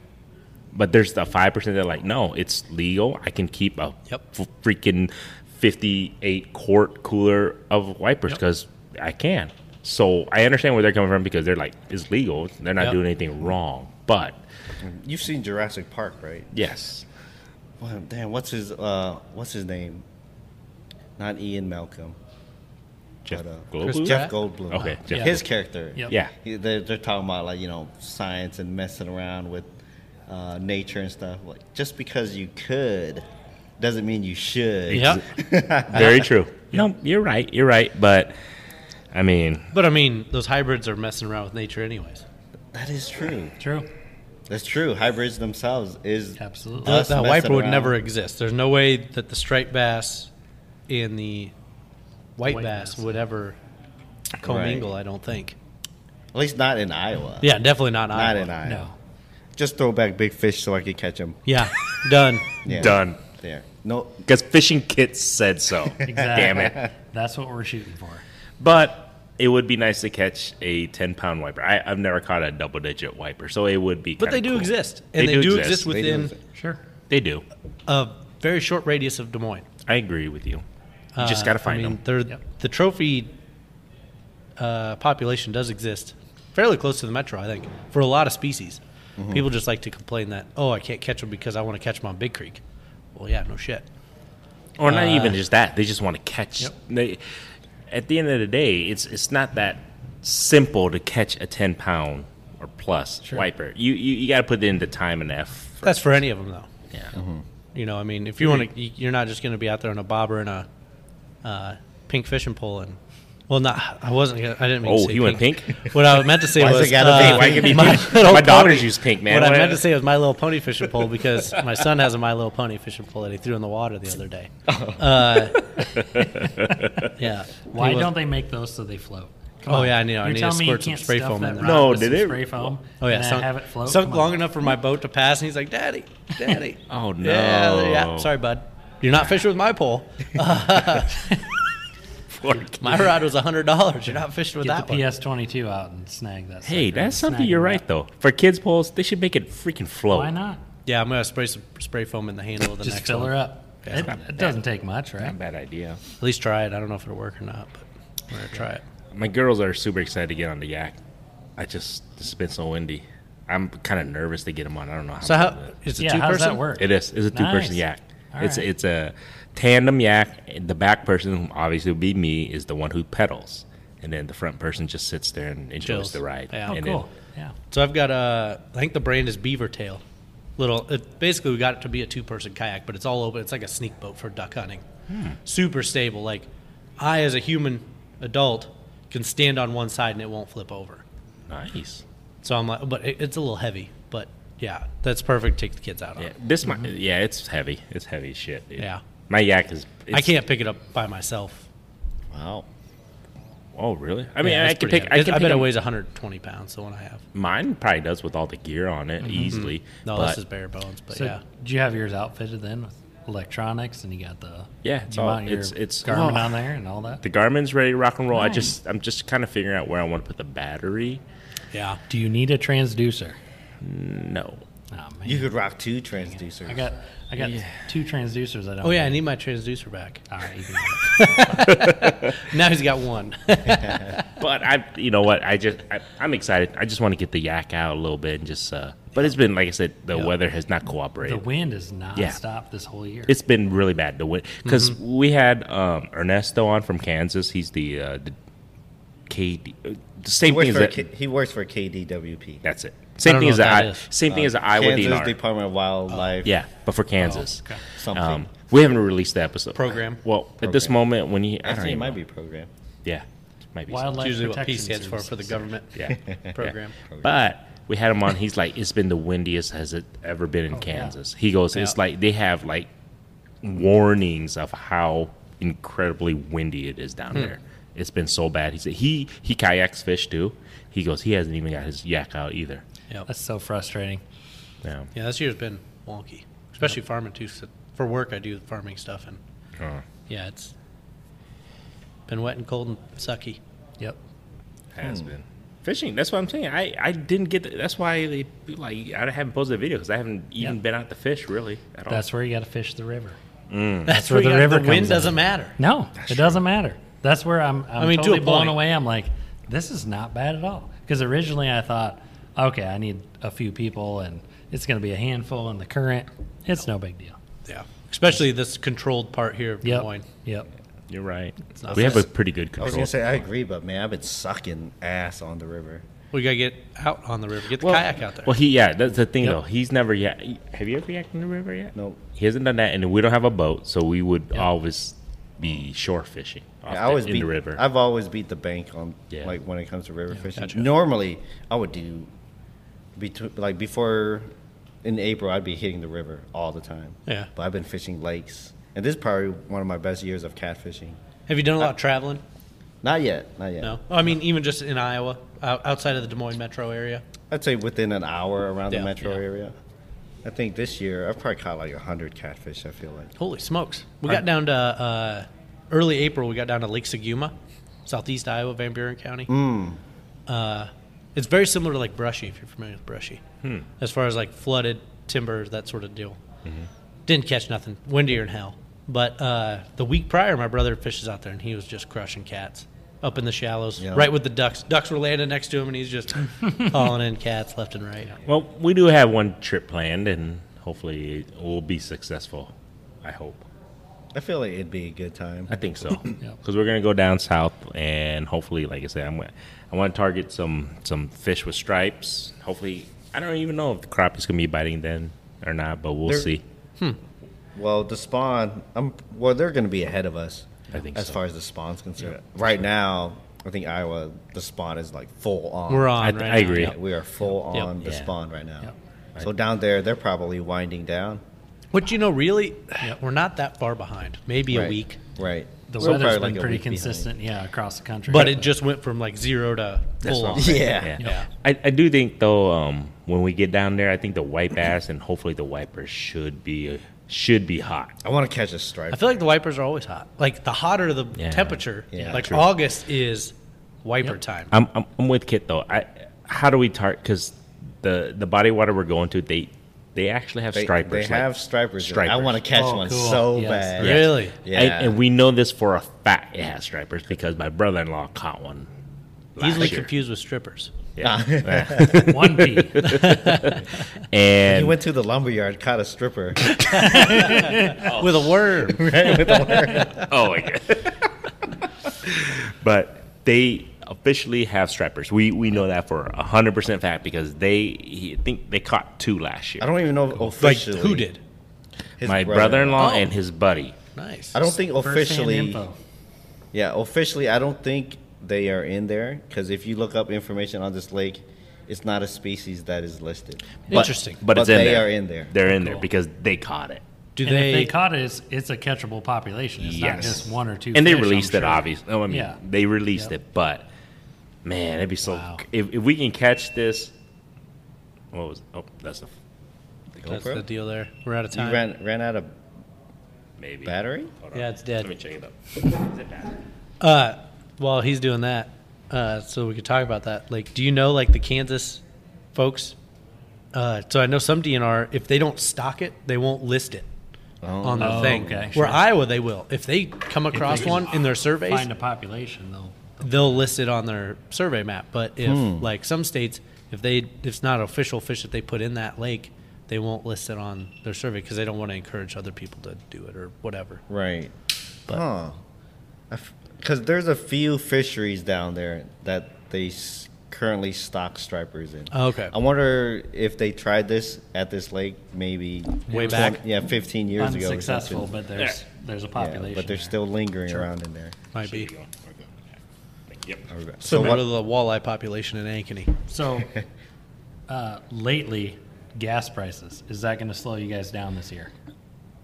Speaker 1: But there's the five percent that are like, no, it's legal. I can keep a
Speaker 4: Yep.
Speaker 1: f- freaking fifty eight quart cooler of wipers because I can. So I understand where they're coming from because they're like it's legal. They're not
Speaker 4: Yep.
Speaker 1: doing anything wrong. But
Speaker 2: You've seen Jurassic Park, right?
Speaker 1: yes,
Speaker 2: Well, damn, what's his uh, what's his name? Not Ian Malcolm.
Speaker 1: Jeff
Speaker 2: but, uh,
Speaker 1: Goldblum?
Speaker 4: Chris-
Speaker 2: Jeff Goldblum.
Speaker 1: Okay, Jeff
Speaker 2: his character.
Speaker 3: Yep.
Speaker 1: Yeah.
Speaker 2: He- They're, they're talking about like you know science and messing around with uh, nature and stuff. Like just because you could doesn't mean you should.
Speaker 4: Yep. Uh,
Speaker 1: Very true. No, you're right. You're right. But I mean,
Speaker 4: But I mean, those hybrids are messing around with nature, anyways.
Speaker 2: That is true.
Speaker 3: True.
Speaker 2: That's true. Hybrids themselves is
Speaker 3: Absolutely.
Speaker 4: That,
Speaker 2: us
Speaker 4: that
Speaker 2: messing
Speaker 4: wiper would
Speaker 2: around.
Speaker 4: never exist. There's no way that the striped bass and the white,
Speaker 3: White
Speaker 4: bass,
Speaker 3: bass.
Speaker 4: would ever commingle. I don't think.
Speaker 2: At least not in Iowa.
Speaker 4: Yeah, definitely not. in
Speaker 2: Not
Speaker 4: Iowa.
Speaker 2: in Iowa.
Speaker 3: No.
Speaker 2: Just throw back big fish so I can catch them.
Speaker 4: Yeah, done.
Speaker 2: Yeah.
Speaker 1: done.
Speaker 2: There. No.
Speaker 1: Because fishing kits said so.
Speaker 3: Exactly.
Speaker 1: Damn it.
Speaker 3: That's what we're shooting for.
Speaker 1: But it would be nice to catch a 10 pound wiper. I, I've never caught a double digit wiper, so it would be.
Speaker 4: But they
Speaker 1: kinda
Speaker 4: do
Speaker 1: cool.
Speaker 4: exist, and they, do, exist
Speaker 2: They do
Speaker 4: within
Speaker 2: exist.
Speaker 3: Sure.
Speaker 1: They do.
Speaker 4: a very short radius of Des Moines.
Speaker 1: I agree with you. You
Speaker 4: Uh,
Speaker 1: just got to find
Speaker 4: I mean,
Speaker 1: them.
Speaker 4: They're,
Speaker 3: Yep.
Speaker 4: The trophy uh, population does exist fairly close to the metro, I think, for a lot of species. People just like to complain that, oh, I can't catch them because I want to catch them on Big Creek. Well, yeah, no shit.
Speaker 1: Or not even
Speaker 4: uh,
Speaker 1: just that. They just want to catch. They, at the end of the day, it's it's not that simple to catch a 10 pound or plus wiper. You you, you got to put in the time and effort.
Speaker 4: That's for any of them, though.
Speaker 1: yeah.
Speaker 4: You know, I mean, if you want to, you're not just going to be out there on a bobber and a uh, pink fishing pole and. Well, not. I wasn't. Gonna, I didn't mean. to
Speaker 1: Oh,
Speaker 4: say
Speaker 1: he went pink?
Speaker 4: What I meant to say
Speaker 2: Why's it
Speaker 4: was.
Speaker 2: gotta
Speaker 4: uh,
Speaker 2: be- why can't it be
Speaker 4: my,
Speaker 1: pink?
Speaker 4: Little
Speaker 1: My daughters
Speaker 4: Pony.
Speaker 1: use pink, man.
Speaker 4: What I
Speaker 1: Why-
Speaker 4: meant to say was My Little Pony fishing pole because my son has a My Little Pony fishing pole that he threw in the water the other day.
Speaker 1: Oh.
Speaker 4: Uh, yeah.
Speaker 3: Why
Speaker 4: He was-
Speaker 3: don't they make those so they float?
Speaker 4: Oh, yeah, I know.
Speaker 3: You're
Speaker 4: I need to
Speaker 3: telling me you
Speaker 4: squirt some
Speaker 3: can't
Speaker 4: spray
Speaker 3: stuff
Speaker 4: foam
Speaker 3: that
Speaker 4: in there.
Speaker 3: rock
Speaker 1: No,
Speaker 3: with
Speaker 1: did
Speaker 3: some
Speaker 1: it-
Speaker 3: Spray foam.
Speaker 4: Oh yeah,
Speaker 3: and then
Speaker 4: sunk,
Speaker 3: have it float.
Speaker 4: sunk
Speaker 3: Come on.
Speaker 4: long enough for my boat to pass, and he's like, "Daddy, Daddy."
Speaker 1: Oh,
Speaker 4: Yeah,
Speaker 1: no.
Speaker 4: yeah. Sorry, bud. You're not fishing with my pole. My rod was hundred dollars. You're not fishing with
Speaker 3: Get
Speaker 4: that
Speaker 3: the
Speaker 4: one.
Speaker 3: PS22 out and snag that.
Speaker 1: Hey,
Speaker 3: sucker
Speaker 1: that's
Speaker 3: and
Speaker 1: something
Speaker 3: snag
Speaker 1: you're
Speaker 3: it
Speaker 1: right
Speaker 3: up.
Speaker 1: though. For kids poles, they should make it freaking float.
Speaker 3: Why not?
Speaker 4: Yeah, I'm gonna spray some spray foam in the handle of the
Speaker 3: Just
Speaker 4: next
Speaker 3: fill
Speaker 4: one.
Speaker 3: her up. It, it doesn't take much, right?
Speaker 1: Not a bad idea.
Speaker 4: At least try it. I don't know if it'll work or not, but we're gonna try it.
Speaker 1: My girls are super excited to get on the yak. I just it's been so windy. I'm kind of nervous to get them on. I don't know how.
Speaker 4: So
Speaker 1: I'm
Speaker 4: how
Speaker 1: gonna do
Speaker 4: is it
Speaker 3: Yeah,
Speaker 4: two
Speaker 3: how does
Speaker 4: person?
Speaker 3: that work?
Speaker 1: it. It is. It's a two-person
Speaker 3: Nice.
Speaker 1: yak.
Speaker 3: All
Speaker 1: it's
Speaker 3: right.
Speaker 1: it's a tandem yak. The back person, who obviously, would be me, is the one who pedals, and then the front person just sits there and enjoys
Speaker 4: Chills.
Speaker 1: the ride.
Speaker 4: Yeah.
Speaker 3: Oh,
Speaker 1: and
Speaker 3: cool. Yeah.
Speaker 4: So I've got a. I think the brand is Beaver Tail. Little. It, basically, we got it to be a two-person kayak, but it's all open. It's like a sneak boat for duck hunting.
Speaker 1: Hmm.
Speaker 4: Super stable. Like I, as a human adult, can stand on one side and it won't flip over.
Speaker 1: Then, nice.
Speaker 4: So I'm like, but it, it's a little heavy. But yeah, that's perfect. Take the kids out on.
Speaker 1: Yeah,
Speaker 4: it.
Speaker 1: this might. Yeah, it's heavy. It's heavy as shit. dude.
Speaker 4: Mm-hmm. Yeah.
Speaker 1: my yak is.
Speaker 4: I
Speaker 1: it's-
Speaker 4: can't pick it up by myself.
Speaker 2: Wow.
Speaker 1: Oh, really? I mean,
Speaker 4: Yeah,
Speaker 1: I
Speaker 4: it's
Speaker 1: can
Speaker 4: pretty
Speaker 1: pick.
Speaker 4: heavy.
Speaker 1: I
Speaker 4: It's-
Speaker 1: can
Speaker 4: I
Speaker 1: pick
Speaker 4: bet it
Speaker 1: them-
Speaker 4: weighs 120 pounds. The one I have.
Speaker 1: Mine probably does with all the gear on it easily.
Speaker 4: Mm-hmm. No,
Speaker 1: but
Speaker 4: this is bare bones. But
Speaker 3: So,
Speaker 4: yeah.
Speaker 3: do you have yours outfitted then with electronics, and you got the
Speaker 1: Yeah,
Speaker 3: did
Speaker 1: it's
Speaker 3: you
Speaker 1: all-
Speaker 3: mount your
Speaker 1: it's- it's-
Speaker 3: Garmin
Speaker 1: well,
Speaker 3: on there and all that.
Speaker 1: the Garmin's ready to rock and roll. I
Speaker 3: Nice.
Speaker 1: just I'm just kind of figuring out where I want to put the battery.
Speaker 4: Yeah.
Speaker 3: Do you need a transducer?
Speaker 1: No,
Speaker 3: Oh man,
Speaker 2: You could rock two transducers.
Speaker 3: I got I got two transducers. I don't.
Speaker 4: Oh yeah, I
Speaker 3: need.
Speaker 4: need my transducer back.
Speaker 1: Ah.
Speaker 3: All right, you can-
Speaker 4: Now he's got one.
Speaker 1: but I you know what I just I, I'm excited. I just want to get the yak out a little bit and just. Uh, but it's been like I said, the weather has not
Speaker 3: the
Speaker 1: cooperated.
Speaker 3: wind is not
Speaker 1: Yeah.
Speaker 3: stopped this whole year.
Speaker 1: it's been really bad. The wind because
Speaker 4: Mm-hmm.
Speaker 1: we had um, Ernesto on from Kansas. He's the, uh, the KD. uh, The
Speaker 2: He
Speaker 1: same
Speaker 2: works,
Speaker 1: thing as
Speaker 2: for a
Speaker 1: that.
Speaker 2: K- he works for KDWP.
Speaker 1: that's it.
Speaker 4: I
Speaker 1: Same
Speaker 4: don't
Speaker 1: thing
Speaker 4: know
Speaker 1: as
Speaker 4: what
Speaker 1: the
Speaker 4: that
Speaker 1: I,
Speaker 4: is. Uh,
Speaker 1: same thing as the Iowa
Speaker 2: Kansas
Speaker 1: DNR.
Speaker 2: Department of Wildlife.
Speaker 1: Yeah, but
Speaker 4: Oh,
Speaker 1: for Kansas,
Speaker 3: okay.
Speaker 2: Something.
Speaker 1: Um, we haven't released the episode
Speaker 4: Program.
Speaker 1: well, at this
Speaker 2: Program.
Speaker 1: moment, when you I don't
Speaker 2: Actually, it
Speaker 1: even
Speaker 2: might
Speaker 1: know. Oh,
Speaker 2: be program.
Speaker 1: yeah, might be something.
Speaker 3: Wildlife
Speaker 4: usually what P
Speaker 3: protection
Speaker 4: stands for for the
Speaker 3: services.
Speaker 4: government
Speaker 1: yeah. yeah.
Speaker 4: program.
Speaker 1: But we had him on. He's like, it's been the windiest has it ever been in Kansas. He goes, it's
Speaker 4: Oh, Yeah.
Speaker 1: like they have like warnings of how incredibly windy it is down
Speaker 4: Hmm.
Speaker 1: there. It's been so bad. He said he he kayaks fish too. He goes, he hasn't even got his yak out either.
Speaker 4: Yep.
Speaker 3: That's so frustrating.
Speaker 1: Yeah.
Speaker 4: Yeah, this year's been wonky, especially farming too. 'cause for work, I do farming stuff, and
Speaker 2: Oh.
Speaker 1: Uh,
Speaker 4: yeah, it's been wet and cold and sucky.
Speaker 3: Yep.
Speaker 1: has
Speaker 3: Hmm.
Speaker 1: been fishing. That's what I'm saying. I I didn't get. The, that's why they like I haven't posted a video because I haven't even
Speaker 3: Yeah.
Speaker 1: been out to fish really
Speaker 4: Oh.
Speaker 1: at all.
Speaker 3: That's where you got to fish the river.
Speaker 4: That's
Speaker 3: where the
Speaker 4: you got-
Speaker 3: river
Speaker 4: The wind
Speaker 3: comes in.
Speaker 4: doesn't matter.
Speaker 3: No, it doesn't matter. That's where I'm. I'm
Speaker 4: mean, to
Speaker 3: totally
Speaker 4: a
Speaker 3: blown
Speaker 4: point.
Speaker 3: away. I'm like, this is not bad at all. Because originally I thought, okay, I need a few people and it's going to be a handful in the current. It's no big deal.
Speaker 4: Yeah. Especially this controlled part here of Des
Speaker 3: Yep.
Speaker 4: Moines.
Speaker 3: Yep.
Speaker 1: You're right.
Speaker 4: not
Speaker 1: We have a
Speaker 4: fast.
Speaker 1: pretty good
Speaker 2: I
Speaker 1: control.
Speaker 2: was gonna say I agree, but man, I've been sucking ass on the river.
Speaker 4: We gotta get out on the river. Get the kayak out there.
Speaker 1: Well, he yeah, that's the thing
Speaker 3: Yep.
Speaker 1: though. He's never yet. Have you ever yaked in the river yet?
Speaker 2: Nope.
Speaker 1: He hasn't done that, and we don't have a boat, so we would always be shore fishing. off
Speaker 2: I
Speaker 1: the-
Speaker 2: always
Speaker 1: in
Speaker 2: beat,
Speaker 1: the river.
Speaker 2: I've always beat the bank on
Speaker 1: Yeah.
Speaker 2: like when it comes to river fishing.
Speaker 4: gotcha.
Speaker 2: Normally, I would do between like before in April, I'd be hitting the river all the time.
Speaker 4: Yeah.
Speaker 2: but I've been fishing lakes, and this is probably one of my best years of catfishing.
Speaker 4: have you done a lot of traveling?
Speaker 2: Not yet, not yet.
Speaker 4: No. I mean, even just in Iowa, out- outside of the Des Moines metro area.
Speaker 2: I'd say within an hour around
Speaker 4: Yeah,
Speaker 2: the metro
Speaker 4: yeah.
Speaker 2: area. I think this year I've probably caught like hundred catfish. I feel like.
Speaker 4: Holy smokes. We got down to uh, early April, we got down to Lake Saguma, southeast Iowa, Van Buren County.
Speaker 1: Hmm.
Speaker 4: Uh, it's very similar to like Brushy, if you're familiar with Brushy,
Speaker 1: Hmm.
Speaker 4: as far as like flooded timbers, that sort of deal.
Speaker 1: Mm-hmm.
Speaker 4: Didn't catch nothing, windier than hell. But uh, the week prior, my brother fishes out there and he was just crushing cats up in the shallows,
Speaker 2: Yeah.
Speaker 4: right with the ducks. Ducks were landing next to him and he's just hauling in cats left and right.
Speaker 1: well, we do have one trip planned, and hopefully it will be successful. I hope.
Speaker 2: I feel like it'd be a good time.
Speaker 1: I think so. Because we're gonna go down south, and hopefully, like I said, I'm gonna, I want to target some some fish with stripes. Hopefully, I don't even know if the crappie's gonna be biting then or not, but we'll
Speaker 2: They're-
Speaker 1: see.
Speaker 2: Well, the spawn, I'm well, they're going to be ahead of us.
Speaker 1: I think
Speaker 2: as
Speaker 1: so.
Speaker 2: far as the spawn's concerned. right now, I think Iowa, the spawn is like full on.
Speaker 4: We're on.
Speaker 1: I, th-
Speaker 4: right
Speaker 1: I
Speaker 4: now.
Speaker 1: agree.
Speaker 2: Yeah, we are full
Speaker 4: Yep.
Speaker 2: on the
Speaker 1: Yeah.
Speaker 2: spawn right now.
Speaker 1: Yep.
Speaker 2: So down there, they're probably winding down.
Speaker 4: Which, you know, really, we're not that far behind. Maybe
Speaker 2: right.
Speaker 4: a week.
Speaker 2: Right.
Speaker 3: The
Speaker 2: We're
Speaker 3: weather's
Speaker 2: probably
Speaker 3: been
Speaker 2: like a
Speaker 3: pretty
Speaker 2: week behind.
Speaker 3: consistent, yeah, across the country.
Speaker 4: But it just went from like zero to
Speaker 1: That's
Speaker 4: full
Speaker 1: what
Speaker 4: on.
Speaker 1: I'm saying.
Speaker 2: Yeah.
Speaker 4: Yeah.
Speaker 1: I, I do think though, um, when we get down there, I think the wipe ass and hopefully the wiper should be should be hot.
Speaker 2: I want to catch a
Speaker 4: I
Speaker 2: stripe.
Speaker 4: feel like the wipers are always hot. Like the hotter the
Speaker 1: Yeah. Uh,
Speaker 4: temperature,
Speaker 2: Yeah,
Speaker 4: like
Speaker 2: true.
Speaker 4: August is wiper
Speaker 3: Yep.
Speaker 4: time.
Speaker 1: I'm I'm, I'm with Kit though. I how do we target? Because the the body water we're going to, they they actually have
Speaker 2: They,
Speaker 1: stripers.
Speaker 2: they
Speaker 1: like-
Speaker 2: have stripers. in it. I
Speaker 1: Stripers.
Speaker 2: want to catch
Speaker 3: Oh,
Speaker 2: one
Speaker 3: cool.
Speaker 2: so
Speaker 3: Yes.
Speaker 2: bad.
Speaker 4: Really?
Speaker 2: Yeah.
Speaker 1: And, and we know this for a fact it has stripers because my brother in law caught one. last
Speaker 4: Easily
Speaker 1: year.
Speaker 4: confused with strippers.
Speaker 1: Yeah.
Speaker 3: one P.
Speaker 2: He
Speaker 1: and
Speaker 2: went to the lumberyard, caught a stripper.
Speaker 4: With a worm.
Speaker 1: oh my god. but they officially have stripers. We we know that for hundred percent fact because they he, think they caught two last year.
Speaker 2: I don't even know
Speaker 4: like
Speaker 2: officially.
Speaker 4: who did?
Speaker 2: His
Speaker 1: my brother in law
Speaker 4: Oh.
Speaker 1: and his buddy.
Speaker 4: Nice.
Speaker 2: I don't think officially.
Speaker 3: info.
Speaker 2: Yeah, officially, I don't think they are in there because if you look up information on this lake, it's not a species that is listed.
Speaker 1: But-
Speaker 4: Interesting.
Speaker 1: But,
Speaker 2: But
Speaker 1: it's in
Speaker 2: they
Speaker 1: there.
Speaker 2: are in there.
Speaker 1: They're in there because they caught it.
Speaker 4: Do
Speaker 3: And
Speaker 4: they,
Speaker 3: if they caught it, it's, it's a catchable population. It's not
Speaker 1: Yes.
Speaker 3: just one or two.
Speaker 1: and they
Speaker 3: fish, I'm
Speaker 1: released it
Speaker 3: sure.
Speaker 1: obviously. No, I mean
Speaker 3: Yeah.
Speaker 1: they released
Speaker 3: Yep.
Speaker 1: it, but man, it'd be so
Speaker 3: Wow.
Speaker 1: if, if we can catch this what was oh that's a
Speaker 4: That's
Speaker 2: GoPro?
Speaker 4: the deal there. We're out of
Speaker 2: You
Speaker 4: time.
Speaker 2: ran ran out of
Speaker 1: maybe
Speaker 2: battery.
Speaker 1: Hold on.
Speaker 4: yeah, it's
Speaker 1: Let me
Speaker 4: dead.
Speaker 1: check it up. Is it battery?
Speaker 4: Uh, while he's doing that, uh, so we could talk about that. Like, do you know like the Kansas folks? Uh, so I know some DNR, if they don't stock it, they won't list it. on the
Speaker 3: Oh,
Speaker 4: thing.
Speaker 3: okay,
Speaker 4: Where
Speaker 3: sure.
Speaker 4: Iowa, they will. If they come across
Speaker 3: can
Speaker 4: one in their surveys,
Speaker 3: Find a population though.
Speaker 4: they'll list it on their survey map. But if
Speaker 2: Hmm.
Speaker 4: like some states, if they if it's not official fish that they put in that lake, they won't list it on their survey because they don't want to encourage other people to do it or whatever.
Speaker 2: Right. Huh. Because there's a few fisheries down there that they s- currently stock stripers in.
Speaker 4: Okay.
Speaker 2: I wonder if they tried this at this lake maybe
Speaker 4: Way
Speaker 2: twen-
Speaker 4: back.
Speaker 2: Yeah, 15 years ago. or
Speaker 3: Unsuccessful,
Speaker 2: something.
Speaker 3: but there's there's a population.
Speaker 2: yeah, but they're
Speaker 3: there.
Speaker 2: still lingering around in there.
Speaker 4: Might be
Speaker 1: Here you go. Okay. Thank you. Yep.
Speaker 2: So
Speaker 4: similar to
Speaker 2: what?
Speaker 4: the walleye population in Ankeny.
Speaker 3: So, uh, lately, gas prices is that going to slow you guys down this year?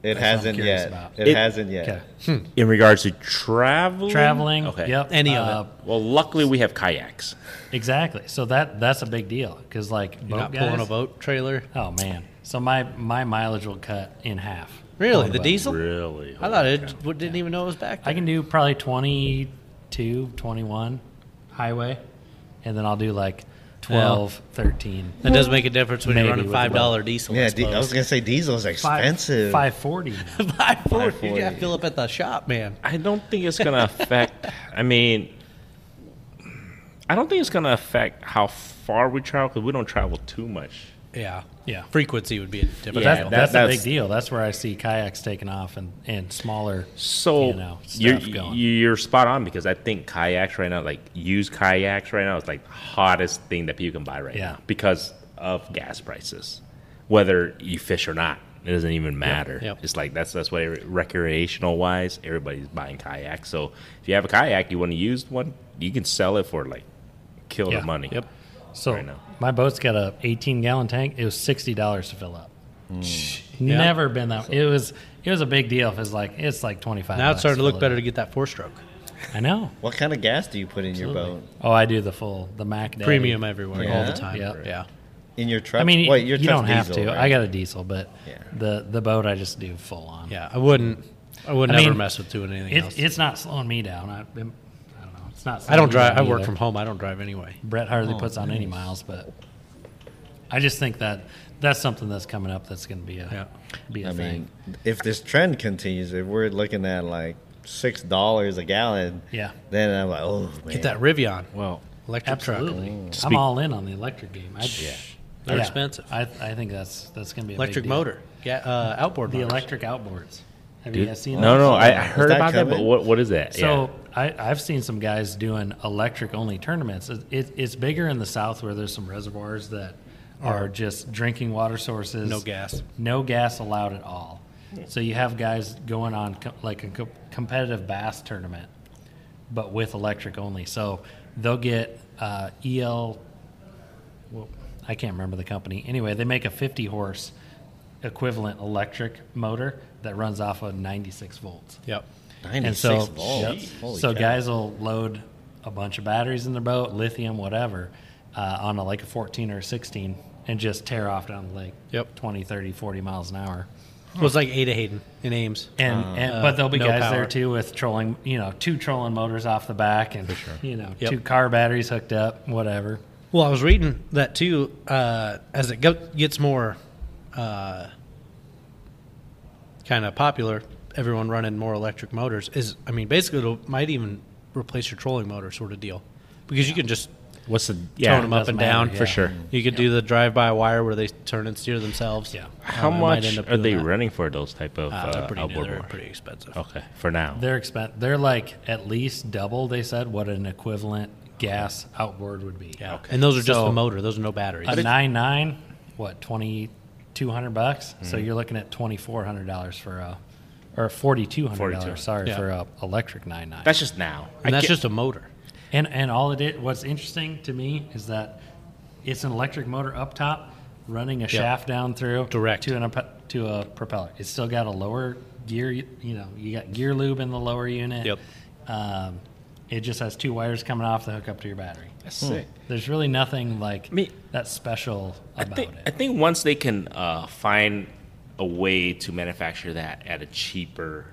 Speaker 2: It
Speaker 3: what I'm
Speaker 2: hasn't
Speaker 3: curious
Speaker 2: yet.
Speaker 3: about.
Speaker 2: It
Speaker 1: It-
Speaker 2: hasn't yet.
Speaker 3: Okay,
Speaker 1: In regards to traveling,
Speaker 3: traveling.
Speaker 1: Okay.
Speaker 3: Yep. uh,
Speaker 4: Any of it.
Speaker 1: Well, luckily we have kayaks.
Speaker 3: Exactly. So that that's a big deal because like
Speaker 4: You're
Speaker 3: boat
Speaker 4: not pulling
Speaker 3: guys-
Speaker 4: a boat trailer.
Speaker 3: Oh man. So my my mileage will cut in half.
Speaker 4: Really,
Speaker 3: Going
Speaker 4: the
Speaker 3: boat.
Speaker 4: diesel?
Speaker 1: Really?
Speaker 4: I thought it w- didn't even know it was back.
Speaker 3: I
Speaker 4: There.
Speaker 3: can do probably 22, 21 highway, and then I'll do like 12, 13.
Speaker 4: That does make a difference when you're
Speaker 3: Maybe
Speaker 4: running
Speaker 3: with the boat.
Speaker 4: five dollar diesel.
Speaker 2: Yeah,
Speaker 4: I
Speaker 2: di- I was
Speaker 4: suppose.
Speaker 2: gonna say diesel is expensive.
Speaker 3: Five forty. now.
Speaker 4: Five forty.
Speaker 2: 540.
Speaker 4: You gotta fill up at the shop, man.
Speaker 1: I don't think it's gonna affect. I mean, I don't think it's gonna affect how far we travel because we don't travel too much.
Speaker 4: Yeah.
Speaker 3: Yeah.
Speaker 4: Frequency would be different.
Speaker 1: Yeah,
Speaker 3: that's,
Speaker 1: that-
Speaker 3: that's, a
Speaker 1: that's-
Speaker 3: big deal. That's where I see kayaks taking off and, and smaller.
Speaker 1: So
Speaker 3: You know,
Speaker 1: you're
Speaker 3: stuff going.
Speaker 1: you're spot on because I think kayaks right now, like used kayaks right now, is like the hottest thing that people can buy right
Speaker 3: Yeah.
Speaker 1: now because of gas prices, whether you fish or not. It doesn't even matter.
Speaker 4: yep.
Speaker 1: It's like that's that's why recreational wise, everybody's buying kayaks. So if you have a kayak, you want to use one, you can sell it for like kill
Speaker 3: Yeah,
Speaker 1: the money.
Speaker 4: Yep.
Speaker 3: So
Speaker 1: Right now.
Speaker 3: my boat's got a 18 gallon tank. It was sixty dollars to fill up.
Speaker 2: Hmm.
Speaker 3: Never been that. It was it was a big deal. If it's like it's like twenty five.
Speaker 4: Now it's starting to look better to get that four stroke.
Speaker 3: I know.
Speaker 2: What kind of gas do you put in your boat?
Speaker 3: Oh, I do the full the Mac Daddy.
Speaker 4: Premium everywhere
Speaker 2: Yeah.
Speaker 4: all the time.
Speaker 3: Yep.
Speaker 4: Yeah.
Speaker 2: In your truck?
Speaker 3: I mean,
Speaker 2: Wait, your
Speaker 3: you
Speaker 2: truck's
Speaker 3: don't have
Speaker 2: diesel,
Speaker 3: to.
Speaker 2: right?
Speaker 3: I got a diesel, but
Speaker 2: Yeah.
Speaker 3: the the boat I just do full on.
Speaker 4: Yeah. I wouldn't. I would
Speaker 3: I
Speaker 4: not ever
Speaker 3: mean,
Speaker 4: mess with doing anything else.
Speaker 3: It, it's not slowing me down. I, I'm- I don't know. It's not.
Speaker 4: I
Speaker 3: slowing
Speaker 4: don't
Speaker 3: me
Speaker 4: drive. I
Speaker 3: down
Speaker 4: work
Speaker 3: either.
Speaker 4: from home. I don't drive anyway.
Speaker 3: Brett
Speaker 2: Oh,
Speaker 3: hardly puts on any miles, but I just think that that's something that's coming up that's going to be a be a
Speaker 2: I
Speaker 3: thing.
Speaker 2: mean, if this trend continues, if we're looking at like six dollars a gallon,
Speaker 3: Yeah.
Speaker 2: then I'm like, oh man,
Speaker 4: Get that Rivian
Speaker 1: Well,
Speaker 4: electric truck.
Speaker 3: Absolutely, I'm
Speaker 1: Speak-
Speaker 3: all in on the electric game. I, yeah,
Speaker 4: They're expensive.
Speaker 3: I, I think that's that's going to be a big
Speaker 4: Electric
Speaker 3: deal.
Speaker 4: motor. Yeah. Uh, outboard.
Speaker 3: the
Speaker 4: motors.
Speaker 3: electric outboards. Have you
Speaker 1: dude,
Speaker 3: guys seen?
Speaker 1: no,
Speaker 3: those?
Speaker 1: no, I, I heard
Speaker 2: that
Speaker 1: about that, but
Speaker 2: coming?
Speaker 1: what what is that?
Speaker 3: So I, I've seen some guys doing electric only tournaments. It, it, it's bigger in the south where there's some reservoirs that are just drinking water sources.
Speaker 4: No gas.
Speaker 3: No gas allowed at all. So you have guys going on co- like a co- competitive bass tournament, but with electric only. So they'll get uh, EL. Well, I can't remember the company. Anyway, they make a 50 horse equivalent electric motor that runs off of 96 volts
Speaker 4: Yep.
Speaker 2: 96
Speaker 3: and so,
Speaker 2: volts.
Speaker 3: yep.
Speaker 2: Holy
Speaker 3: so
Speaker 2: cow.
Speaker 3: guys will load a bunch of batteries in their boat, lithium, whatever, uh, on a, like a 14 or a 16 and just tear off down the lake
Speaker 4: Yep.
Speaker 3: 20, 30, 40 miles an hour. Uh,
Speaker 4: Well, it's like Ada Hayden in Ames.
Speaker 3: And, and but there'll be
Speaker 4: no
Speaker 3: guys
Speaker 4: power.
Speaker 3: there too with trolling, you know, two trolling motors off the back and you know,
Speaker 4: Yep.
Speaker 3: two car batteries hooked up, whatever.
Speaker 4: Well, I was reading that too. Uh, as it go- gets more uh, kind of popular, everyone running more electric motors is. I mean, basically, it might even replace your trolling motor sort of deal, because you can just
Speaker 1: what's the
Speaker 4: yeah, tone them up
Speaker 3: doesn't
Speaker 4: and
Speaker 3: matter,
Speaker 4: down
Speaker 3: yeah. For sure.
Speaker 4: You could do the drive-by wire where they turn and steer themselves.
Speaker 3: Yeah.
Speaker 1: How
Speaker 4: Uh, I might
Speaker 1: much
Speaker 4: end up
Speaker 1: are
Speaker 4: doing
Speaker 1: they
Speaker 4: that.
Speaker 1: running for those type of
Speaker 4: Uh, they're
Speaker 1: uh,
Speaker 4: pretty, new.
Speaker 1: outboard? Oh.
Speaker 4: They're
Speaker 1: motor?
Speaker 4: pretty expensive.
Speaker 1: Okay, for now.
Speaker 3: They're expen- they're like at least double, they said, what an equivalent gas outboard would be.
Speaker 4: Yeah. And those are just
Speaker 3: So-
Speaker 4: the motor. Those are no batteries.
Speaker 3: a nine nine, what twenty two hundred bucks? So you're looking at twenty four hundred dollars for a, or forty two hundred
Speaker 1: $4,200,
Speaker 3: dollars. Sorry
Speaker 4: yeah.
Speaker 3: for a electric nine nine.
Speaker 1: That's just now.
Speaker 4: and that's
Speaker 1: get-
Speaker 4: just a motor.
Speaker 3: And and all it is, what's interesting to me is that it's an electric motor up top, running a shaft down through
Speaker 4: Direct.
Speaker 3: to an up- to a propeller. It's still got a lower gear. You know, you got gear lube in the lower unit.
Speaker 4: Yep.
Speaker 3: Um, it just has two wires coming off that hook up to your battery.
Speaker 1: That's sick.
Speaker 3: There's really nothing like
Speaker 1: Me-
Speaker 3: that special
Speaker 1: I
Speaker 3: about
Speaker 1: think
Speaker 3: it.
Speaker 1: I think once they can uh, find a way to manufacture that at a cheaper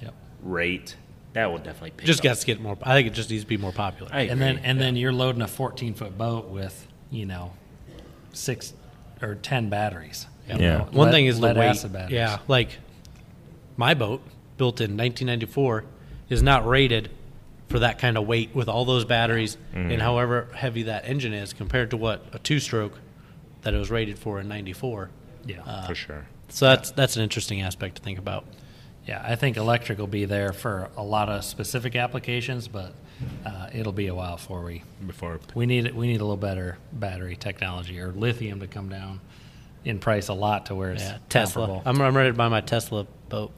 Speaker 3: Yep.
Speaker 1: rate, that will definitely pick
Speaker 4: Just
Speaker 1: up.
Speaker 4: got to get more. I think it just needs to be more popular.
Speaker 1: I agree.
Speaker 3: and then and then you're loading a 14 foot boat with you know six or ten batteries. You
Speaker 1: Yeah.
Speaker 3: know,
Speaker 4: One
Speaker 3: lead-
Speaker 4: thing is the
Speaker 3: lead
Speaker 4: weight.
Speaker 3: acid batteries.
Speaker 4: Yeah, like my boat, built in 1994, is not rated for that kind of weight with all those batteries and however heavy that engine is compared to what a two-stroke that it was rated for in 94.
Speaker 3: yeah,
Speaker 1: for sure.
Speaker 4: So that's that's an interesting aspect to think about.
Speaker 3: yeah. I think electric will be there for a lot of specific applications, but uh, it'll be a while before we
Speaker 1: Before
Speaker 3: we need we need a little better battery technology or lithium to come down in price a lot to where it's
Speaker 4: Tesla.
Speaker 3: comparable.
Speaker 4: I'm, I'm ready to buy my Tesla boat.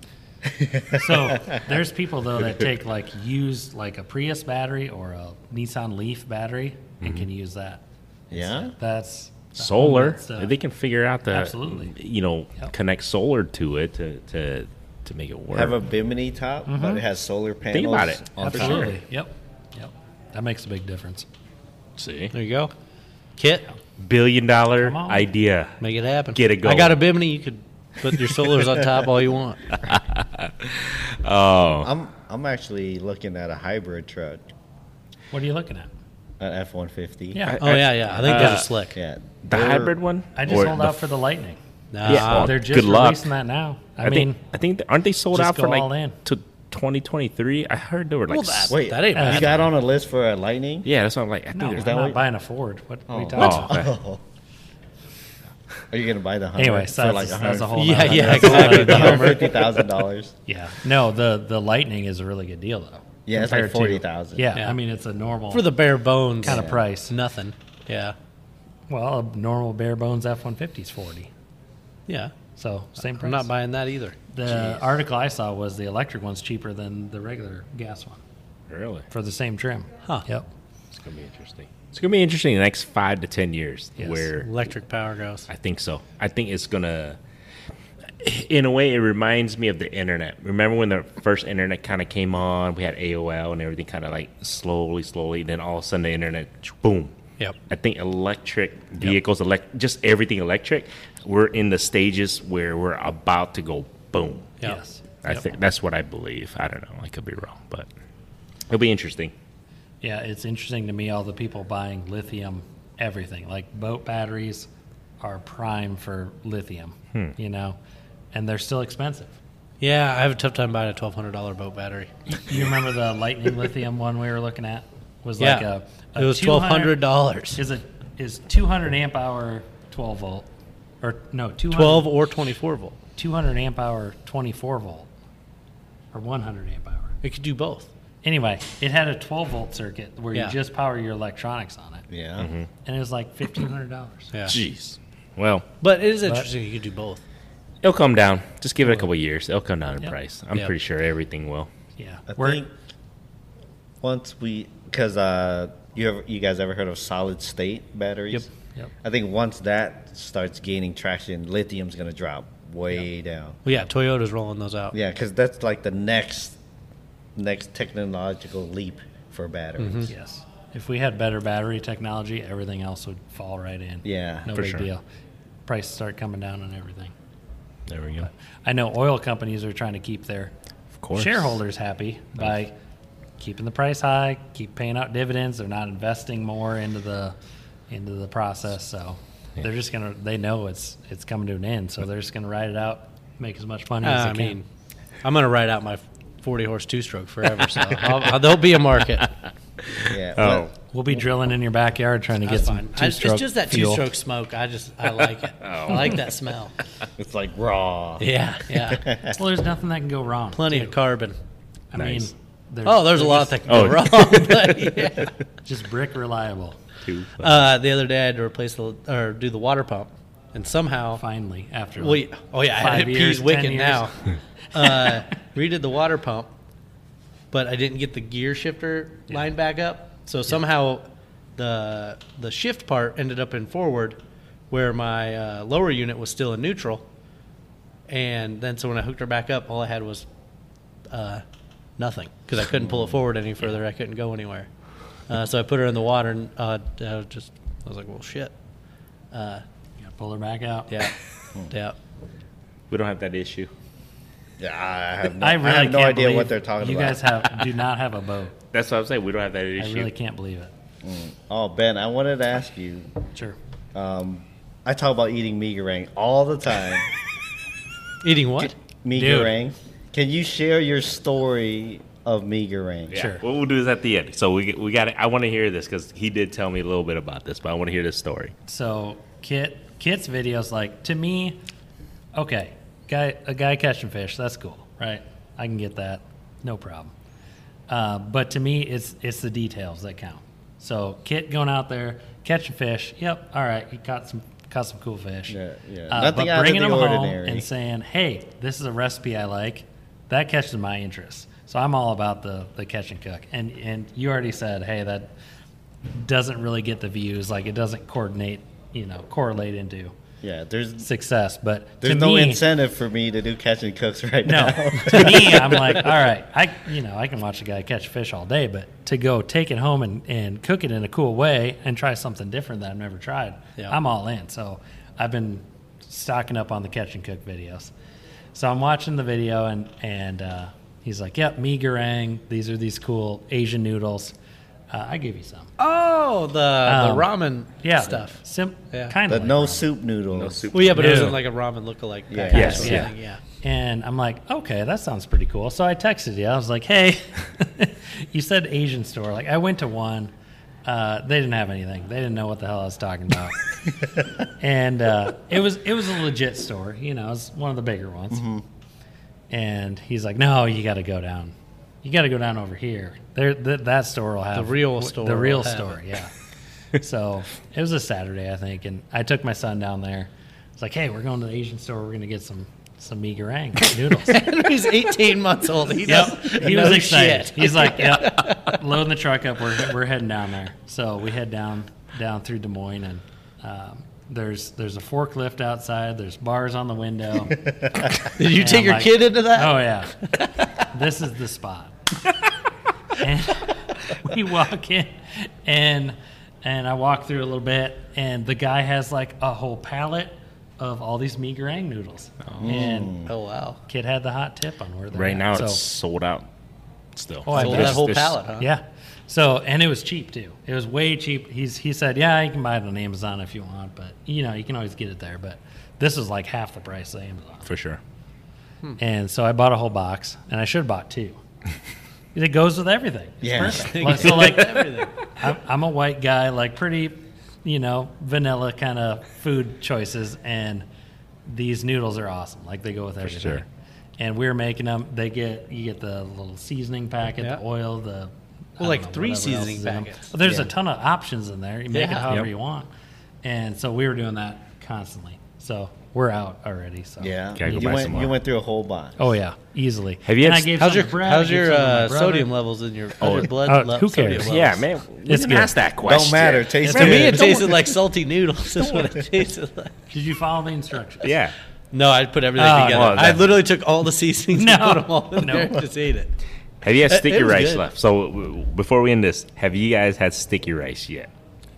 Speaker 3: So there's people though that take like use like a Prius battery or a Nissan Leaf battery and can use that.
Speaker 2: Yeah?
Speaker 3: That's
Speaker 1: solar,
Speaker 3: that's, uh,
Speaker 1: they can figure out the
Speaker 3: Absolutely.
Speaker 1: you know
Speaker 3: Yep.
Speaker 1: connect solar to it to to, to make it work.
Speaker 2: Have a bimini top, but it has solar panels. uh,
Speaker 1: about it.
Speaker 2: on top.
Speaker 3: Mm-hmm. Absolutely. Yep. Yep. That makes a big difference.
Speaker 1: See,
Speaker 4: There you go. Kit,
Speaker 1: billion dollar
Speaker 3: Come on.
Speaker 1: idea.
Speaker 4: make it happen.
Speaker 1: Get it
Speaker 4: I got a
Speaker 1: going.
Speaker 4: Bimini. You could put your solars on top all you want.
Speaker 2: I'm I'm actually looking at a hybrid truck,
Speaker 3: What are you looking at?
Speaker 2: an F one fifty.
Speaker 3: Yeah.
Speaker 4: Oh yeah, yeah. I think those
Speaker 1: Uh,
Speaker 4: are slick.
Speaker 2: yeah.
Speaker 1: The
Speaker 2: They're-
Speaker 1: hybrid one.
Speaker 3: I just
Speaker 1: Or
Speaker 3: hold
Speaker 1: the
Speaker 3: out for the lightning.
Speaker 4: Nah,
Speaker 1: Yeah. Oh,
Speaker 3: They're just
Speaker 1: good luck.
Speaker 3: releasing that now. I,
Speaker 1: I,
Speaker 3: mean,
Speaker 1: think I think aren't they sold
Speaker 3: just
Speaker 1: out for
Speaker 3: go all in.
Speaker 1: like to 2023. I heard there were like
Speaker 4: Well, that-
Speaker 1: s-
Speaker 2: Wait,
Speaker 4: That ain't
Speaker 2: you
Speaker 4: bad.
Speaker 2: got on a list for a lightning?
Speaker 1: yeah, that's what I'm like. I think
Speaker 3: No,
Speaker 1: there's-
Speaker 2: Is that
Speaker 3: I'm not
Speaker 2: what-
Speaker 3: buying a Ford. What, what are
Speaker 2: Oh.
Speaker 3: you talking
Speaker 1: Oh.
Speaker 3: about?
Speaker 2: Oh. Are you gonna buy the Hummer?
Speaker 3: Anyway, so
Speaker 2: for
Speaker 3: that's,
Speaker 2: like
Speaker 3: that's
Speaker 2: 150
Speaker 3: a whole
Speaker 4: Yeah,
Speaker 3: nother-
Speaker 4: yeah,
Speaker 3: that's a whole
Speaker 4: exactly.
Speaker 3: nother
Speaker 2: One
Speaker 3: deal.
Speaker 2: hundred fifty thousand dollars.
Speaker 3: Yeah. No, the the lightning is a really good deal though.
Speaker 2: Yeah, it's like
Speaker 3: compared to-
Speaker 2: 40,000.
Speaker 3: Yeah,
Speaker 4: Yeah.
Speaker 3: I mean it's a normal
Speaker 4: for the bare bones
Speaker 3: kind of price.
Speaker 4: Nothing. Yeah.
Speaker 3: Well, a normal bare bones F one fifty is forty.
Speaker 4: Yeah.
Speaker 3: So same price.
Speaker 4: I'm not buying that either.
Speaker 3: the article I saw was the electric one's cheaper than the regular gas one
Speaker 1: really.
Speaker 3: for the same trim.
Speaker 4: Huh.
Speaker 3: Yep.
Speaker 1: It's gonna be interesting. It's gonna be interesting in the next five to ten years.
Speaker 3: Yes.
Speaker 1: Where
Speaker 4: Electric power goes.
Speaker 1: I think so. I think it's gonna. In a way, it reminds me of the internet. Remember when the first internet kind of came on? We had AOL and everything kind of like slowly, slowly. Then all of a sudden, the internet, boom.
Speaker 4: Yep.
Speaker 1: I think electric vehicles, elect, just everything electric. We're in the stages where we're about to go boom.
Speaker 4: Yeah.
Speaker 3: Yes.
Speaker 1: I
Speaker 3: Yep.
Speaker 1: think that's what I believe. I don't know. I could be wrong, but it'll be interesting.
Speaker 3: Yeah, it's interesting to me all the people buying lithium everything. Like boat batteries are prime for lithium,
Speaker 4: Hmm.
Speaker 3: you know, and they're still expensive.
Speaker 4: Yeah, I have a tough time buying a twelve hundred dollar boat battery.
Speaker 3: You remember the lightning lithium one we were looking at? Was like
Speaker 4: yeah,
Speaker 3: a, a
Speaker 4: uh, it was twelve
Speaker 3: 200
Speaker 4: hundred dollars.
Speaker 3: Is it is 200 amp hour 12 volt or no 200,
Speaker 4: Twelve or twenty four volt.
Speaker 3: 200 amp hour 24 volt or 100 amp hour.
Speaker 4: It could do both.
Speaker 3: Anyway, it had a 12 volt circuit where
Speaker 4: Yeah.
Speaker 3: you just power your electronics on it,
Speaker 2: Yeah.
Speaker 3: and it was like 1500 dollars.
Speaker 4: Yeah,
Speaker 1: Jeez. Well,
Speaker 4: but it is interesting. You could do both.
Speaker 1: it'll come down. Just give it a couple of years. It'll come down in
Speaker 3: Yep.
Speaker 1: price. I'm
Speaker 4: Yep.
Speaker 1: pretty sure everything will.
Speaker 3: Yeah,
Speaker 2: I
Speaker 3: We're-
Speaker 2: think once we, because uh, you ever, you guys ever heard of solid state batteries?
Speaker 3: Yep. Yep.
Speaker 2: I think once that starts gaining traction, lithium's gonna drop way down.
Speaker 4: Well, yeah, Toyota's rolling those out.
Speaker 2: Yeah, because that's like the next next technological leap for batteries.
Speaker 3: yes. If we had better battery technology, everything else would fall right in.
Speaker 2: Yeah,
Speaker 3: no
Speaker 1: for
Speaker 3: big
Speaker 1: sure.
Speaker 3: deal. Prices start coming down on everything.
Speaker 1: There we go.
Speaker 3: I know oil companies are trying to keep their
Speaker 1: Of course.
Speaker 3: shareholders happy by keeping the price high, keep paying out dividends. They're not investing more into the into the process, so they're just gonna. They know it's it's coming to an end, so they're just gonna ride it out, make as much money
Speaker 4: Uh,
Speaker 3: as they
Speaker 4: I
Speaker 3: can.
Speaker 4: mean, I'm gonna ride out my forty horse two stroke forever. So I'll, there'll be a market.
Speaker 3: Mm-hmm.
Speaker 2: Yeah.
Speaker 1: Oh.
Speaker 2: but-
Speaker 3: we'll be drilling in your backyard trying to
Speaker 4: That's
Speaker 3: get some
Speaker 4: fine. I, it's
Speaker 3: two-stroke
Speaker 4: just that two
Speaker 3: fuel.
Speaker 4: stroke smoke. I just I like it. I like that smell.
Speaker 2: it's like raw.
Speaker 4: Yeah, yeah.
Speaker 3: Well, there's nothing that can go wrong.
Speaker 4: Plenty of carbon.
Speaker 3: I
Speaker 1: Nice.
Speaker 3: mean, they're-
Speaker 4: Oh, there's a
Speaker 3: they're
Speaker 4: lot
Speaker 3: just,
Speaker 4: that can go
Speaker 1: Oh.
Speaker 4: wrong. But yeah.
Speaker 3: just brick reliable.
Speaker 1: Two.
Speaker 4: Uh, the other day, I had to replace the or do the water pump, and somehow,
Speaker 3: Finally, after
Speaker 4: well, yeah- oh yeah, I
Speaker 3: Five
Speaker 4: had it
Speaker 3: years,
Speaker 4: peas wicked
Speaker 3: 10 years.
Speaker 4: now. uh, redid the water pump, but I didn't get the gear shifter line back up. So somehow, the the shift part ended up in forward, where my uh, lower unit was still in neutral, and then so when I hooked her back up, all I had was uh, nothing because I couldn't pull it forward any further. I couldn't go anywhere. Uh, so I put her in the water and uh, I was just I was like, well, shit. Uh,
Speaker 3: you gotta pull her back out.
Speaker 4: yeah,
Speaker 3: Hmm.
Speaker 4: yeah.
Speaker 1: We don't have that issue.
Speaker 2: Yeah, I have no,
Speaker 3: I really
Speaker 2: I have no
Speaker 3: can't
Speaker 2: idea what
Speaker 3: believe
Speaker 2: they're talking
Speaker 3: you
Speaker 2: about.
Speaker 3: guys have do not have a boat.
Speaker 1: That's what I'm saying. We don't have that
Speaker 3: I
Speaker 1: issue.
Speaker 3: really can't believe it.
Speaker 2: oh, Ben, I wanted to ask you.
Speaker 3: Sure.
Speaker 2: Um, I talk about eating megarang all the time.
Speaker 4: Eating what?
Speaker 2: megarang. Can you share your story of megarang?
Speaker 1: Yeah.
Speaker 3: Sure.
Speaker 1: What we'll do is at the end. So we we got. I want to hear this because he did tell me a little bit about this, but I want to hear this story.
Speaker 3: So Kit Kit's videos like to me, okay, guy a guy catching fish, that's cool, right? I can get that, no problem. Uh, but to me, it's it's the details that count. So Kit going out there catching fish, yep, all right, you caught some caught some cool fish.
Speaker 2: Yeah, yeah.
Speaker 3: Uh,
Speaker 2: Nothing out
Speaker 3: but
Speaker 2: of
Speaker 3: bringing
Speaker 2: the
Speaker 3: them home
Speaker 2: ordinary.
Speaker 3: and saying, hey, this is a recipe I like, that catches my interest. So I'm all about the the catch and cook. And and you already said, hey, that doesn't really get the views. Like it doesn't coordinate, you know, correlate into
Speaker 2: Yeah, there's
Speaker 3: success. But
Speaker 2: there's
Speaker 3: to
Speaker 2: no
Speaker 3: me,
Speaker 2: incentive for me to do catch and cooks right
Speaker 3: No,
Speaker 2: now.
Speaker 3: to me, I'm like, all right, I you know I can watch a guy catch fish all day, but to go take it home and and cook it in a cool way and try something different that I've never tried,
Speaker 4: Yeah.
Speaker 3: I'm all in. So I've been stocking up on the catch and cook videos. So I'm watching the video and and uh, he's like, "Yep, me garang. These are these cool Asian noodles." Uh, I gave you some.
Speaker 4: Oh, the
Speaker 3: Um,
Speaker 4: the ramen
Speaker 3: Yeah,
Speaker 4: stuff.
Speaker 3: Sim-
Speaker 4: Yeah.
Speaker 3: kind
Speaker 2: The
Speaker 3: of.
Speaker 2: no soup noodles.
Speaker 1: No soup.
Speaker 4: Well, yeah, but it
Speaker 3: No.
Speaker 4: wasn't like a ramen lookalike.
Speaker 2: Yeah.
Speaker 4: package
Speaker 1: Yes,
Speaker 4: or
Speaker 3: yeah.
Speaker 4: something, yeah.
Speaker 3: And I'm like, okay, that sounds pretty cool. So I texted you. I was like, hey, you said Asian store. Like, I went to one. Uh, they didn't have anything. They didn't know what the hell I was talking about. and uh, it was it was a legit store. You know, it was one of the bigger ones. And he's like, no, you got to go down. You got to go down over here. There, th- that store will have
Speaker 4: real
Speaker 3: w-
Speaker 4: store
Speaker 3: The
Speaker 4: will
Speaker 3: real
Speaker 4: have
Speaker 3: store, yeah. so it was a Saturday, I think, and I took my son down there. It's like, hey, we're going to the Asian store. We're gonna get some some mee goreng noodles.
Speaker 4: He's 18 months old. He
Speaker 3: yep,
Speaker 4: does
Speaker 3: he
Speaker 4: no
Speaker 3: was excited.
Speaker 4: shit.
Speaker 3: He's like, yep, loading the truck up. We're we're heading down there. So we head down down through Des Moines, and um, there's there's a forklift outside. There's bars on the window.
Speaker 4: Did you
Speaker 3: And
Speaker 4: take
Speaker 3: I'm
Speaker 4: your
Speaker 3: like,
Speaker 4: kid into that?
Speaker 3: Oh yeah, this is the spot. and we walk in, and and I walk through a little bit, and the guy has like a whole pallet of all these mee goreng noodles, and
Speaker 4: Oh, wow.
Speaker 3: kid had the hot tip on where they're
Speaker 1: Right
Speaker 3: at.
Speaker 1: now,
Speaker 3: So-
Speaker 1: it's sold out. Still,
Speaker 3: Oh, I
Speaker 4: Sold
Speaker 3: bet.
Speaker 4: that whole
Speaker 1: There's-
Speaker 4: pallet, huh?
Speaker 3: yeah. So and it was cheap too. It was way cheap. He's he said, yeah, you can buy it on Amazon if you want, but you know you can always get it there. But this was like half the price of Amazon.
Speaker 1: for sure.
Speaker 3: And so I bought a whole box, and I should have bought two. it goes with everything. It's
Speaker 2: Yeah.
Speaker 3: perfect. Like, so like I'm, I'm a white guy, like pretty, you know, vanilla kind of food choices, and these noodles are awesome. Like they go with everything.
Speaker 1: sure.
Speaker 3: And we are making them. They get you get the little seasoning packet,
Speaker 4: Yeah.
Speaker 3: the oil, the I
Speaker 4: Well,
Speaker 3: don't
Speaker 4: like
Speaker 3: know,
Speaker 4: three
Speaker 3: whatever else
Speaker 4: seasoning
Speaker 3: is in 'em.
Speaker 4: packets.
Speaker 3: Well, There's a ton of options in there. You make it
Speaker 4: Yeah.
Speaker 3: however
Speaker 1: Yep.
Speaker 3: you want. And so we were doing that constantly. So we're out already. So
Speaker 2: Yeah.
Speaker 1: Gotta go buy
Speaker 2: you
Speaker 1: some
Speaker 2: went
Speaker 1: more.
Speaker 2: you went through a whole box.
Speaker 3: Oh yeah, easily.
Speaker 1: Have you
Speaker 3: And
Speaker 1: had-
Speaker 3: I gave
Speaker 4: How's
Speaker 3: some
Speaker 4: your
Speaker 3: to Brad, I
Speaker 4: how's
Speaker 3: gave
Speaker 4: your
Speaker 3: some to my
Speaker 4: uh,
Speaker 3: brother.
Speaker 4: sodium levels in your, how's your blood?
Speaker 3: uh,
Speaker 4: le-
Speaker 3: who
Speaker 4: sodium
Speaker 3: cares?
Speaker 4: levels?
Speaker 1: Yeah, man. We
Speaker 3: It's
Speaker 1: didn't
Speaker 3: good.
Speaker 1: ask that question.
Speaker 2: Don't matter. Taste
Speaker 4: To
Speaker 2: good.
Speaker 4: me, it tasted like salty noodles. Is what it tasted like.
Speaker 3: Did you follow the instructions?
Speaker 1: Yeah.
Speaker 4: No, I put everything
Speaker 3: Oh,
Speaker 4: together.
Speaker 1: well,
Speaker 4: I
Speaker 1: that-
Speaker 4: literally took all the seasonings and
Speaker 3: No.
Speaker 4: put them all in
Speaker 3: No.
Speaker 4: there and just ate it.
Speaker 1: Have you had
Speaker 4: It- it
Speaker 1: sticky
Speaker 4: was
Speaker 1: rice
Speaker 4: good.
Speaker 1: left? So w- w- before we end this, have you guys had sticky rice yet?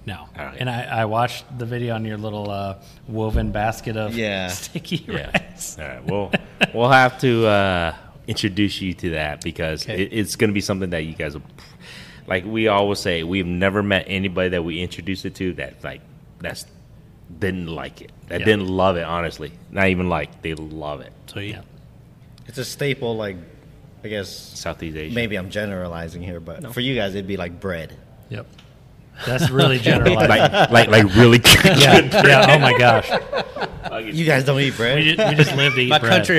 Speaker 3: No.
Speaker 1: All right.
Speaker 3: And I, I watched the video on your little uh, woven basket of
Speaker 2: Yeah.
Speaker 3: sticky rice.
Speaker 1: All right. Well, we'll have to uh, introduce you to that because
Speaker 4: Okay.
Speaker 1: it, it's going to be something that you guys, will, like we always say, we've never met anybody that we introduced it to that like that's didn't like it, that
Speaker 3: Yeah.
Speaker 1: didn't love it. Honestly, not even like they love it.
Speaker 4: So you,
Speaker 3: Yeah.
Speaker 2: It's a staple like I guess
Speaker 1: Southeast Asia.
Speaker 2: maybe I'm generalizing here, but for you guys it'd be like bread.
Speaker 3: Yep. That's really generalized.
Speaker 1: Like, like, like really good.
Speaker 3: yeah. Yeah. Oh my gosh.
Speaker 2: You guys don't eat bread?
Speaker 3: We just, we just live to eat
Speaker 4: my
Speaker 3: bread.
Speaker 4: country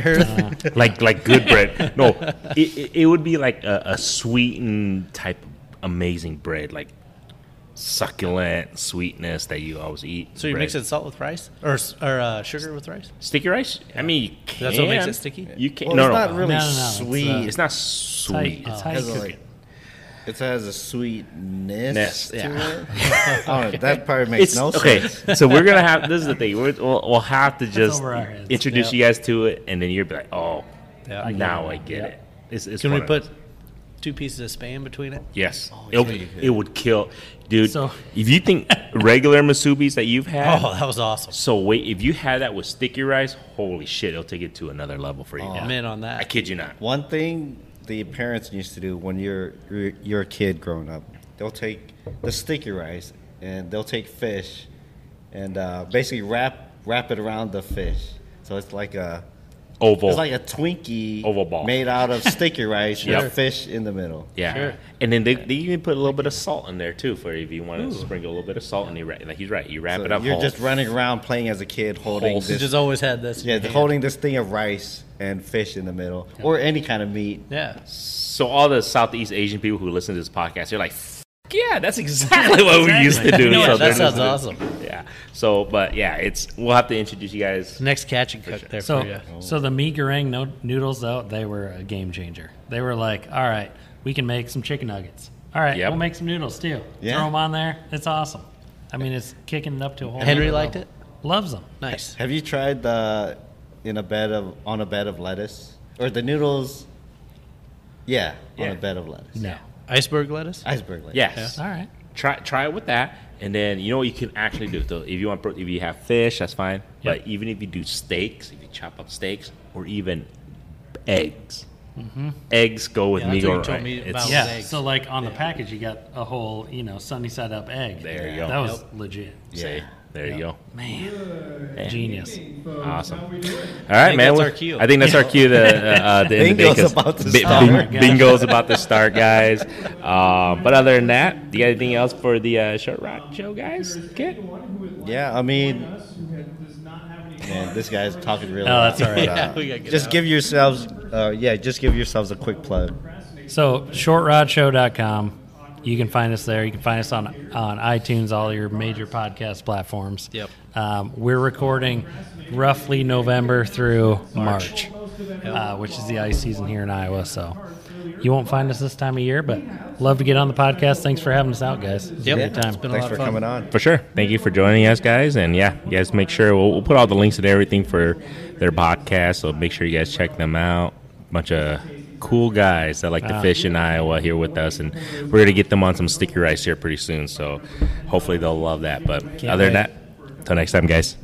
Speaker 4: hearth.
Speaker 1: like like good bread. No, it, it, it would be like a, a sweetened type, of amazing bread, like succulent sweetness that you always eat.
Speaker 4: so you
Speaker 1: bread.
Speaker 4: mix it salt with rice or s- or uh, sugar with rice?
Speaker 1: sticky rice. I mean, you can.
Speaker 4: That's what makes it sticky?
Speaker 1: You can.
Speaker 2: well,
Speaker 1: no,
Speaker 2: it's
Speaker 1: no,
Speaker 2: not
Speaker 1: no.
Speaker 2: really
Speaker 3: No, no, no, it's,
Speaker 2: sweet.
Speaker 3: uh,
Speaker 1: It's not
Speaker 3: It's how you,
Speaker 1: sweet.
Speaker 3: it's how you
Speaker 2: Has a,
Speaker 3: cook
Speaker 2: like,
Speaker 3: it.
Speaker 2: it has a sweetness
Speaker 1: Ness,
Speaker 2: to
Speaker 1: yeah.
Speaker 2: it. I don't know, that probably makes
Speaker 1: It's
Speaker 2: no
Speaker 1: okay.
Speaker 2: sense.
Speaker 1: so we're gonna have this is the thing. We're, we'll, we'll have to just
Speaker 3: over our heads.
Speaker 1: introduce you guys to it, and then you're be like, oh,
Speaker 4: Yeah.
Speaker 1: now
Speaker 3: it.
Speaker 1: I get
Speaker 3: Yeah.
Speaker 1: it. It's, it's
Speaker 4: Can we
Speaker 1: one of those.
Speaker 4: put two pieces of spam between it?
Speaker 1: Yes.
Speaker 2: yeah,
Speaker 1: It'll-
Speaker 2: you could.
Speaker 1: it would kill. Dude,
Speaker 3: So-
Speaker 1: if you think regular masubis that you've had.
Speaker 4: Oh, that was awesome.
Speaker 1: So, wait, if you had that with sticky rice, holy shit, it'll take it to another level for you.
Speaker 4: I'm in on that.
Speaker 1: I kid you not.
Speaker 2: One thing the parents used to do when you're you're, you're a kid growing up, they'll take the sticky rice and they'll take fish and uh, basically wrap wrap it around the fish. So it's like a
Speaker 1: Oval.
Speaker 2: it's like a Twinkie
Speaker 1: Oh. Oval ball.
Speaker 2: made out of sticky rice
Speaker 1: Yep.
Speaker 2: with fish in the middle.
Speaker 1: yeah.
Speaker 4: Sure.
Speaker 1: And then they, they even put a little bit of salt in there too for if you want to sprinkle a little bit of salt. And you ra- like he's right, you wrap
Speaker 2: So
Speaker 1: it up.
Speaker 2: you're
Speaker 1: whole.
Speaker 2: just running around playing as a kid holding
Speaker 1: Whole-
Speaker 4: You
Speaker 2: this
Speaker 4: just always had this. in
Speaker 2: yeah,
Speaker 4: your
Speaker 2: the-
Speaker 4: hand.
Speaker 2: holding this thing of rice and fish in the middle or any kind of meat.
Speaker 4: Yeah.
Speaker 1: so all the Southeast Asian people who listen to this podcast, they're like, "F- yeah, that's exactly what we used to do.
Speaker 4: Yeah,
Speaker 1: So
Speaker 4: that
Speaker 1: they're
Speaker 4: sounds
Speaker 1: listening-
Speaker 4: awesome.
Speaker 1: Yeah. So, but yeah, it's we'll have to introduce you guys.
Speaker 4: Next catch and cook there
Speaker 3: So,
Speaker 4: for you.
Speaker 3: so the mee goreng no- noodles though they were a game changer. They were like, all right, we can make some chicken nuggets. All right,
Speaker 1: Yep.
Speaker 3: we'll make some noodles too.
Speaker 2: Yeah.
Speaker 3: Throw them on there. It's awesome. I mean, it's kicking it up to a whole.
Speaker 4: Henry
Speaker 3: nother
Speaker 4: liked
Speaker 3: level.
Speaker 4: it.
Speaker 3: Loves them.
Speaker 4: Nice.
Speaker 2: Have you tried the in a bed of on a bed of lettuce or the noodles? Yeah, on
Speaker 1: Yeah.
Speaker 2: a bed of lettuce.
Speaker 3: No.
Speaker 4: Iceberg lettuce.
Speaker 2: Iceberg lettuce.
Speaker 1: Yes.
Speaker 3: All right.
Speaker 1: try try it with that, and then you know what you can actually do. So if you want, pro- if you have fish, that's fine. But even if you do steaks, if you chop up steaks, or even eggs, Eggs go with
Speaker 4: Mm-hmm. Yeah,
Speaker 1: me
Speaker 4: that's what
Speaker 1: or
Speaker 4: you told me about.
Speaker 1: it's,
Speaker 3: Yeah.
Speaker 4: eggs.
Speaker 3: So like on the package, you got a whole you know sunny side up egg.
Speaker 1: There you go.
Speaker 3: That was legit.
Speaker 1: yeah. There you go.
Speaker 3: Man, genius.
Speaker 1: Awesome. All right, man.
Speaker 4: that's
Speaker 1: we-
Speaker 4: our cue.
Speaker 1: I think that's our cue. The uh, uh, the end of
Speaker 2: Bingo's
Speaker 1: the day, 'cause
Speaker 2: about to
Speaker 1: bi-
Speaker 2: start.
Speaker 1: bing-
Speaker 3: Oh my gosh.
Speaker 1: bingo's about to start, guys. Uh, but other than that, do you got anything else for the uh, short rock show, guys? Kit?
Speaker 2: Yeah, I mean, man, this guy's talking really.
Speaker 3: No, that's
Speaker 2: loud,
Speaker 3: all right.
Speaker 2: but, uh,
Speaker 4: Yeah, we gotta get
Speaker 2: just
Speaker 4: out.
Speaker 2: give yourselves, uh, yeah, just give yourselves a quick plug.
Speaker 3: So shortrodshow.com. You can find us there. You can find us on on iTunes, all your major podcast platforms.
Speaker 4: Yep.
Speaker 3: Um, we're recording roughly November through March, uh, which is the ice season here in Iowa. So you won't find us this time of year, but love to get on the podcast. Thanks for having us out, guys. It's
Speaker 4: Yep.
Speaker 3: a great time.
Speaker 4: It's been a
Speaker 2: Thanks
Speaker 4: lot
Speaker 2: for
Speaker 4: of fun.
Speaker 2: coming on.
Speaker 1: For sure. Thank you for joining us, guys. And yeah, you guys make sure we'll, we'll put all the links and everything for their podcast. So make sure you guys check them out. Bunch of cool guys that like to fish in Iowa here with us. And we're going to get them on some sticky rice here pretty soon. So hopefully they'll love that. But other than
Speaker 3: wait.
Speaker 1: that, until next time, guys.